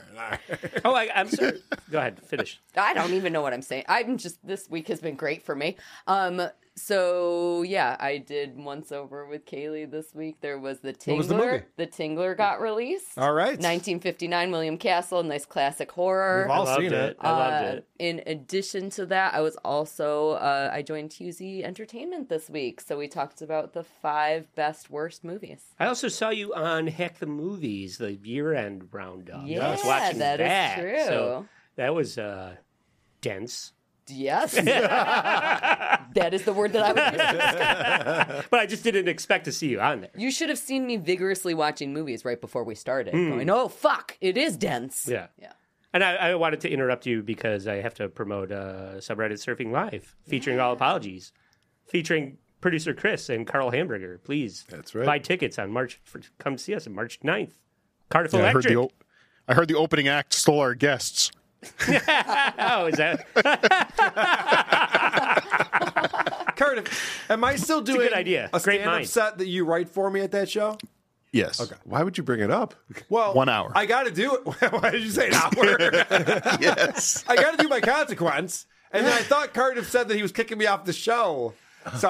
S4: oh, I, I'm sorry. Go ahead, finish.
S8: I don't even know what I'm saying. I'm just this week has been great for me. Um, so yeah, I did once over with Kaylee this week. There was the Tingler.
S7: What was the movie?
S8: The Tingler got released.
S7: All right.
S8: 1959, William Castle, nice classic horror.
S7: We've all I loved seen it. it. I loved
S8: Uh,
S7: it.
S8: In addition to that, I was also uh, I joined Husey Entertainment this week, so we talked about the five best worst movies.
S4: I also saw you on Heck the Movies, the year-end roundup. I was
S8: Yeah,
S4: watching
S8: that is true.
S4: So that was uh, dense.
S8: Yes, that is the word that I would use.
S4: but I just didn't expect to see you on there.
S8: You should have seen me vigorously watching movies right before we started,
S7: Hmm.
S4: Mm.
S8: going, "Oh fuck, it is dense."
S4: Yeah. Yeah. And I, I wanted to interrupt you because I have to promote uh, subreddit Surfing Live featuring All Apologies, featuring producer Chris and Carl Hamburger. Please That's right. buy tickets on March. For, come see us on March 9th. Cardiff
S13: Yeah, I heard
S4: Electric.
S13: the old, I I heard the opening act stole our guests.
S4: oh, is that?
S7: Cardiff, am I still doing
S4: good idea.
S7: a
S4: Great
S7: stand-up
S4: mind.
S7: set that you write for me at that show?
S13: Yes.
S7: Okay.
S13: Why would you bring it up?
S7: Well,
S13: one hour.
S7: I got to do it. Why did you say an hour?
S13: yes.
S7: I got to do my consequence. And then I thought Cardiff said that he was kicking me off the show. So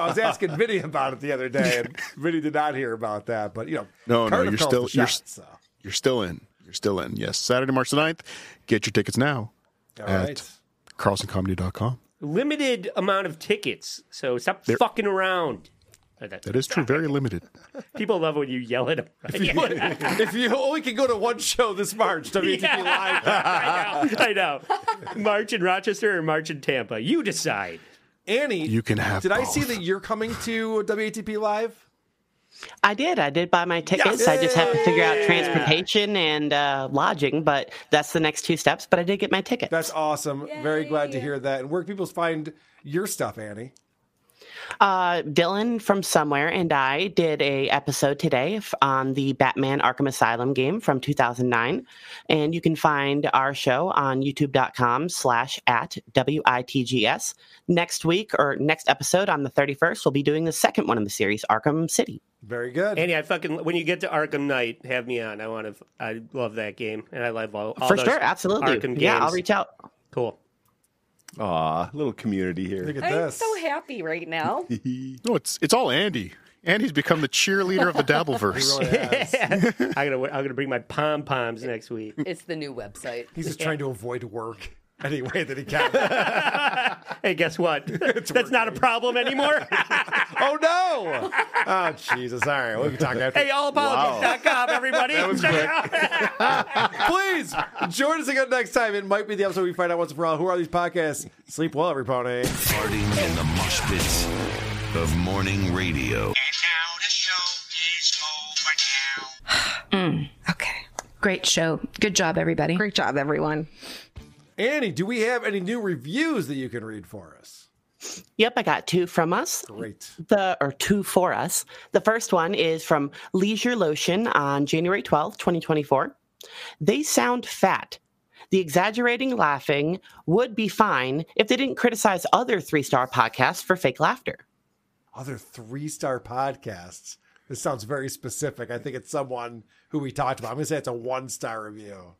S7: I was asking Vinny about it the other day, and Vinny did not hear about that. But, you know,
S13: No, no,
S7: Cardiff
S13: you're
S7: calls
S13: still
S7: the
S13: you're,
S7: shots,
S13: s- you're still in. You're still in. Yes, Saturday, March the 9th. Get your tickets now
S7: All
S13: at
S7: right.
S13: carlsoncomedy.com.
S4: Limited amount of tickets, so stop
S13: There-
S4: fucking around. Oh,
S13: That is true. Very limited.
S4: People love when you yell at them.
S7: If you, if you only can go to one show this March, WTP Live.
S4: I know. I know. March in Rochester or March in Tampa. You decide.
S7: Annie,
S13: You can have.
S7: Did I see that you're coming to WATP Live?
S24: I did. I did buy my tickets. I just have to figure out transportation and uh, lodging, but that's the next two steps. But I did get my ticket.
S7: That's awesome. Very glad to hear that. And where can people find your stuff, Annie?
S24: Uh, Dylan from somewhere and I did a episode today f- on the Batman Arkham Asylum game from 2009, and you can find our show on YouTube.com/slash at witgs. Next week or next episode on the 31st, we'll be doing the second one in the series, Arkham City.
S7: Very good.
S4: Andy, I fucking when you get to Arkham Knight, have me on. I want to. I love that game, and I love all, all
S24: For
S4: those
S24: sure, absolutely.
S4: Arkham
S24: yeah,
S4: games.
S24: I'll reach out.
S4: Cool.
S13: Aw, little community here. Look
S8: I'm so happy right now.
S13: no, it's it's all Andy. Andy's become the cheerleader of the Dabbleverse.
S4: He really has. I'm gonna. I'm gonna bring my pom poms next week.
S8: It's the new website.
S7: He's just trying to avoid work any way that he can.
S4: hey, guess what? That's not a problem anymore.
S7: oh no! Oh Jesus! All right, we can talk after.
S4: Hey, allpolitics.com, everybody.
S7: That was
S4: Check it
S7: quick.
S4: out.
S7: Please join us again next time. It might be the episode we find out once and for all who are these podcasts. Sleep well, everybody.
S9: Farting in the mosh pits of morning radio.
S15: Mm, okay. Great show. Good job, everybody. Great job, everyone.
S7: Annie, do we have any new reviews that you can read for us?
S24: Yep, I got two from us.
S7: Great.
S24: The or two for us. The first one is from Leisure Lotion on January 12th, 2024. They sound fat. The exaggerating laughing would be fine if they didn't criticize other three-star podcasts for fake laughter.
S7: Other three star podcasts. This sounds very specific. I think it's someone who we talked about. I'm going to say it's a one star review.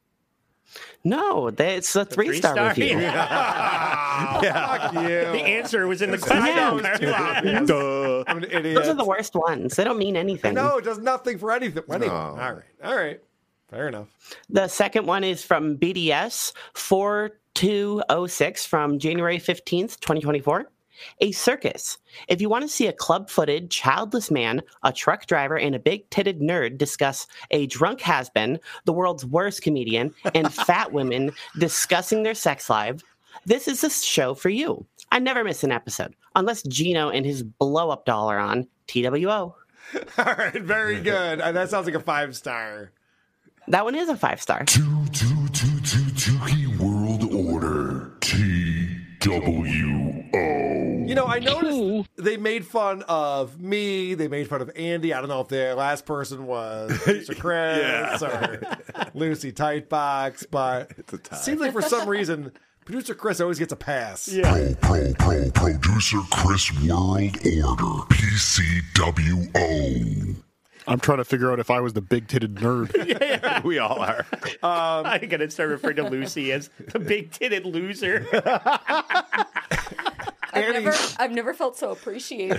S24: No, they, it's a three-star, review.
S7: Fuck you.
S4: The answer was in the
S7: It's not
S4: question.
S7: those two reviews.
S13: Duh.
S7: I'm an
S24: Those are
S7: idiot.
S24: the worst ones. They don't mean anything.
S7: No, it does nothing for anything. anyone.
S24: No.
S7: All right. All right. Fair enough.
S24: The second one is from BDS 4206 from January 15th, 2024. A circus. If you want to see a club footed, childless man, a truck driver, and a big titted nerd discuss a drunk has been, the world's worst comedian, and fat women discussing their sex life, this is the show for you. I never miss an episode, unless Gino and his blow up doll are on TWO.
S7: All right. Very good. Uh, That sounds like a five star.
S24: That one is a five star.
S9: Tuki World Order. T W O.
S7: You know, I noticed they made fun of me. They made fun of Andy. I don't know if the last person was Mr. Chris or Lucy Tightbox, but it seems like for some reason, producer Chris always gets a pass.
S9: Pro, pro, pro, producer Chris World Order. PCWO.
S13: I'm trying to figure out if I was the big titted nerd. We all are.
S7: Um,
S4: I'm gonna start referring to Lucy as the big titted loser.
S8: I've never, I've never felt so appreciated.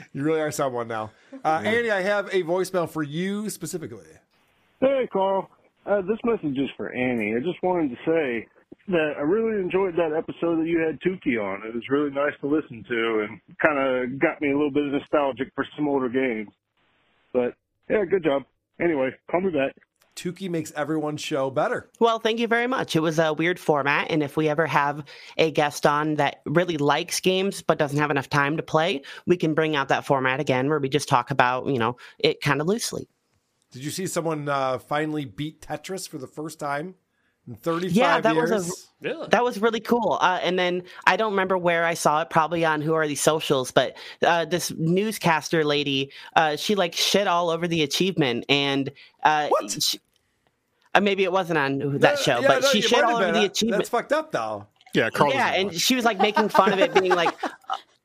S7: you really are someone now. Uh, Andy, I have a voicemail for you specifically.
S19: Hey, Carl. Uh, this message is for Annie. I just wanted to say that I really enjoyed that episode that you had Tuki on. It was really nice to listen to and kind of got me a little bit nostalgic for some older games. But yeah, good job. Anyway, call me back.
S7: Tuki makes everyone's show better.
S24: Well, thank you very much. It was a weird format. And if we ever have a guest on that really likes games but doesn't have enough time to play, we can bring out that format again where we just talk about, you know, it kind of loosely.
S7: Did you see someone uh, finally beat Tetris for the first time in 35
S24: Yeah, that
S7: years?
S24: was a, that was really cool. Uh, and then I don't remember where I saw it, probably on Who Are These Socials, but uh, this newscaster lady, uh, she like shit all over the achievement. And uh, what? Uh, maybe it wasn't on that show,
S7: yeah,
S24: but
S7: no,
S24: she
S7: you
S24: shared
S7: might
S24: all
S7: have
S24: over
S7: been. That-
S24: the
S7: That's
S24: achievement.
S7: fucked up, though.
S17: Yeah,
S24: yeah, and she was like making fun of it, being like, uh,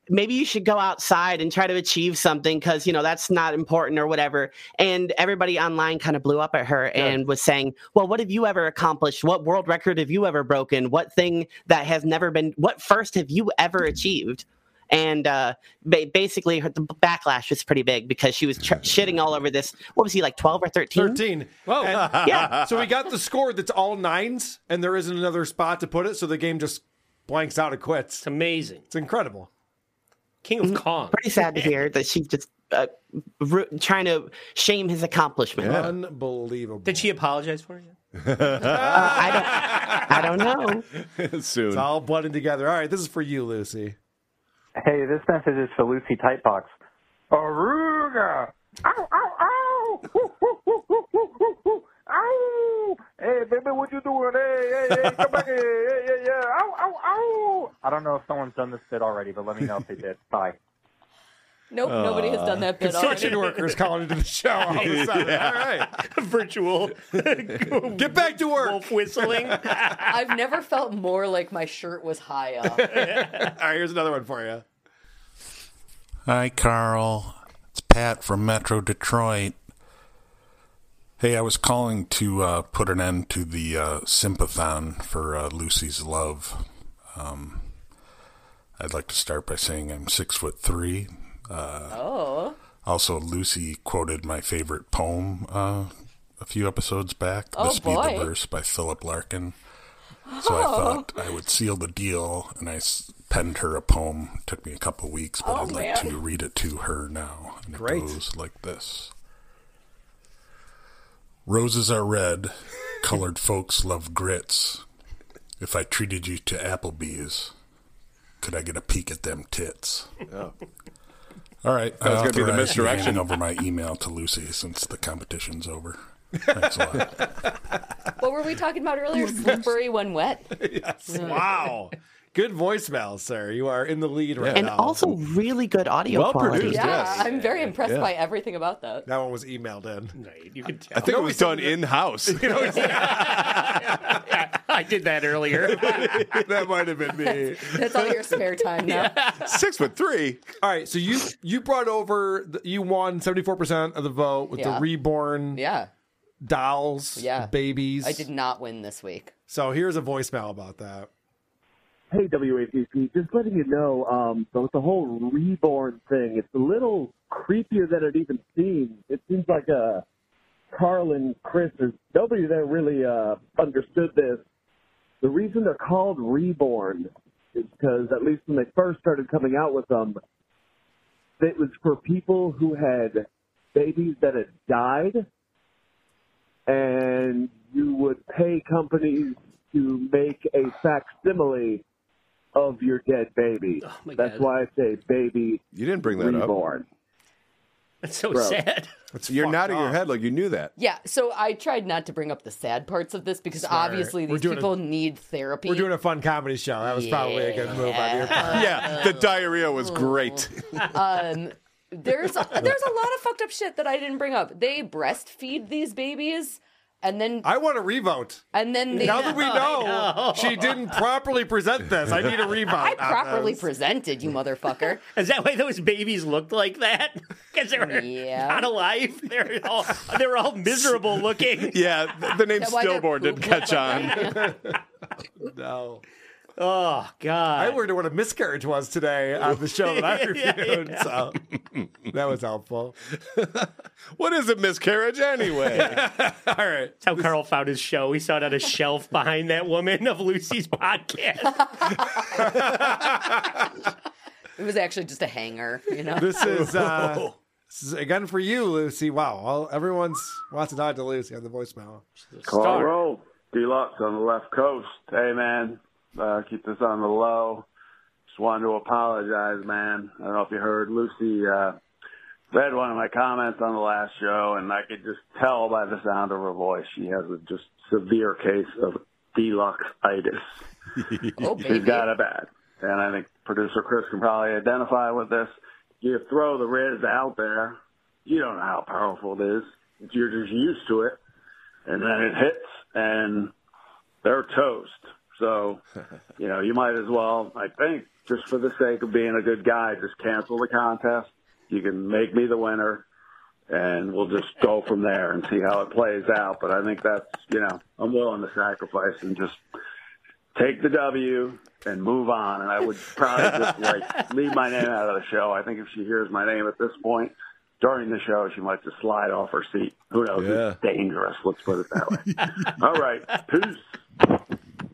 S24: maybe you should go outside and try to achieve something because, you know, that's not important or whatever. And everybody online kind of blew up at her and was saying, well, what have you ever accomplished? What world record have you ever broken? What thing that has never been, what first have you ever achieved? And uh, ba- basically, her, the backlash was pretty big because she was ch-
S4: Mm.
S24: shitting all over this. What was he like, twelve or thirteen?
S7: Thirteen.
S24: Whoa.
S7: And-
S24: yeah.
S7: So we got the score that's all nines, and there isn't another spot to put it, so the game just blanks out and quits. It's
S4: amazing.
S7: It's incredible.
S4: King of Kong.
S24: Mm-hmm. pretty sad to hear that she's just uh, ru- trying to shame his accomplishment.
S7: Unbelievable.
S4: Did she apologize for you?
S24: Uh, I don't know.
S7: Soon. It's all blended together. All right, this is for you, Lucy.
S6: Hey, this message is for Lucy Tightbox. Aruga! Ow, ow, ow! Woo, woo, woo, woo, woo, woo, woo. Ow! Hey, baby, what you doing? Hey, hey, hey, come back here. Yeah, yeah, yeah. Ow, ow, ow! I don't know if someone's done this bit already, but let me know if they did. Bye.
S8: Nope, nobody has done that bit
S7: Construction
S8: already.
S7: workers calling into the show all of a sudden.
S8: Yeah.
S7: All right.
S4: Virtual. Get
S7: back to work.
S4: Wolf whistling.
S8: I've never felt more like my shirt was high up.
S7: All right, here's another one for you.
S22: Hi, Carl. It's Pat from Metro Detroit. Hey, I was calling to uh, put an end to the uh, sympathon for uh, Lucy's love. Um, I'd like to start by saying I'm six foot three. Uh,
S8: oh.
S22: Also, Lucy quoted my favorite poem uh, a few episodes back,
S8: Oh,
S22: "This Be the
S8: boy.
S22: Verse" by Philip Larkin. So I
S8: Oh.
S22: thought I would seal the deal, and I s- penned her a poem. Took me a couple weeks, but
S8: Oh,
S22: I'd like
S8: man.
S22: to read it to her now. And it
S7: Great.
S22: goes like this: Roses are red, colored folks love grits. If I treated you to Applebee's, could I get a peek at them tits? All right,
S17: That was
S22: I
S17: gonna be the
S22: authorize you
S17: misdirection.
S22: handing over my email to Lucy since the competition's over. Thanks a lot.
S8: What were we talking about earlier? Slippery when wet.
S7: yes. Wow. Good voicemail, sir. You are in the lead right
S24: and
S7: now.
S24: also really good audio
S7: Well
S24: quality.
S7: produced,
S8: Yeah,
S7: Yes.
S8: Uh, I'm very impressed
S7: Yeah.
S8: by everything about that.
S7: That one was emailed in.
S4: you could
S17: I think it was done in house.
S4: I did that earlier.
S17: that might have been me.
S8: That's all your spare time now.
S7: Six foot three. All right, so you you brought over the, you won seventy four percent of the vote with
S8: Yeah.
S7: the reborn
S8: yeah
S7: dolls,
S8: Yeah.
S7: babies.
S8: I did not win this week.
S7: So here's a voicemail about that.
S16: Hey, WAPC, just letting you know, um, the, the whole reborn thing, it's a little creepier than it even seems. It seems like uh, Carl and Chris, there's nobody there really uh, understood this. The reason they're called reborn is because, at least when they first started coming out with them, it was for people who had babies that had died, and you would pay companies to make a facsimile of your dead baby.
S4: my
S16: That's
S4: God.
S16: why I say baby.
S5: You didn't bring that
S16: reborn. up.
S4: That's so
S5: Bro.
S4: sad.
S5: You're nodding your head like you knew that.
S8: Yeah, so I tried not to bring up the sad parts of this because
S7: Smart.
S8: obviously
S7: We're
S8: these
S7: doing a-
S8: people need therapy.
S7: We're doing a fun comedy show. That was probably a good move on your part.
S8: Yeah.
S7: the diarrhea was great.
S8: um, there's there's a lot of fucked up shit that I didn't bring up. They breastfeed these babies, and then
S7: I want a revote.
S8: and then they,
S7: now that we know, she didn't properly present this, I need a revote.
S8: I
S7: on
S8: properly
S7: this.
S8: presented, you motherfucker.
S4: Is that why those babies looked like that? Because they were not alive. They're all they were all miserable looking.
S17: Yeah, th- the name
S4: Is that why their
S17: stillborn didn't
S4: poop
S17: catch
S4: looks
S17: on.
S7: No.
S4: Oh God!
S7: I learned what a miscarriage was today on the show that I
S17: Yeah, yeah.
S7: reviewed. So that was helpful.
S17: what is a miscarriage anyway?
S7: All right.
S4: That's how Carl found his show. He saw it on a shelf behind that woman of Lucy's podcast.
S8: It was actually just a hanger, you know.
S7: This is uh, this is again for you, Lucy. Wow, all, everyone's wants to nod to Lucy on the voicemail.
S25: Carl Roll, Deluxe on the left coast. Hey, man, uh, keep this on the low. Just wanted to apologize, man. I don't know if you heard. Lucy uh, read one of my comments on the last show, and I could just tell by the sound of her voice she has a just severe case of deluxe itis.
S16: Oh, baby.
S25: She's got it bad. And I think producer Chris can probably identify with this. You throw the Riz out there, you don't know how powerful it is. You're just used to it. And then it hits, and they're toast. So, you know, you might as well, I think, just for the sake of being a good guy, just cancel the contest. You can make me the winner, and we'll just go from there and see how it plays out. But I think that's, you know, I'm willing to sacrifice and just take the W and move on. And I would probably just like leave my name out of the show. I think if she hears my name at this point during the show, she might just slide off her seat. Who knows? It's dangerous. Let's put it that way. All right. Peace.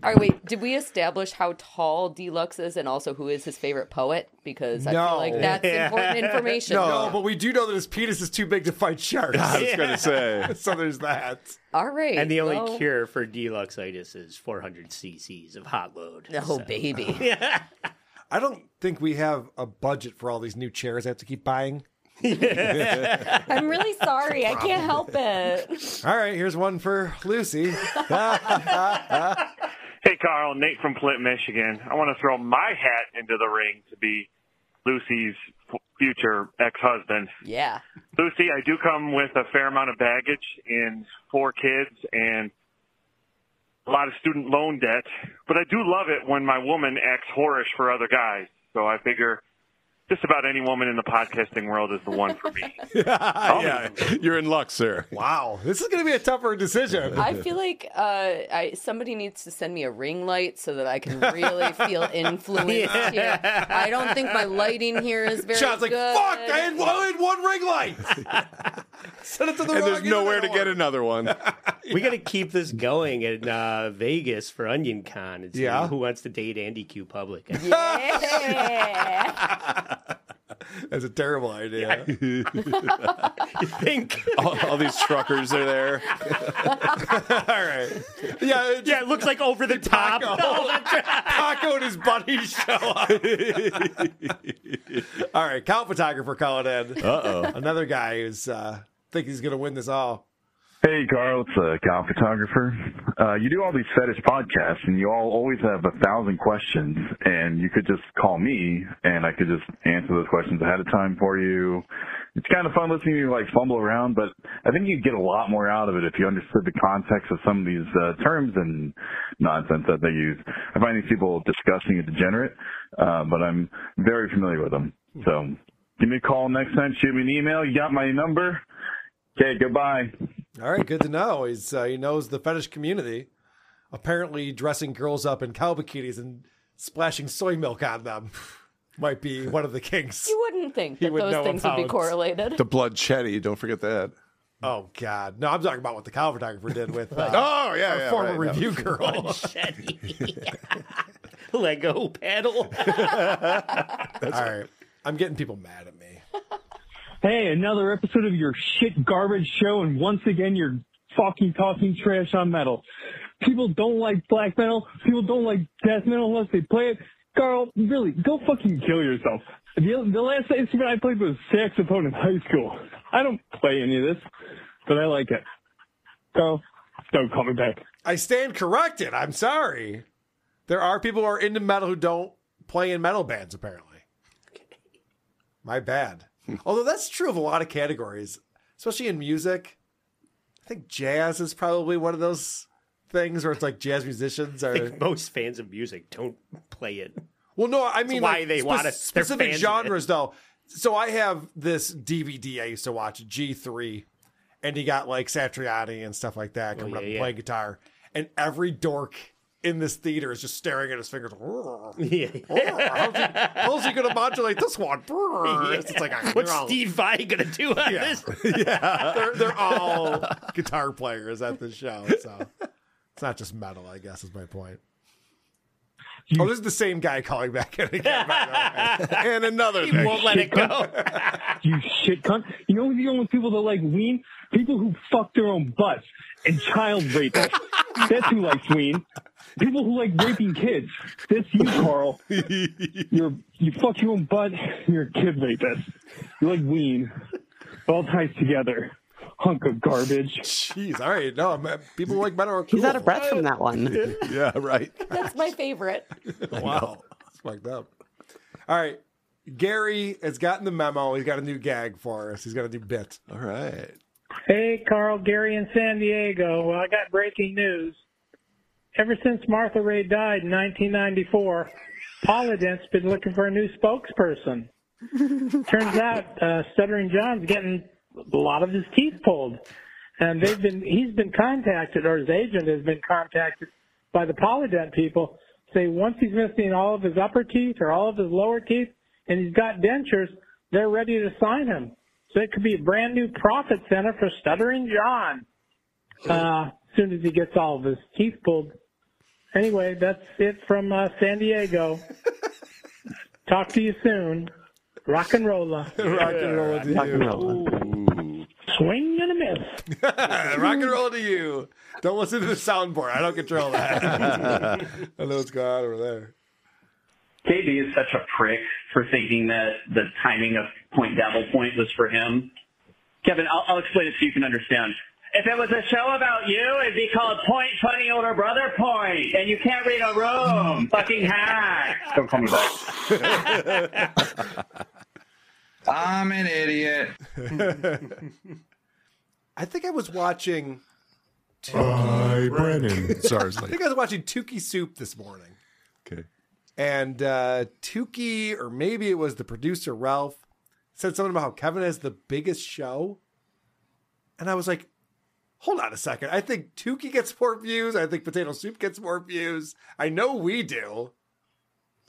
S8: All right, wait. Did we establish how tall Deluxe is and also who is his favorite poet? Because I feel like that's important information.
S7: No, but we do know that his penis is too big to fight sharks.
S4: I was gonna say.
S7: so there's that.
S8: All right.
S4: And the only
S8: well-
S4: cure for deluxeitis is 400 cc's of hot load.
S8: Oh, baby.
S7: I don't think we have a budget for all these new chairs I have to keep buying.
S8: I'm really sorry. I can't help it.
S7: All right, here's one for Lucy.
S19: Hey, Carl, Nate from Flint, Michigan. I want to throw my hat into the ring to be Lucy's f- future ex-husband.
S8: Yeah.
S19: Lucy, I do come with a fair amount of baggage and four kids and a lot of student loan debt, but I do love it when my woman acts whorish for other guys. So I figure just about any woman in the podcasting world is the one for me.
S7: yeah,
S5: you're in luck, sir.
S7: Wow, this is going to be a tougher decision.
S8: I feel like uh, I somebody needs to send me a ring light so that I can really feel influenced
S7: Yeah.
S8: here. I don't think my lighting here is very
S7: Sean's like,
S8: good.
S7: "Fuck, I had one, one ring light." Send it to the
S5: and
S7: wrong
S5: there's nowhere to get another one.
S4: We got to keep this going in uh, Vegas for Onion Con. And see
S7: Yeah.
S4: Who wants to date Andy Q Public?
S7: That's a terrible idea.
S4: you think?
S5: all, all these truckers are there.
S7: All right. Yeah, it,
S4: yeah, it looks like over the top.
S7: Taco and his buddies show up. all right, cow photographer calling in.
S21: Uh-oh.
S7: Another guy who's uh think he's gonna win this all.
S21: Hey, Carl, it's a cow photographer. Uh, you do all these fetish podcasts, and you all always have a thousand questions, and you could just call me, and I could just answer those questions ahead of time for you. It's kind of fun listening to you like fumble around, but I think you'd get a lot more out of it if you understood the context of some of these uh, terms and nonsense that they use. I find these people disgusting and degenerate, uh, but I'm very familiar with them. So give me a call next time. Shoot me an email. You got my number. Okay, goodbye.
S7: All right, good to know. He's uh, he knows the fetish community. Apparently, dressing girls up in cow bikinis and splashing soy milk on them might be one of the kinks.
S8: You wouldn't think
S7: He
S8: that
S7: would know
S8: those things would be
S7: about-
S8: correlated.
S5: The blood chetty, don't forget that.
S7: Oh God, no! I'm talking about what the cow photographer did with. Uh,
S5: Oh, yeah,
S7: our
S5: yeah,
S7: former
S5: right, no.
S7: review girl.
S4: Lego pedal.
S7: All right, I'm getting people mad at me.
S2: Hey, another episode of your shit garbage show, and once again, you're fucking talking trash on metal. People don't like black metal. People don't like death metal unless they play it. Carl, really, go fucking kill yourself. The, the last instrument I played was saxophone in high school. I don't play any of this, but I like it. Carl, don't call me back.
S7: I stand corrected. I'm sorry. There are people who are into metal who don't play in metal bands, apparently. My bad.
S4: Hmm.
S7: Although that's true of a lot of categories, especially in music. I think jazz is probably one of those things where it's like jazz musicians
S4: I
S7: are.
S4: think most fans of music don't play it.
S7: Well, no, I
S4: It's
S7: mean
S4: why
S7: like,
S4: they
S7: spec-
S4: wanna- they're
S7: specific
S4: fans of it.
S7: genres, though. So I have this DVD I used to watch, G three, and he got like Satriani and stuff like that
S4: Oh,
S7: coming
S4: yeah,
S7: up and
S4: yeah.
S7: playing guitar, and every dork in this theater is just staring at his fingers.
S4: Yeah.
S7: How's he, how's he going to modulate this one? It's like I-
S4: What's
S7: they're all-
S4: Steve Vai gonna do on
S7: Yeah.
S4: this?
S7: yeah, they're, they're all guitar players at the show, so it's not just metal. I guess is my point. Oh, this is the same guy calling back in again. by the way.
S5: and another.
S7: thing.
S2: you shit cunt. You know the only people that like Ween? People who fuck their own butts and child rape. them. That's who likes Ween. People who like raping kids. That's you, Carl. You're you fuck your own butt. You're a kid rapist. You like Ween. It All ties together. Hunk of garbage.
S7: Jeez, all right, no, man, people like metal. Are cool.
S2: He's out of breath from
S7: that
S2: one.
S5: yeah, right.
S8: That's my favorite.
S7: Wow, it's fucked up. All right, Gary has gotten the memo. He's got a new gag for us. He's got a new bit.
S5: All right.
S26: Hey, Carl, Gary in San Diego. Well, I got breaking news. Ever since Martha Ray died in 1994, Polydent's been looking for a new spokesperson. Turns out uh, Stuttering John's getting a lot of his teeth pulled, and they've been he's been contacted, or his agent has been contacted by the Polydent people. Say once he's missing all of his upper teeth or all of his lower teeth, and he's got dentures, they're ready to sign him. So it could be a brand new profit center for Stuttering John. Uh, as soon as he gets all of his teeth pulled. Anyway, that's it from uh, San Diego. Talk to you soon. Rock and roller.
S7: Rock and roll to
S26: Rock and
S7: you.
S26: Swing and a miss.
S7: Rock and roll to you. Don't listen to the soundboard. I don't control that. I know what's going on over there.
S25: KB is such a prick for thinking that the timing of Point Devil Point was for him. Kevin, I'll, I'll explain it so you can understand. If it was a show about you, it'd be called Point Funny Older Brother Point, and you can't read a room. Fucking hack.
S5: Don't call me back. I'm an idiot.
S7: I think I was watching.
S5: Hi, Brennan.
S7: Sorry,
S5: Sorry,
S7: I,
S5: it's late.
S7: think I was watching Tukey Soup this morning.
S5: Okay.
S7: And uh, Tukey, or maybe it was the producer Ralph, said something about how Kevin has the biggest show. And I was like, hold on a second. I think Tukey gets more views. I think Potato Soup gets more views. I know we do.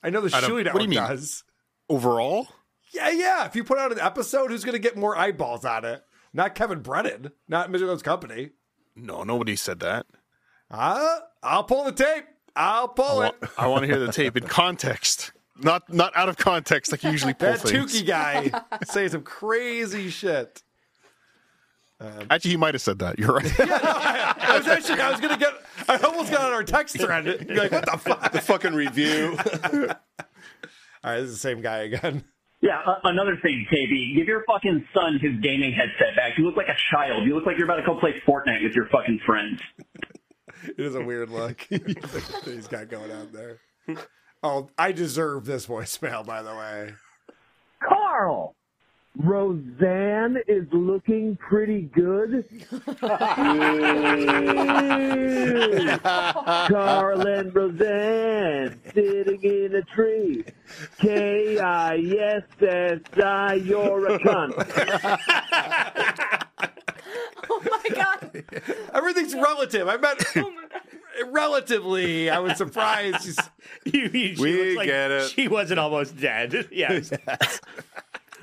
S7: I know the
S13: I don't-
S7: Shoey
S13: what do you
S7: Network
S13: mean?
S7: does.
S13: Overall?
S7: Yeah, yeah. If you put out an episode, who's going to get more eyeballs on it? Not Kevin Brennan, not Michelin's company.
S13: No, nobody said that.
S7: Uh, I'll pull the tape. I'll pull
S13: I
S7: it.
S13: want, I want to hear the tape in context, not not out of context like you usually pull
S7: That
S13: things.
S7: Tukey guy saying some crazy shit.
S13: Actually, he might have said that. You're right.
S7: I was actually, I was going to get, I almost got on our text thread. You're like, what the fuck? The
S13: fucking review.
S7: All right, this is the same guy again.
S25: Yeah, uh, another thing, KB, give your fucking son his gaming headset back. You look like a child. You look like you're about to go play Fortnite with your fucking friends.
S7: It is a weird look that he's got going on there. Oh, I deserve this voicemail, by the way.
S10: Carl, Roseanne is looking pretty good. Ew. Carl and Roseanne sitting in a tree. K I S S I, you're a cunt.
S2: Oh
S7: Everything's relative. I meant relatively. I was surprised. She's,
S2: She was like- She wasn't almost dead. Yes.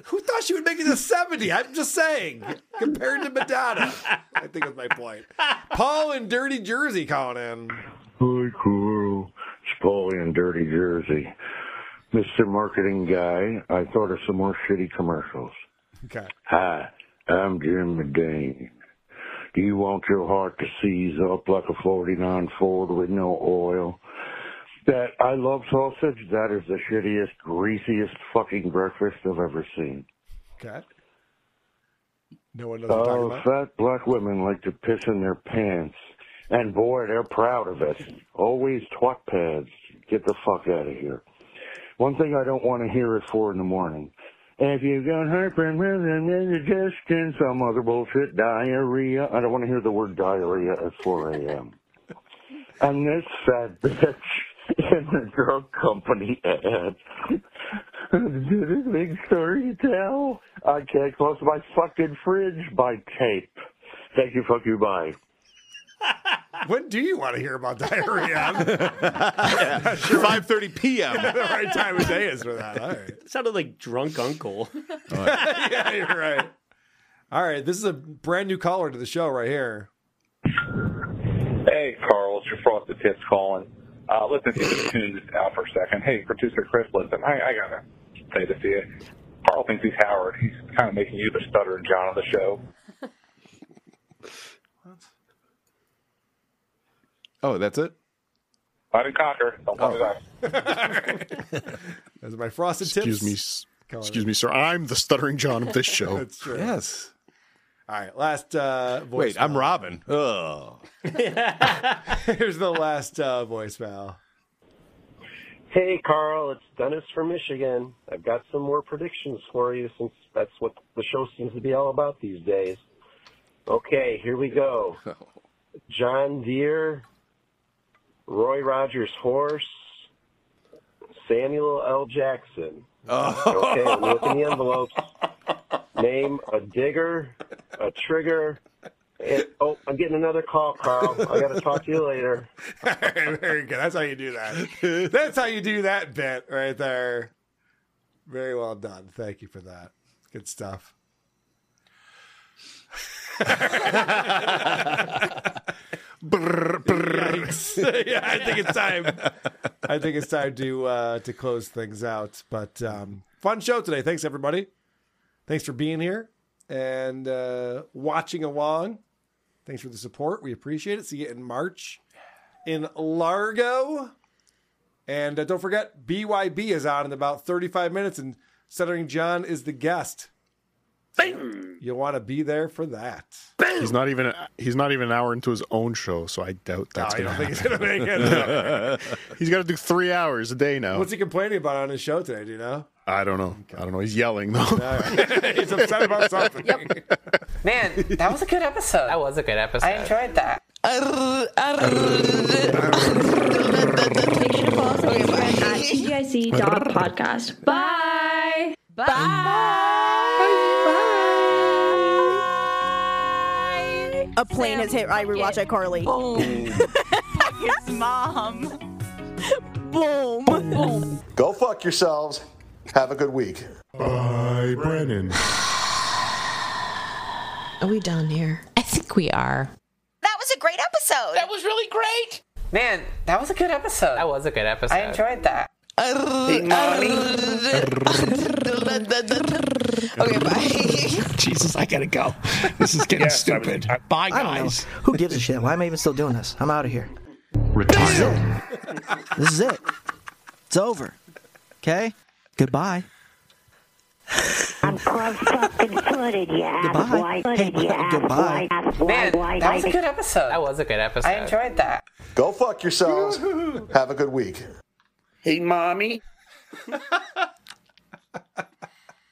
S7: Who thought she would make it to 70? I'm just saying. Compared to Madonna, I think is my point. Paul in Dirty Jersey calling in.
S18: Hi, Carl. It's Paulie in Dirty Jersey. Mr. Marketing Guy, I thought of some more shitty commercials.
S7: Okay.
S18: Hi, I'm Jim Medane. Do you want your heart to seize up like a 49 Ford with no oil? That I love sausage. That is the shittiest, greasiest fucking breakfast I've ever seen.
S7: Okay. No one knows what I'm talking
S18: Oh,
S7: about.
S18: fat black women like to piss in their pants. And boy, they're proud of it. Always twat pads. Get the fuck out of here. One thing I don't want to hear at four in the morning. If you've got heartburn, rhythm, indigestion, some other bullshit, diarrhea. I don't want to hear the word diarrhea at 4 a.m. and this fat bitch in the drug company ad. Did a big story to tell? I can't close my fucking fridge by tape. Thank you, fuck you, bye.
S7: When do you want to hear about diarrhea? I'm not sure.
S13: 5:30 p.m.
S7: the right time of day is for that. All right.
S2: Sounded like drunk uncle.
S7: yeah, you're right. All right, this is a brand new caller to the show right here.
S22: Hey, Carl, it's your frosted tips calling. Uh, listen, if you just tune this out for a second. Hey, producer Chris, listen, I, I gotta say this to you. Carl thinks he's Howard. He's kind of making you the stuttering John of the show.
S27: Oh, that's it.
S22: I didn't conquer. Don't call me back.
S7: That's my frosted
S13: excuse
S7: tips.
S13: me, s-
S7: Colin.
S13: excuse me, sir. I'm the stuttering John of this show.
S7: That's true.
S13: Yes.
S7: All right, last uh, voicemail.
S13: Wait, I'm
S27: Robin.
S7: Oh. Here's the last uh, voicemail.
S28: Hey, Carl, it's Dennis from Michigan. I've got some more predictions for you since that's what the show seems to be all about these days.
S2: Okay, here we go. John Deere, Roy Rogers Horse, Samuel L. Jackson.
S15: Oh.
S2: Okay, I'm looking the envelopes. Name a digger, a trigger. And, oh, I'm getting another call, Carl. Oh, I got to talk to you later.
S7: Very good. That's how you do that. That's how you do that bit right there. Very well done. Thank you for that. Good stuff. Yikes. yeah, I think it's time. I think it's time to uh, to close things out. But um, fun show today. Thanks everybody. Thanks for being here and uh, watching along. Thanks for the support. We appreciate it. See you in March in Largo. And uh, don't forget, BYB is on in about 35 minutes, and Stuttering John is the guest. You'll want to be there for that.
S13: He's not even he's not even an hour into his own show, so I doubt that's
S7: I
S13: gonna
S7: don't think he's
S13: happen.
S7: gonna make it.
S13: he's got to do three hours a day now.
S7: What's he complaining about on his show today? Do you know?
S13: I don't know. I don't know. He's yelling though.
S7: He's upset about something.
S24: Man, that was a good episode. That was a good episode. I enjoyed that.
S11: at tgic.podcast. Bye. Bye. Bye.
S6: A plane has hit. I rewatch iCarly. Boom.
S11: His mom.
S6: Boom. Boom.
S9: Go fuck yourselves. Have a good week. Bye, Brennan.
S15: Are we done here? I think we are.
S11: That was a great episode. That was really great.
S24: Man, that was a good episode. That was a good episode. I enjoyed that. Big
S15: okay, bye. Jesus, I gotta go. This is getting stupid. bye, guys.
S20: Who gives a shit? Why am I even still doing this? I'm out of here.
S15: Retire.
S20: This is it. It's over. Okay? Goodbye.
S18: I'm cross fucking footed, yeah. Goodbye. Why footed, yeah. Goodbye.
S24: Man, that was a good episode. That was a good episode. I enjoyed that.
S9: Go fuck yourselves. Have a good week.
S24: Hey, mommy.